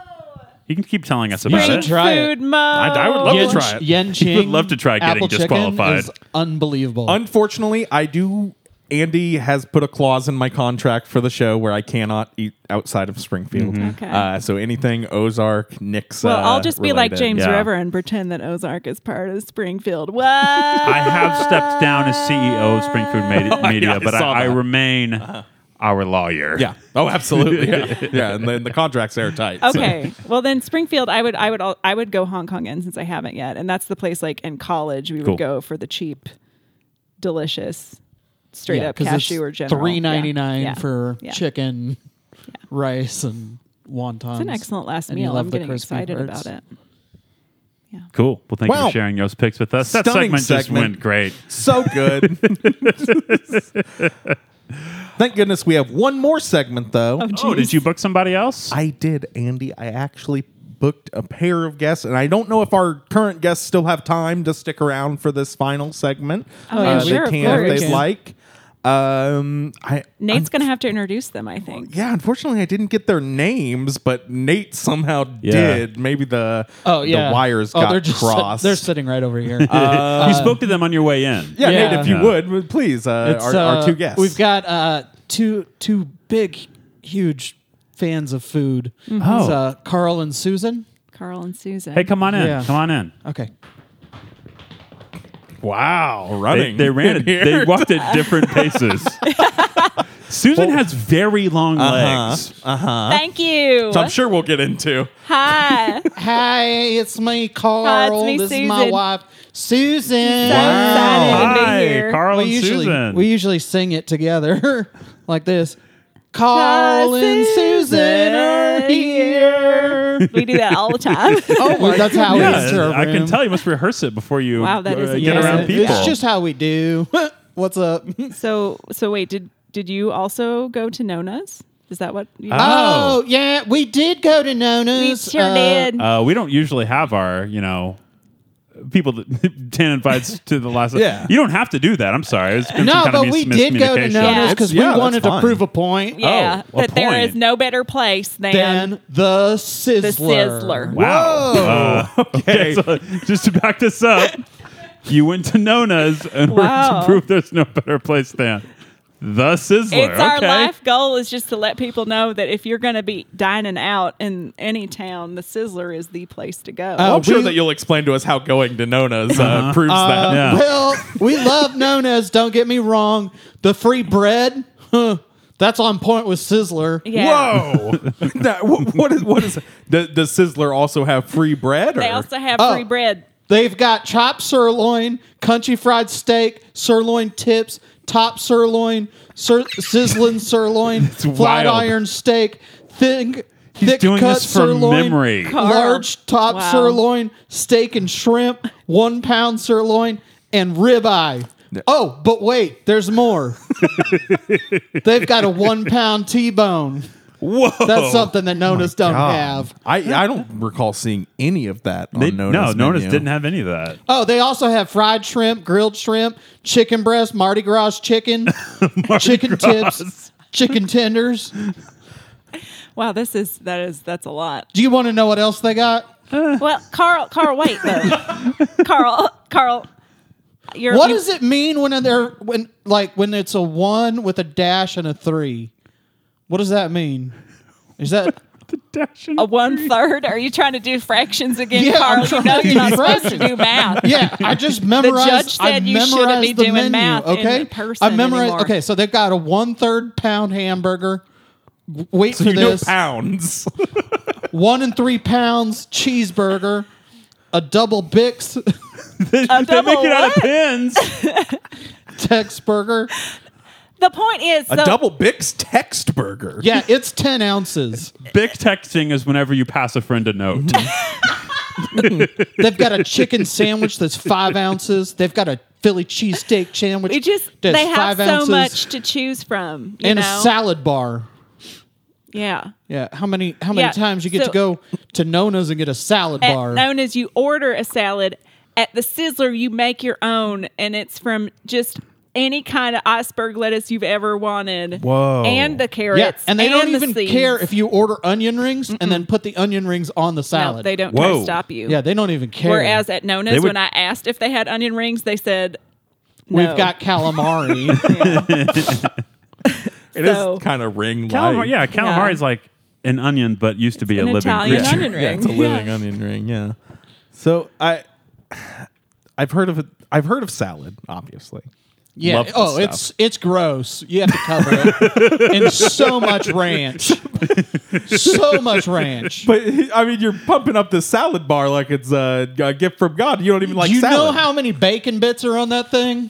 Speaker 2: You can keep telling us about
Speaker 4: should
Speaker 2: it.
Speaker 4: try- it.
Speaker 3: Food mode.
Speaker 2: I would love to
Speaker 4: Yen,
Speaker 2: try it.
Speaker 4: Yen Ching.
Speaker 2: You would love to try getting
Speaker 4: apple chicken
Speaker 2: disqualified.
Speaker 4: is unbelievable.
Speaker 1: Unfortunately, I do. Andy has put a clause in my contract for the show where I cannot eat outside of Springfield.
Speaker 4: Mm-hmm.
Speaker 3: Okay.
Speaker 1: Uh, so anything Ozark, Nixa.
Speaker 3: Well,
Speaker 2: uh,
Speaker 3: I'll just be like
Speaker 1: related.
Speaker 3: James
Speaker 2: yeah.
Speaker 3: River and pretend that Ozark is part of Springfield. What?
Speaker 2: I have stepped down as CEO of Springfield Medi- Media,
Speaker 1: I
Speaker 2: but
Speaker 1: saw
Speaker 2: I, I
Speaker 1: that. Uh-huh.
Speaker 2: remain our lawyer.
Speaker 1: Yeah. Oh, absolutely. yeah. yeah. And then the contract's airtight. so-
Speaker 3: Okay. well, then Springfield, I would, I would, al- I would go Hong Kong in since I haven't yet, and that's the place. Like in college, we would
Speaker 2: Cool.
Speaker 3: go for the cheap, delicious, straight up
Speaker 4: 'cause
Speaker 3: cashew
Speaker 4: it's
Speaker 3: or general.
Speaker 4: Three ninety nine
Speaker 3: Yeah. Yeah.
Speaker 4: for
Speaker 3: Yeah.
Speaker 4: chicken, rice, and wontons.
Speaker 3: It's an excellent last
Speaker 4: And you
Speaker 3: meal.
Speaker 4: love
Speaker 3: I'm
Speaker 4: the
Speaker 3: getting
Speaker 4: crispy
Speaker 3: excited
Speaker 4: parts.
Speaker 3: about it.
Speaker 2: Cool. Well, thank you
Speaker 1: Wow.
Speaker 2: for sharing those picks with us. That
Speaker 1: Stunning
Speaker 2: segment just
Speaker 1: segment.
Speaker 2: went great.
Speaker 1: So good. Thank goodness we have one more segment, though.
Speaker 2: Oh, did you book somebody else?
Speaker 1: I did, Andy. I actually booked a pair of guests, and I don't know if our current guests still have time to stick around for this final segment. Uh,
Speaker 3: Oh, yeah,
Speaker 1: they
Speaker 3: sure, of
Speaker 1: can if
Speaker 4: course.
Speaker 1: they'd like. Um, I
Speaker 3: Nate's going to have to introduce them,
Speaker 4: Oh,
Speaker 3: I think.
Speaker 1: yeah, unfortunately, I didn't get their names, but Nate somehow did. Maybe the
Speaker 4: Oh yeah.
Speaker 1: the wires
Speaker 4: oh,
Speaker 1: got
Speaker 4: they're just sit-
Speaker 1: crossed. Uh,
Speaker 4: they're sitting right over here.
Speaker 2: you spoke to them on your way in.
Speaker 1: yeah,
Speaker 4: Yeah.
Speaker 1: Nate, if you
Speaker 2: Yeah.
Speaker 1: would, please, uh,
Speaker 4: It's,
Speaker 1: our, our
Speaker 4: uh,
Speaker 1: two guests.
Speaker 4: We've got uh, two two big, huge fans of food.
Speaker 3: Mm-hmm.
Speaker 1: Oh.
Speaker 4: It's, uh, Carl and Susan.
Speaker 3: Carl and Susan.
Speaker 2: Hey, come on in.
Speaker 4: Yeah.
Speaker 2: Come on in.
Speaker 4: Okay.
Speaker 1: wow
Speaker 2: They,
Speaker 1: running.
Speaker 2: they ran. It,
Speaker 1: in here.
Speaker 2: they walked at different paces. Susan has very long
Speaker 1: uh-huh.
Speaker 2: legs.
Speaker 3: Thank you.
Speaker 1: So I'm sure we'll get into.
Speaker 3: Hi. so
Speaker 4: Hi, it's me, Carl.
Speaker 3: me,
Speaker 4: this is my
Speaker 3: Susan.
Speaker 4: wife, Susan.
Speaker 3: excited to be
Speaker 2: Hi,
Speaker 3: here.
Speaker 2: Carl
Speaker 4: we
Speaker 2: and
Speaker 4: usually
Speaker 2: Susan.
Speaker 4: we usually sing it together like this. Carl and Susan are here.
Speaker 3: we do that all the time.
Speaker 4: Oh, that's how we
Speaker 2: yeah,
Speaker 4: enter a
Speaker 2: I can
Speaker 4: room.
Speaker 2: tell you must rehearse it before you
Speaker 3: Wow, that is
Speaker 2: uh, get
Speaker 3: amazing.
Speaker 2: around
Speaker 4: It's
Speaker 2: people. Oh.
Speaker 4: just how we do. What's up?
Speaker 3: so, so wait, did did you also go to Nona's? Is that what? You
Speaker 2: Oh.
Speaker 4: Oh yeah, we did go to Nona's. uh,
Speaker 2: Uh, we don't usually have our, you know, people that Dan invites to the last.
Speaker 1: Yeah.
Speaker 2: You don't have to do that. I'm sorry. It's been some
Speaker 4: No,
Speaker 2: kind
Speaker 4: but
Speaker 2: of
Speaker 4: we
Speaker 2: mis-
Speaker 4: did go to
Speaker 2: miscommunication.
Speaker 4: Nona's
Speaker 3: Yeah.
Speaker 4: because
Speaker 1: Yeah, that's
Speaker 4: we wanted to
Speaker 1: fine.
Speaker 4: prove a point.
Speaker 3: yeah,
Speaker 2: oh, a
Speaker 3: that there
Speaker 2: point.
Speaker 3: is no better place than
Speaker 4: Than the Sizzler.
Speaker 3: the Sizzler.
Speaker 2: Wow. Uh, okay. so just to back this up, you went to Nona's in order to
Speaker 3: Wow.
Speaker 2: prove there's no better place than the Sizzler.
Speaker 3: It's our
Speaker 2: okay.
Speaker 3: life goal is just to let people know that if you're going to be dining out in any town, the Sizzler is the place to go.
Speaker 4: Oh,
Speaker 1: I'm sure
Speaker 4: we-
Speaker 1: that you'll explain to us how going to Nona's uh,
Speaker 2: Uh-huh.
Speaker 1: proves that.
Speaker 2: Yeah.
Speaker 4: Well, we love Nona's. Don't get me wrong. The free bread, huh, that's on point with Sizzler.
Speaker 3: yeah.
Speaker 1: Whoa! That- wh- what is what is? Does, does Sizzler also have free bread? Or?
Speaker 3: They also have
Speaker 4: Oh.
Speaker 3: free bread.
Speaker 4: They've got chopped sirloin, country fried steak, sirloin tips, top sirloin, sir- sizzling sirloin, flat
Speaker 2: wild.
Speaker 4: iron steak, thick,
Speaker 2: He's
Speaker 4: thick
Speaker 2: doing
Speaker 4: cut
Speaker 2: this from
Speaker 4: sirloin,
Speaker 2: memory.
Speaker 3: Carb.
Speaker 4: large top
Speaker 3: Wow.
Speaker 4: sirloin, steak and shrimp, one pound sirloin, and ribeye. Oh, but wait, there's more. They've got a one pound T bone.
Speaker 2: Whoa.
Speaker 4: That's something that Nona's don't
Speaker 1: God.
Speaker 4: have.
Speaker 1: I I don't recall seeing any of that on
Speaker 2: They-
Speaker 1: Nona's.
Speaker 2: no, Nona's
Speaker 1: menu.
Speaker 2: didn't have any of that.
Speaker 4: Oh, they also have fried shrimp, grilled shrimp, chicken breast, Mardi Gras chicken, chicken tips, chicken tenders.
Speaker 3: Wow, this is that is that's a lot.
Speaker 4: Do you want to know what else they got?
Speaker 3: Well, Carl, Carl, wait though. Carl, Carl, you're
Speaker 4: What
Speaker 3: you-
Speaker 4: does it mean when they're when like when it's a one with a dash and a three? What does that mean? Is that
Speaker 3: a one third? Are you trying to do fractions again,
Speaker 4: Yeah, I'm
Speaker 3: Carl? You
Speaker 4: trying
Speaker 3: know
Speaker 4: to
Speaker 3: you're
Speaker 4: do
Speaker 3: not supposed to do
Speaker 4: fractions.
Speaker 3: math.
Speaker 4: yeah? I just memorized.
Speaker 3: judge
Speaker 4: I
Speaker 3: said you shouldn't
Speaker 4: memorized
Speaker 3: be
Speaker 4: the
Speaker 3: doing
Speaker 4: menu,
Speaker 3: math in
Speaker 4: Okay,
Speaker 3: person
Speaker 4: I memorized.
Speaker 3: anymore.
Speaker 4: Okay, so they've got a one third pound hamburger. W- Wait for
Speaker 1: You know
Speaker 4: this.
Speaker 1: pounds.
Speaker 4: one and three pounds cheeseburger, a double Bix
Speaker 2: they they
Speaker 3: double
Speaker 2: make it out of
Speaker 3: what?
Speaker 2: pins.
Speaker 4: Tex burger.
Speaker 3: The point is,
Speaker 1: A
Speaker 3: so
Speaker 1: double Bix text burger.
Speaker 4: Yeah, it's 10 ounces.
Speaker 2: Big texting is whenever you pass a friend a note.
Speaker 4: They've got a chicken sandwich that's five ounces. They've got a Philly cheesesteak sandwich.
Speaker 3: We just
Speaker 4: that's
Speaker 3: they have
Speaker 4: five
Speaker 3: so
Speaker 4: ounces
Speaker 3: much to choose from. You
Speaker 4: and
Speaker 3: know?
Speaker 4: a salad bar.
Speaker 3: Yeah.
Speaker 4: Yeah, how many how many
Speaker 3: Yeah,
Speaker 4: times you get
Speaker 3: so-
Speaker 4: to go to Nona's and get a salad
Speaker 3: At-
Speaker 4: bar?
Speaker 3: known as you order a salad at the Sizzler, you make your own, and it's from just any kind of iceberg lettuce you've ever wanted.
Speaker 2: Whoa.
Speaker 3: And the carrots.
Speaker 4: yeah, and they don't
Speaker 3: the
Speaker 4: even
Speaker 3: seeds.
Speaker 4: care if you order onion rings and then put the onion rings on the salad.
Speaker 3: No, they don't try
Speaker 2: Whoa.
Speaker 3: to stop you.
Speaker 4: Yeah, they don't even care.
Speaker 3: Whereas at Nona's,
Speaker 2: They would-
Speaker 3: when I asked if they had onion rings, they said,
Speaker 4: we've
Speaker 3: no.
Speaker 4: got calamari.
Speaker 1: It is
Speaker 3: So-
Speaker 1: kind of ring like.
Speaker 2: Calamari, Oh, yeah, calamari's like an onion, but used to be
Speaker 3: an
Speaker 2: a living
Speaker 3: Italian
Speaker 2: creature.
Speaker 3: onion ring.
Speaker 1: Yeah, it's a living onion ring. Yeah. So I, I've heard of it. I've heard of salad, obviously.
Speaker 4: Yeah.
Speaker 1: Love this
Speaker 4: oh,
Speaker 1: stuff.
Speaker 4: it's it's gross. You have to cover it in so much ranch, so much ranch.
Speaker 1: But I mean, you're pumping up this salad bar like it's a, a gift from God. You don't even like
Speaker 4: Do you know
Speaker 1: salad.
Speaker 4: how many bacon bits are on that thing?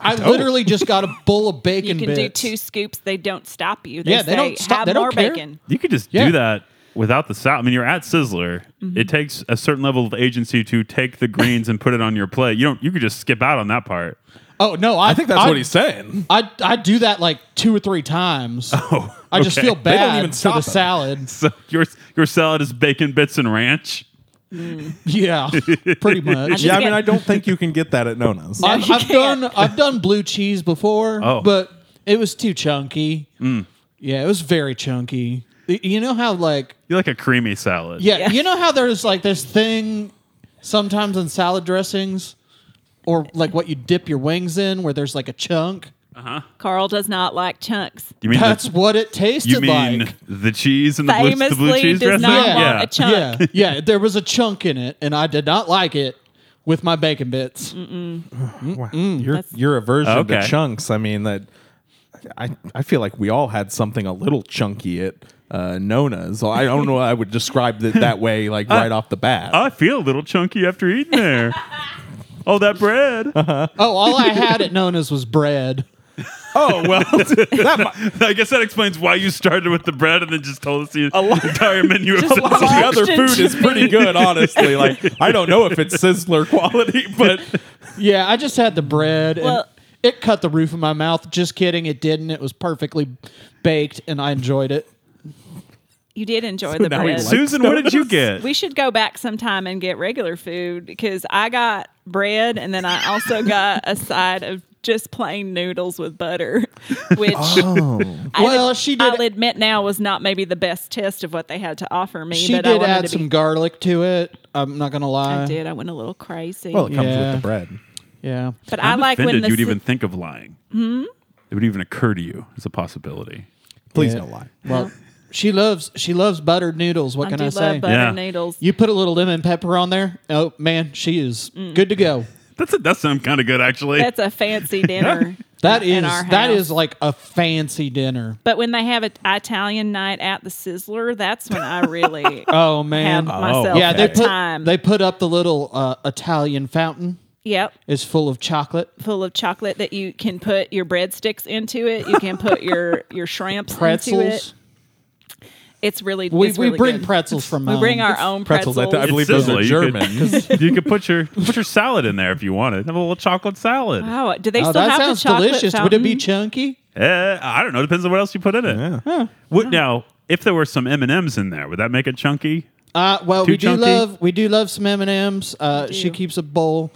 Speaker 4: I, literally just got a bowl of
Speaker 3: You
Speaker 4: bacon
Speaker 3: can do
Speaker 4: bits.
Speaker 3: two scoops. They don't stop you. They
Speaker 4: Yeah, they
Speaker 3: say,
Speaker 4: don't stop-
Speaker 3: Have
Speaker 4: they don't
Speaker 3: more
Speaker 4: care.
Speaker 3: bacon.
Speaker 2: You could just
Speaker 4: Yeah.
Speaker 2: do that without the salad. I mean, you're at Sizzler.
Speaker 3: Mm-hmm.
Speaker 2: It takes a certain level of agency to take the greens and put it on your plate. You don't. You could just skip out on that part.
Speaker 4: Oh no, I,
Speaker 1: I think that's
Speaker 4: I,
Speaker 1: what he's saying.
Speaker 4: I I do that like two or three times. Oh, I just
Speaker 2: okay.
Speaker 4: feel
Speaker 1: don't
Speaker 4: bad
Speaker 1: even
Speaker 4: for
Speaker 1: stop
Speaker 4: the
Speaker 1: them.
Speaker 4: salad.
Speaker 2: So your your salad is bacon bits and ranch.
Speaker 4: Yeah, pretty much.
Speaker 1: Yeah, I
Speaker 3: Just
Speaker 1: mean,
Speaker 3: get-
Speaker 1: I don't think you can get that at Nona's.
Speaker 4: I've,
Speaker 3: you
Speaker 4: I've
Speaker 3: can't.
Speaker 4: done I've done blue cheese before,
Speaker 2: Oh. Mm.
Speaker 4: but it was too chunky. Yeah, it was very chunky. Y- You know how like
Speaker 2: You like a creamy salad.
Speaker 4: yeah,
Speaker 3: Yeah.
Speaker 4: you know how there's like this thing sometimes in salad dressings or like what you dip your wings in where there's like a chunk.
Speaker 3: Carl does not like chunks.
Speaker 2: You mean
Speaker 4: That's
Speaker 2: the,
Speaker 4: what it tasted
Speaker 2: you mean
Speaker 4: like.
Speaker 2: the cheese and the blue, the blue
Speaker 3: Famously
Speaker 2: cheese
Speaker 3: does
Speaker 2: dressing?
Speaker 3: not want
Speaker 2: yeah.
Speaker 3: a chunk.
Speaker 4: Yeah, yeah, there was a chunk in it, and I did not like it with my bacon bits.
Speaker 3: Mm.
Speaker 1: Wow. Your your aversion
Speaker 2: Okay.
Speaker 1: to chunks. I mean that. I I feel like we all had something a little chunky at uh, Nona's. I don't know. I would describe it that way, like right off the bat.
Speaker 2: I feel a little chunky after eating there. oh, that bread.
Speaker 4: Oh, all I had at Nona's was bread.
Speaker 1: oh well, that might,
Speaker 2: I guess that explains why you started with the bread and then just told us the entire menu. of
Speaker 3: Just
Speaker 2: the-
Speaker 3: a lot.
Speaker 1: the other
Speaker 3: Option
Speaker 1: food
Speaker 3: to
Speaker 1: is pretty good, honestly. Like I don't know if it's Sizzler quality, but
Speaker 4: Yeah, I just had the bread and
Speaker 3: Well-
Speaker 4: it cut the roof of my mouth. Just kidding, it didn't. It was perfectly baked and I enjoyed it.
Speaker 3: You did enjoy the
Speaker 1: now he
Speaker 3: bread.
Speaker 1: likes
Speaker 2: Susan, what did you get?
Speaker 3: We should go back sometime and get regular food because I got bread and then I also got a side of just plain noodles with butter, which
Speaker 2: Oh.
Speaker 3: I,
Speaker 4: Well, she did-
Speaker 3: I'll admit now was not maybe the best test of what they had to offer me.
Speaker 4: She
Speaker 3: but I
Speaker 4: did
Speaker 3: wanted
Speaker 4: add
Speaker 3: to
Speaker 4: some uh,
Speaker 3: Be,
Speaker 4: garlic to it. I'm not gonna lie.
Speaker 3: I did. I went a little crazy.
Speaker 1: well, it comes
Speaker 4: Yeah.
Speaker 1: with the bread.
Speaker 4: Yeah.
Speaker 3: but i
Speaker 2: I'm
Speaker 3: like when
Speaker 2: offended
Speaker 3: the
Speaker 2: you'd
Speaker 3: si-
Speaker 2: even think of lying. Hmm? It would even occur to you as a possibility.
Speaker 1: Please
Speaker 4: Yeah.
Speaker 1: don't lie.
Speaker 4: Well, she loves she loves buttered noodles. What
Speaker 3: I
Speaker 4: can
Speaker 3: do
Speaker 4: I
Speaker 3: love
Speaker 4: say?
Speaker 3: butter
Speaker 2: Yeah.
Speaker 3: noodles.
Speaker 4: you put a little lemon pepper on there. Oh man, she is
Speaker 3: Mm.
Speaker 4: good to go.
Speaker 2: That's a, that sounds kind of good, actually.
Speaker 3: That's a fancy dinner.
Speaker 4: That is
Speaker 3: in our
Speaker 4: that
Speaker 3: house.
Speaker 4: is like a fancy dinner.
Speaker 3: But when they have an Italian night at the Sizzler, that's when I really
Speaker 4: Oh
Speaker 3: have
Speaker 4: man.
Speaker 3: myself
Speaker 4: yeah, they
Speaker 3: a
Speaker 4: put
Speaker 3: time.
Speaker 4: they put up the little uh, Italian fountain.
Speaker 3: yep.
Speaker 4: It's full of chocolate.
Speaker 3: full of chocolate that you can put your breadsticks into it. You can put your your shrimps
Speaker 4: Pretzels.
Speaker 3: into it. It's really
Speaker 4: We,
Speaker 3: it's
Speaker 4: we
Speaker 3: really
Speaker 4: bring
Speaker 3: good.
Speaker 4: pretzels um, from
Speaker 3: we
Speaker 4: home.
Speaker 3: bring our own pretzels.
Speaker 1: pretzels. I th- I
Speaker 2: It's
Speaker 1: believe those are
Speaker 2: Sizzler. You
Speaker 1: German.
Speaker 2: could, you could put your put your salad in there if you wanted. Have a little chocolate salad.
Speaker 3: wow, do they
Speaker 4: Oh,
Speaker 3: still
Speaker 4: that
Speaker 3: have
Speaker 4: sounds
Speaker 3: the chocolate
Speaker 4: delicious. Would it
Speaker 3: fountain?
Speaker 4: be chunky?
Speaker 2: Eh, I don't know. Depends on what else you put in it. Would- now, if there were some M and M's in there, would that make it chunky?
Speaker 4: Uh, well,
Speaker 2: Too
Speaker 4: we do
Speaker 2: chunky?
Speaker 4: love we do love some M and M's. Uh, she
Speaker 3: do.
Speaker 4: keeps a bowl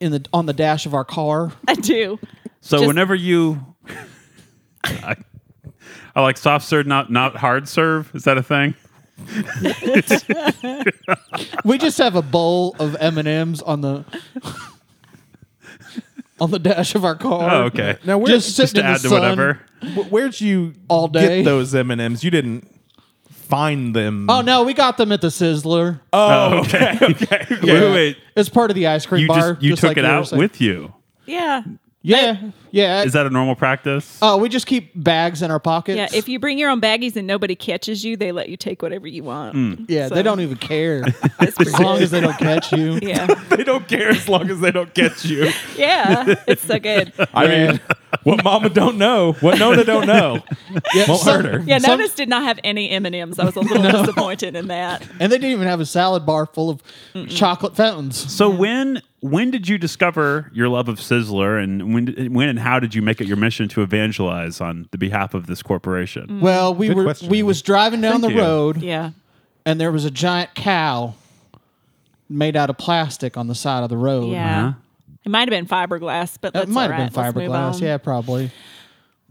Speaker 4: in the on the dash of our car.
Speaker 3: I do.
Speaker 2: So
Speaker 3: Just-
Speaker 2: whenever you, I, I like soft serve, not not hard serve. Is that a thing?
Speaker 4: We just have a bowl of M and M's on the on the dash of our car.
Speaker 2: Oh, okay.
Speaker 1: now, where,
Speaker 4: just
Speaker 2: Just to
Speaker 4: sitting in the
Speaker 2: add to
Speaker 4: sun.
Speaker 2: whatever.
Speaker 1: wh- where'd you
Speaker 4: All day.
Speaker 1: get those M and M's? You didn't find them.
Speaker 4: Oh no, we got them at the Sizzler.
Speaker 2: Oh, okay. okay. Wait, wait, wait.
Speaker 4: It's part of the ice cream
Speaker 2: You
Speaker 4: bar.
Speaker 2: just you took
Speaker 4: like
Speaker 2: it
Speaker 4: were
Speaker 2: out
Speaker 4: saying.
Speaker 2: with you.
Speaker 3: Yeah,
Speaker 4: yeah, yeah.
Speaker 2: Is that a normal practice?
Speaker 4: oh, we just keep bags in our pockets.
Speaker 3: yeah. If you bring your own baggies and nobody catches you, they let you take whatever you want.
Speaker 1: Mm.
Speaker 4: yeah,
Speaker 3: So-
Speaker 4: they don't even care
Speaker 3: That's pretty
Speaker 4: as long
Speaker 3: good.
Speaker 4: as they don't catch you.
Speaker 3: yeah,
Speaker 1: they don't care as long as they don't catch you.
Speaker 3: yeah. It's so good.
Speaker 1: I mean, what Mama don't know, what Nona don't know,
Speaker 4: Yeah,
Speaker 1: won't
Speaker 4: some-
Speaker 1: hurt her.
Speaker 3: Yeah,
Speaker 4: Some-
Speaker 3: notice did not have any M and M's. I was a little disappointed in that.
Speaker 4: And they didn't even have a salad bar full of chocolate fountains.
Speaker 2: So when When did you discover your love of Sizzler, and when, when and how did you make it your mission to evangelize on the behalf of this corporation?
Speaker 4: Well, we
Speaker 1: Good
Speaker 4: were
Speaker 1: question.
Speaker 4: we was driving down
Speaker 2: Thank
Speaker 4: the
Speaker 2: you.
Speaker 4: road
Speaker 3: Yeah.
Speaker 4: and there was a giant cow made out of plastic on the side of the road.
Speaker 3: Yeah. It might have been fiberglass, but
Speaker 4: It
Speaker 3: that's
Speaker 4: might
Speaker 3: all
Speaker 4: have been
Speaker 3: right. Let's move
Speaker 4: fiberglass.
Speaker 3: on.
Speaker 4: Yeah, probably.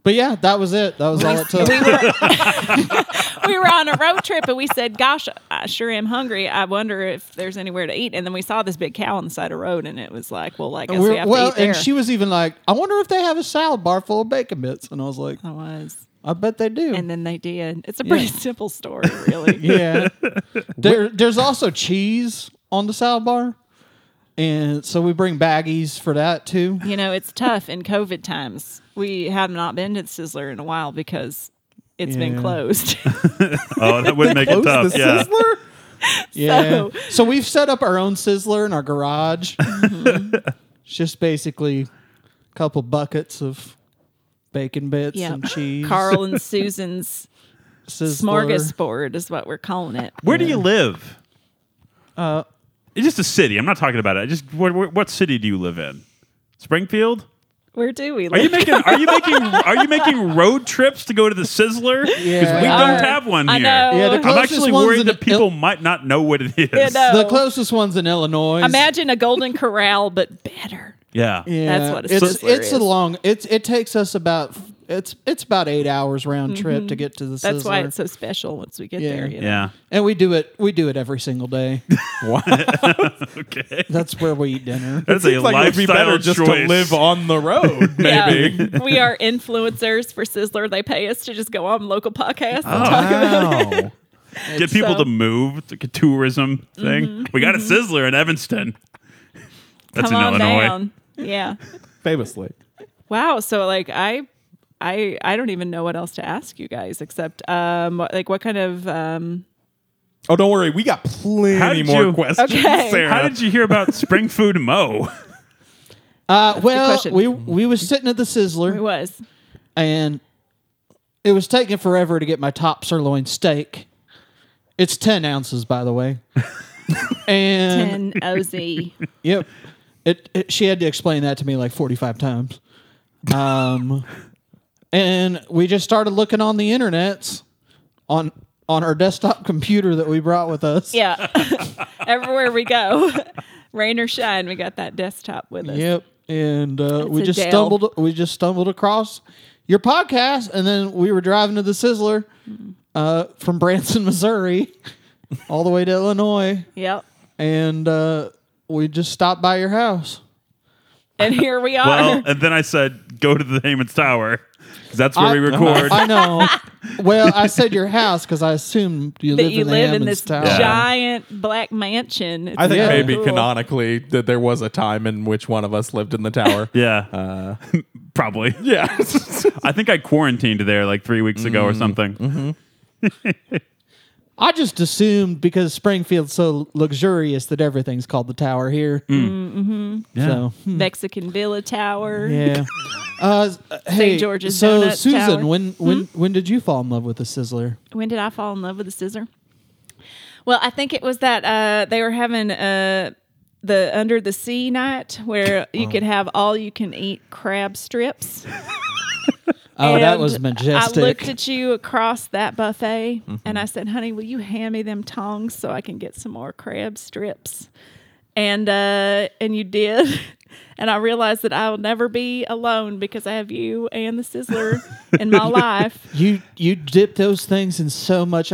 Speaker 4: But yeah, that was it. That was all it took.
Speaker 3: we were on a road trip and we said, "Gosh, I sure am hungry. I wonder if there's anywhere to eat." And then we saw this big cow on the side of the road, and it was like, "Well, I guess we
Speaker 4: We're-
Speaker 3: have
Speaker 4: well,
Speaker 3: to eat there."
Speaker 4: and she was even like, "I wonder if they have a salad bar full of bacon bits." And I was like,
Speaker 3: I was,
Speaker 4: "I bet they do."
Speaker 3: and then they did. It's a pretty
Speaker 4: Yeah.
Speaker 3: simple story, really.
Speaker 4: yeah, there, there's also cheese on the salad bar, and so we bring baggies for that too.
Speaker 3: you know, it's tough in COVID times. We have not been to Sizzler in a while because it's been
Speaker 4: Yeah.
Speaker 3: closed.
Speaker 2: Oh, that would make it tough.
Speaker 1: the
Speaker 2: Yeah.
Speaker 1: Sizzler?
Speaker 4: Yeah.
Speaker 3: So-
Speaker 4: So, we've set up our own sizzler in our garage.
Speaker 3: Mm-hmm.
Speaker 4: It's just basically a couple buckets of bacon bits
Speaker 3: Yeah.
Speaker 4: and cheese.
Speaker 3: Carl and Susan's
Speaker 4: Sizzler.
Speaker 3: smorgasbord is what we're calling it.
Speaker 2: Where do you live? Uh, just a city. I'm not talking about it. Just wh- wh- what city do you live in? Springfield?
Speaker 3: Where do we?
Speaker 2: Are you
Speaker 3: live?
Speaker 2: making are you making are you making road trips to go to the Sizzler? Because
Speaker 4: Yeah.
Speaker 2: we
Speaker 3: Are.
Speaker 2: don't have one
Speaker 3: I
Speaker 2: here.
Speaker 3: know.
Speaker 4: Yeah, the
Speaker 3: I'm
Speaker 2: I'm
Speaker 4: closest
Speaker 2: actually
Speaker 4: one's
Speaker 2: worried
Speaker 4: in
Speaker 2: that people might not know what it is.
Speaker 3: Yeah, no.
Speaker 4: Il- the closest one's in Illinois.
Speaker 3: Oh. Imagine a golden corral, but better.
Speaker 2: Yeah.
Speaker 4: Yeah,
Speaker 3: That's what a
Speaker 4: it's
Speaker 3: sizzler
Speaker 4: it's
Speaker 3: is.
Speaker 4: a long it's it takes us about it's it's about eight hours round trip to get to the
Speaker 3: Mm-hmm. That's
Speaker 4: sizzler.
Speaker 3: why it's so special once we get
Speaker 4: Yeah.
Speaker 3: there. You know?
Speaker 2: Yeah.
Speaker 4: and we do it we do it every single day.
Speaker 2: Okay.
Speaker 4: That's where we eat dinner.
Speaker 2: That's a
Speaker 1: Seems like it would be
Speaker 2: lifestyle
Speaker 1: better just
Speaker 2: choice.
Speaker 1: to live on the road. Maybe.
Speaker 3: Yeah. we are influencers for Sizzler. They pay us to just go on local podcasts. and
Speaker 2: Oh,
Speaker 3: talk.
Speaker 1: Wow.
Speaker 2: Get people
Speaker 3: so-
Speaker 2: to move. It's like a tourism thing. We got a Sizzler in Evanston. That's
Speaker 3: Come
Speaker 2: in
Speaker 3: on
Speaker 2: Illinois.
Speaker 3: down. Yeah.
Speaker 1: Famously.
Speaker 3: Wow. So like I, I, I don't even know what else to ask you guys except um like what kind of um
Speaker 1: Oh, don't worry. We got plenty
Speaker 2: did
Speaker 1: more
Speaker 2: you-
Speaker 1: questions,
Speaker 3: Okay.
Speaker 1: Sarah.
Speaker 2: How did you hear about Spring Food Mo?
Speaker 4: Uh, well,
Speaker 3: question.
Speaker 4: we we was sitting at the
Speaker 3: it
Speaker 4: sizzler
Speaker 3: was.
Speaker 4: and it was taking forever to get my top sirloin steak. It's ten ounces, by the way.
Speaker 3: Ten
Speaker 4: and
Speaker 3: OZ.
Speaker 4: Yep. It, it she had to explain that to me like 45 times. Um and we just started looking on the internets on on our desktop computer that we brought with us.
Speaker 3: Yeah. Everywhere we go, rain or shine, we got that desktop with us.
Speaker 4: Yep. And uh, we
Speaker 3: a
Speaker 4: just
Speaker 3: Dell.
Speaker 4: stumbled we just stumbled across your podcast and then we were driving to the Sizzler uh, from Branson, Missouri all the way to Illinois
Speaker 3: Yep.
Speaker 4: and uh, we just stopped by your house.
Speaker 3: And here we are.
Speaker 2: well, and then I said, go to the Heyman's Tower. 'cause that's where
Speaker 4: I-
Speaker 2: we record.
Speaker 4: I know. Well, I said your house because I assumed you
Speaker 3: that
Speaker 4: live
Speaker 3: you
Speaker 4: in the
Speaker 3: live in
Speaker 4: Ammons
Speaker 3: this
Speaker 4: Tower.
Speaker 2: Yeah.
Speaker 3: giant black mansion. It's
Speaker 1: I think
Speaker 4: Yeah.
Speaker 3: really
Speaker 1: maybe
Speaker 3: cool.
Speaker 1: canonically that there was a time in which one of us lived in the tower.
Speaker 2: yeah. Probably.
Speaker 1: yeah.
Speaker 2: I think I quarantined there like three weeks ago
Speaker 3: Mm-hmm.
Speaker 2: or something.
Speaker 4: I just assumed because Springfield's so luxurious that everything's called the Tower here.
Speaker 3: Mm-hmm.
Speaker 2: Yeah.
Speaker 4: So
Speaker 3: Mexican Villa Tower.
Speaker 4: yeah. Uh, hey,
Speaker 3: George's
Speaker 4: So
Speaker 3: Donut
Speaker 4: Susan,
Speaker 3: Tower. Hmm?
Speaker 4: when when when did you fall in love with the Sizzler?
Speaker 3: When did I fall in love with a scissor? Well, I think it was that uh, they were having uh, the under the sea night where you
Speaker 1: Oh.
Speaker 3: could have all you can eat crab strips.
Speaker 4: Oh, that
Speaker 3: And
Speaker 4: was majestic. Mm-hmm.
Speaker 3: I looked at you across that buffet and I said, honey, will you hand me them tongs so I can get some more crab strips? And uh, and you did. And I realized that I'll never be alone because I have you and the Sizzler in my life.
Speaker 4: you you dip those things in so much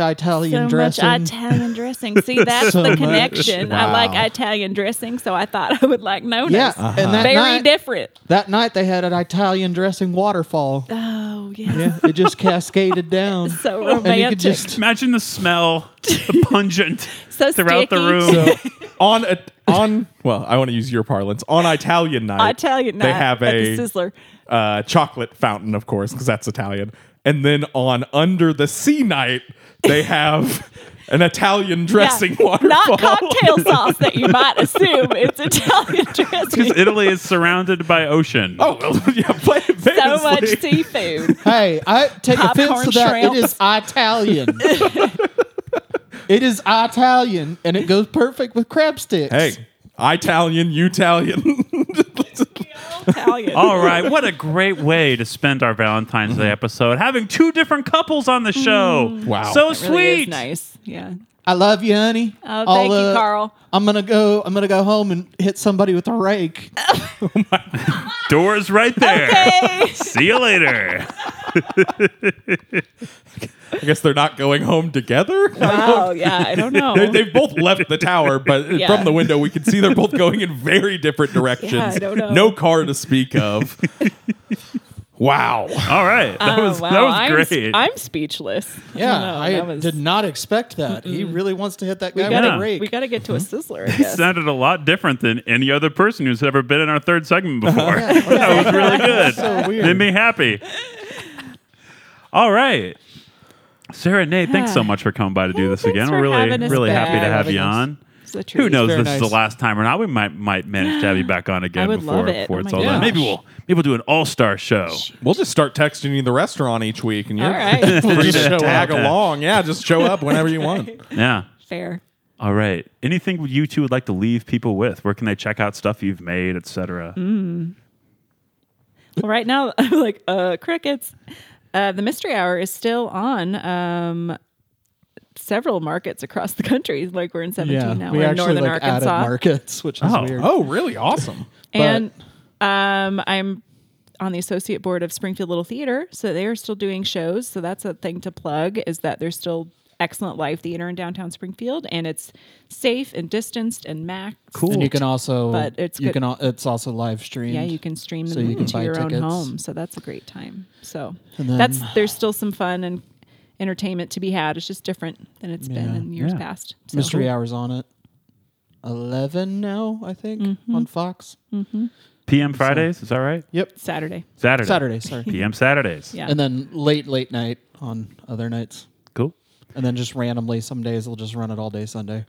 Speaker 3: So
Speaker 4: Italian dressing.
Speaker 3: much Italian dressing. See, that's
Speaker 4: So
Speaker 3: the
Speaker 4: much.
Speaker 3: connection. I
Speaker 1: Wow.
Speaker 3: like Italian dressing, so I thought I would like Nona's.
Speaker 4: yeah, uh-huh. and that
Speaker 3: Very
Speaker 4: night
Speaker 3: different.
Speaker 4: that night they had an Italian dressing waterfall.
Speaker 3: Oh, yes.
Speaker 4: Yeah, it just cascaded down.
Speaker 3: So
Speaker 4: and you
Speaker 3: romantic.
Speaker 4: could just
Speaker 2: Imagine the smell, the pungent
Speaker 3: so
Speaker 2: throughout
Speaker 3: sticky.
Speaker 2: the room.
Speaker 1: So on a, on well, I want to use your parlance on Italian night.
Speaker 3: Italian night
Speaker 1: They have
Speaker 3: at
Speaker 1: a
Speaker 3: the Sizzler.
Speaker 1: uh, chocolate fountain, of course, because that's Italian. And then on Under the Sea night, they have an Italian dressing
Speaker 3: Yeah.
Speaker 1: waterfall.
Speaker 3: Not cocktail sauce that you might assume. It's Italian dressing.
Speaker 2: Because Italy is surrounded by ocean.
Speaker 1: oh well, yeah, play it
Speaker 3: So much
Speaker 1: famously.
Speaker 3: seafood.
Speaker 4: Hey, I take
Speaker 3: Popcorn
Speaker 4: offense to that.
Speaker 3: shrimp.
Speaker 4: It is Italian. it is Italian, and it goes perfect with crab sticks.
Speaker 1: Hey, I Italian, you Italian.
Speaker 3: Italian.
Speaker 2: All right, what a great way to spend our Valentine's
Speaker 3: Mm-hmm.
Speaker 2: Day episode, having two different couples on the show.
Speaker 1: Wow.
Speaker 2: so
Speaker 3: It
Speaker 2: sweet.
Speaker 3: Mm. really is nice. Yeah.
Speaker 4: I love you, honey.
Speaker 3: Oh,
Speaker 4: I'll,
Speaker 3: thank you, Carl.
Speaker 4: I'm gonna go. I'm gonna go home and hit somebody with a rake.
Speaker 2: Doors right there.
Speaker 3: Hey.
Speaker 2: See you later.
Speaker 1: I guess they're not going home together.
Speaker 3: Wow. Yeah. I don't know.
Speaker 1: They, they've both left the tower, but
Speaker 3: Yeah.
Speaker 1: from the window we can see they're both going in very different directions.
Speaker 3: Yeah, I don't know.
Speaker 1: No car to speak of. wow.
Speaker 2: All right, that
Speaker 3: Oh,
Speaker 2: was
Speaker 3: wow.
Speaker 2: that was
Speaker 3: I'm,
Speaker 2: great.
Speaker 3: I'm speechless. I
Speaker 4: Yeah,
Speaker 3: don't know.
Speaker 4: I
Speaker 3: That was-
Speaker 4: did not expect that. He really wants to hit that guy
Speaker 3: We gotta,
Speaker 4: with a rake.
Speaker 3: we gotta get to a sizzler. I
Speaker 2: It
Speaker 3: guess.
Speaker 2: sounded a lot different than any other person who's ever been in our third segment before. that was really good.
Speaker 4: so weird.
Speaker 2: Made me happy. All right. Sarah, Nate, thanks so much for coming by to do
Speaker 3: Yeah,
Speaker 2: this
Speaker 3: thanks
Speaker 2: again.
Speaker 3: for
Speaker 2: We're really,
Speaker 3: having us
Speaker 2: really happy
Speaker 3: back.
Speaker 2: to have
Speaker 4: Having
Speaker 2: you
Speaker 4: us.
Speaker 2: on.
Speaker 3: It's a treat.
Speaker 2: Who knows?
Speaker 4: very
Speaker 2: This is
Speaker 4: nice.
Speaker 2: the last time or not. We might might manage to have you back on again
Speaker 3: I would
Speaker 2: before,
Speaker 3: love it.
Speaker 2: before
Speaker 3: Oh
Speaker 2: it's
Speaker 3: my
Speaker 2: all done.
Speaker 3: gosh.
Speaker 2: Maybe we'll maybe we'll do an all star show.
Speaker 1: We'll just start texting you the restaurant each week, and you're
Speaker 3: All right.
Speaker 1: free
Speaker 4: Just
Speaker 1: to
Speaker 4: show
Speaker 1: tag
Speaker 2: up.
Speaker 1: along. Yeah, just show up whenever you want.
Speaker 2: Yeah.
Speaker 3: Fair.
Speaker 2: All right. Anything you two would like to leave people with? Where can they check out stuff you've made, etc.?
Speaker 3: Mm-hmm. Well, right now, I'm like, uh, crickets. Uh, the mystery hour is still on um, several markets across the country. Like we're in 17
Speaker 4: yeah,
Speaker 3: now.
Speaker 4: we
Speaker 3: we're in
Speaker 4: actually
Speaker 3: northern
Speaker 4: like added
Speaker 3: Arkansas.
Speaker 4: markets, which is
Speaker 2: Oh.
Speaker 4: weird.
Speaker 1: Oh, really? Awesome.
Speaker 3: and um, I'm on the associate board of Springfield Little Theater, so they are still doing shows. So that's a thing to plug is that there's still excellent live theater in downtown Springfield, and it's safe and distanced and max. Cool.
Speaker 4: And you can also,
Speaker 3: But it's
Speaker 4: you
Speaker 3: good-
Speaker 4: can. al- It's also live streamed.
Speaker 3: Yeah, you can stream them
Speaker 4: So you can
Speaker 3: to
Speaker 4: buy
Speaker 3: your own
Speaker 4: tickets.
Speaker 3: home. So that's a great time. So
Speaker 4: And then-
Speaker 3: that's there's still some fun and entertainment to be had. It's just different than it's been in years
Speaker 2: Yeah.
Speaker 3: past. So.
Speaker 4: Mystery hours on it. Eleven now, I think,
Speaker 3: Mm-hmm.
Speaker 4: on Fox.
Speaker 2: PM Fridays, is that right?
Speaker 4: Yep,
Speaker 3: Saturday.
Speaker 2: Saturday.
Speaker 4: Saturday. Sorry,
Speaker 2: PM Saturdays.
Speaker 3: Yeah.
Speaker 4: and then late, late night on other nights,
Speaker 2: Cool.
Speaker 4: and then just randomly some days they'll just run it all day Sunday.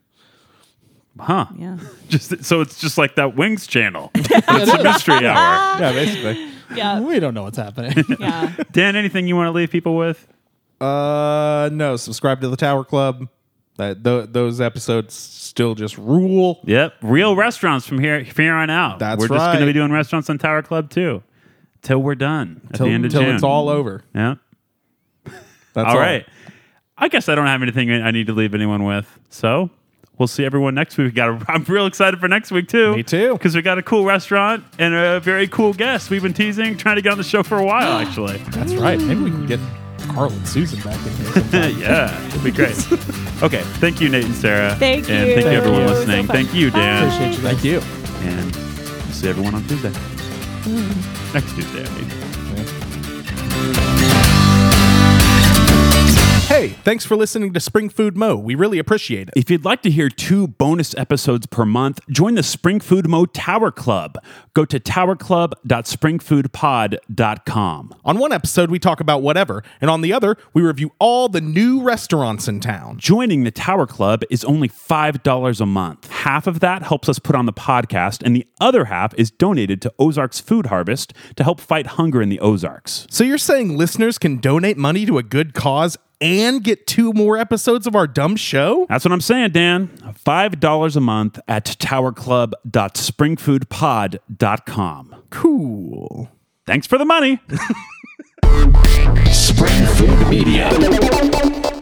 Speaker 2: Huh.
Speaker 3: yeah.
Speaker 2: Just so it's just like that Wings channel. it's a mystery hour.
Speaker 1: Yeah, basically.
Speaker 3: Yeah.
Speaker 4: We don't know what's happening.
Speaker 3: Yeah.
Speaker 2: Dan, anything you want to leave people with?
Speaker 1: Uh, no. Subscribe to the Tower Club. That th- those episodes still just rule.
Speaker 2: Yep. Real restaurants from here from here on out.
Speaker 1: That's
Speaker 2: We're just
Speaker 1: right.
Speaker 2: gonna be doing restaurants on Tower Club too. Till we're done. At
Speaker 1: Till,
Speaker 2: the end of
Speaker 1: till
Speaker 2: June.
Speaker 1: it's all over.
Speaker 2: Yeah.
Speaker 1: That's
Speaker 2: all right. I guess I don't have anything I need to leave anyone with. So we'll see everyone next week. We got. A, I'm real excited for next week too.
Speaker 1: Me too.
Speaker 2: Because we got a cool restaurant and a very cool guest. We've been teasing, trying to get on the show for a while, actually.
Speaker 1: That's right. Maybe we can get Carl and Susan back in here. sometime.
Speaker 2: yeah, it'd be great. okay, thank you, Nate and Sarah.
Speaker 3: Thank
Speaker 2: and
Speaker 3: you.
Speaker 2: thank you, everyone
Speaker 3: It was so
Speaker 2: listening.
Speaker 3: fun.
Speaker 2: thank you, Dan.
Speaker 4: Appreciate you guys.
Speaker 1: Thank you.
Speaker 2: And we'll see everyone on Tuesday. Next Tuesday, I think.
Speaker 1: Hey, thanks for listening to Spring Food Mo. We really appreciate it.
Speaker 2: If you'd like to hear two bonus episodes per month, join the Spring Food Mo Tower Club. Go to towerclub.springfoodpod.com.
Speaker 1: On one episode, we talk about whatever, and on the other, we review all the new restaurants in town.
Speaker 2: Joining the Tower Club is only $5 a month. Half of that helps us put on the podcast, and the other half is donated to Ozarks Food Harvest to help fight hunger in the Ozarks.
Speaker 1: So you're saying listeners can donate money to a good cause and get two more episodes of our dumb show?
Speaker 2: That's what I'm saying, Dan. $5 a month at towerclub.springfoodpod.com.
Speaker 1: Cool.
Speaker 2: Thanks for the money.
Speaker 6: Spring Food Media.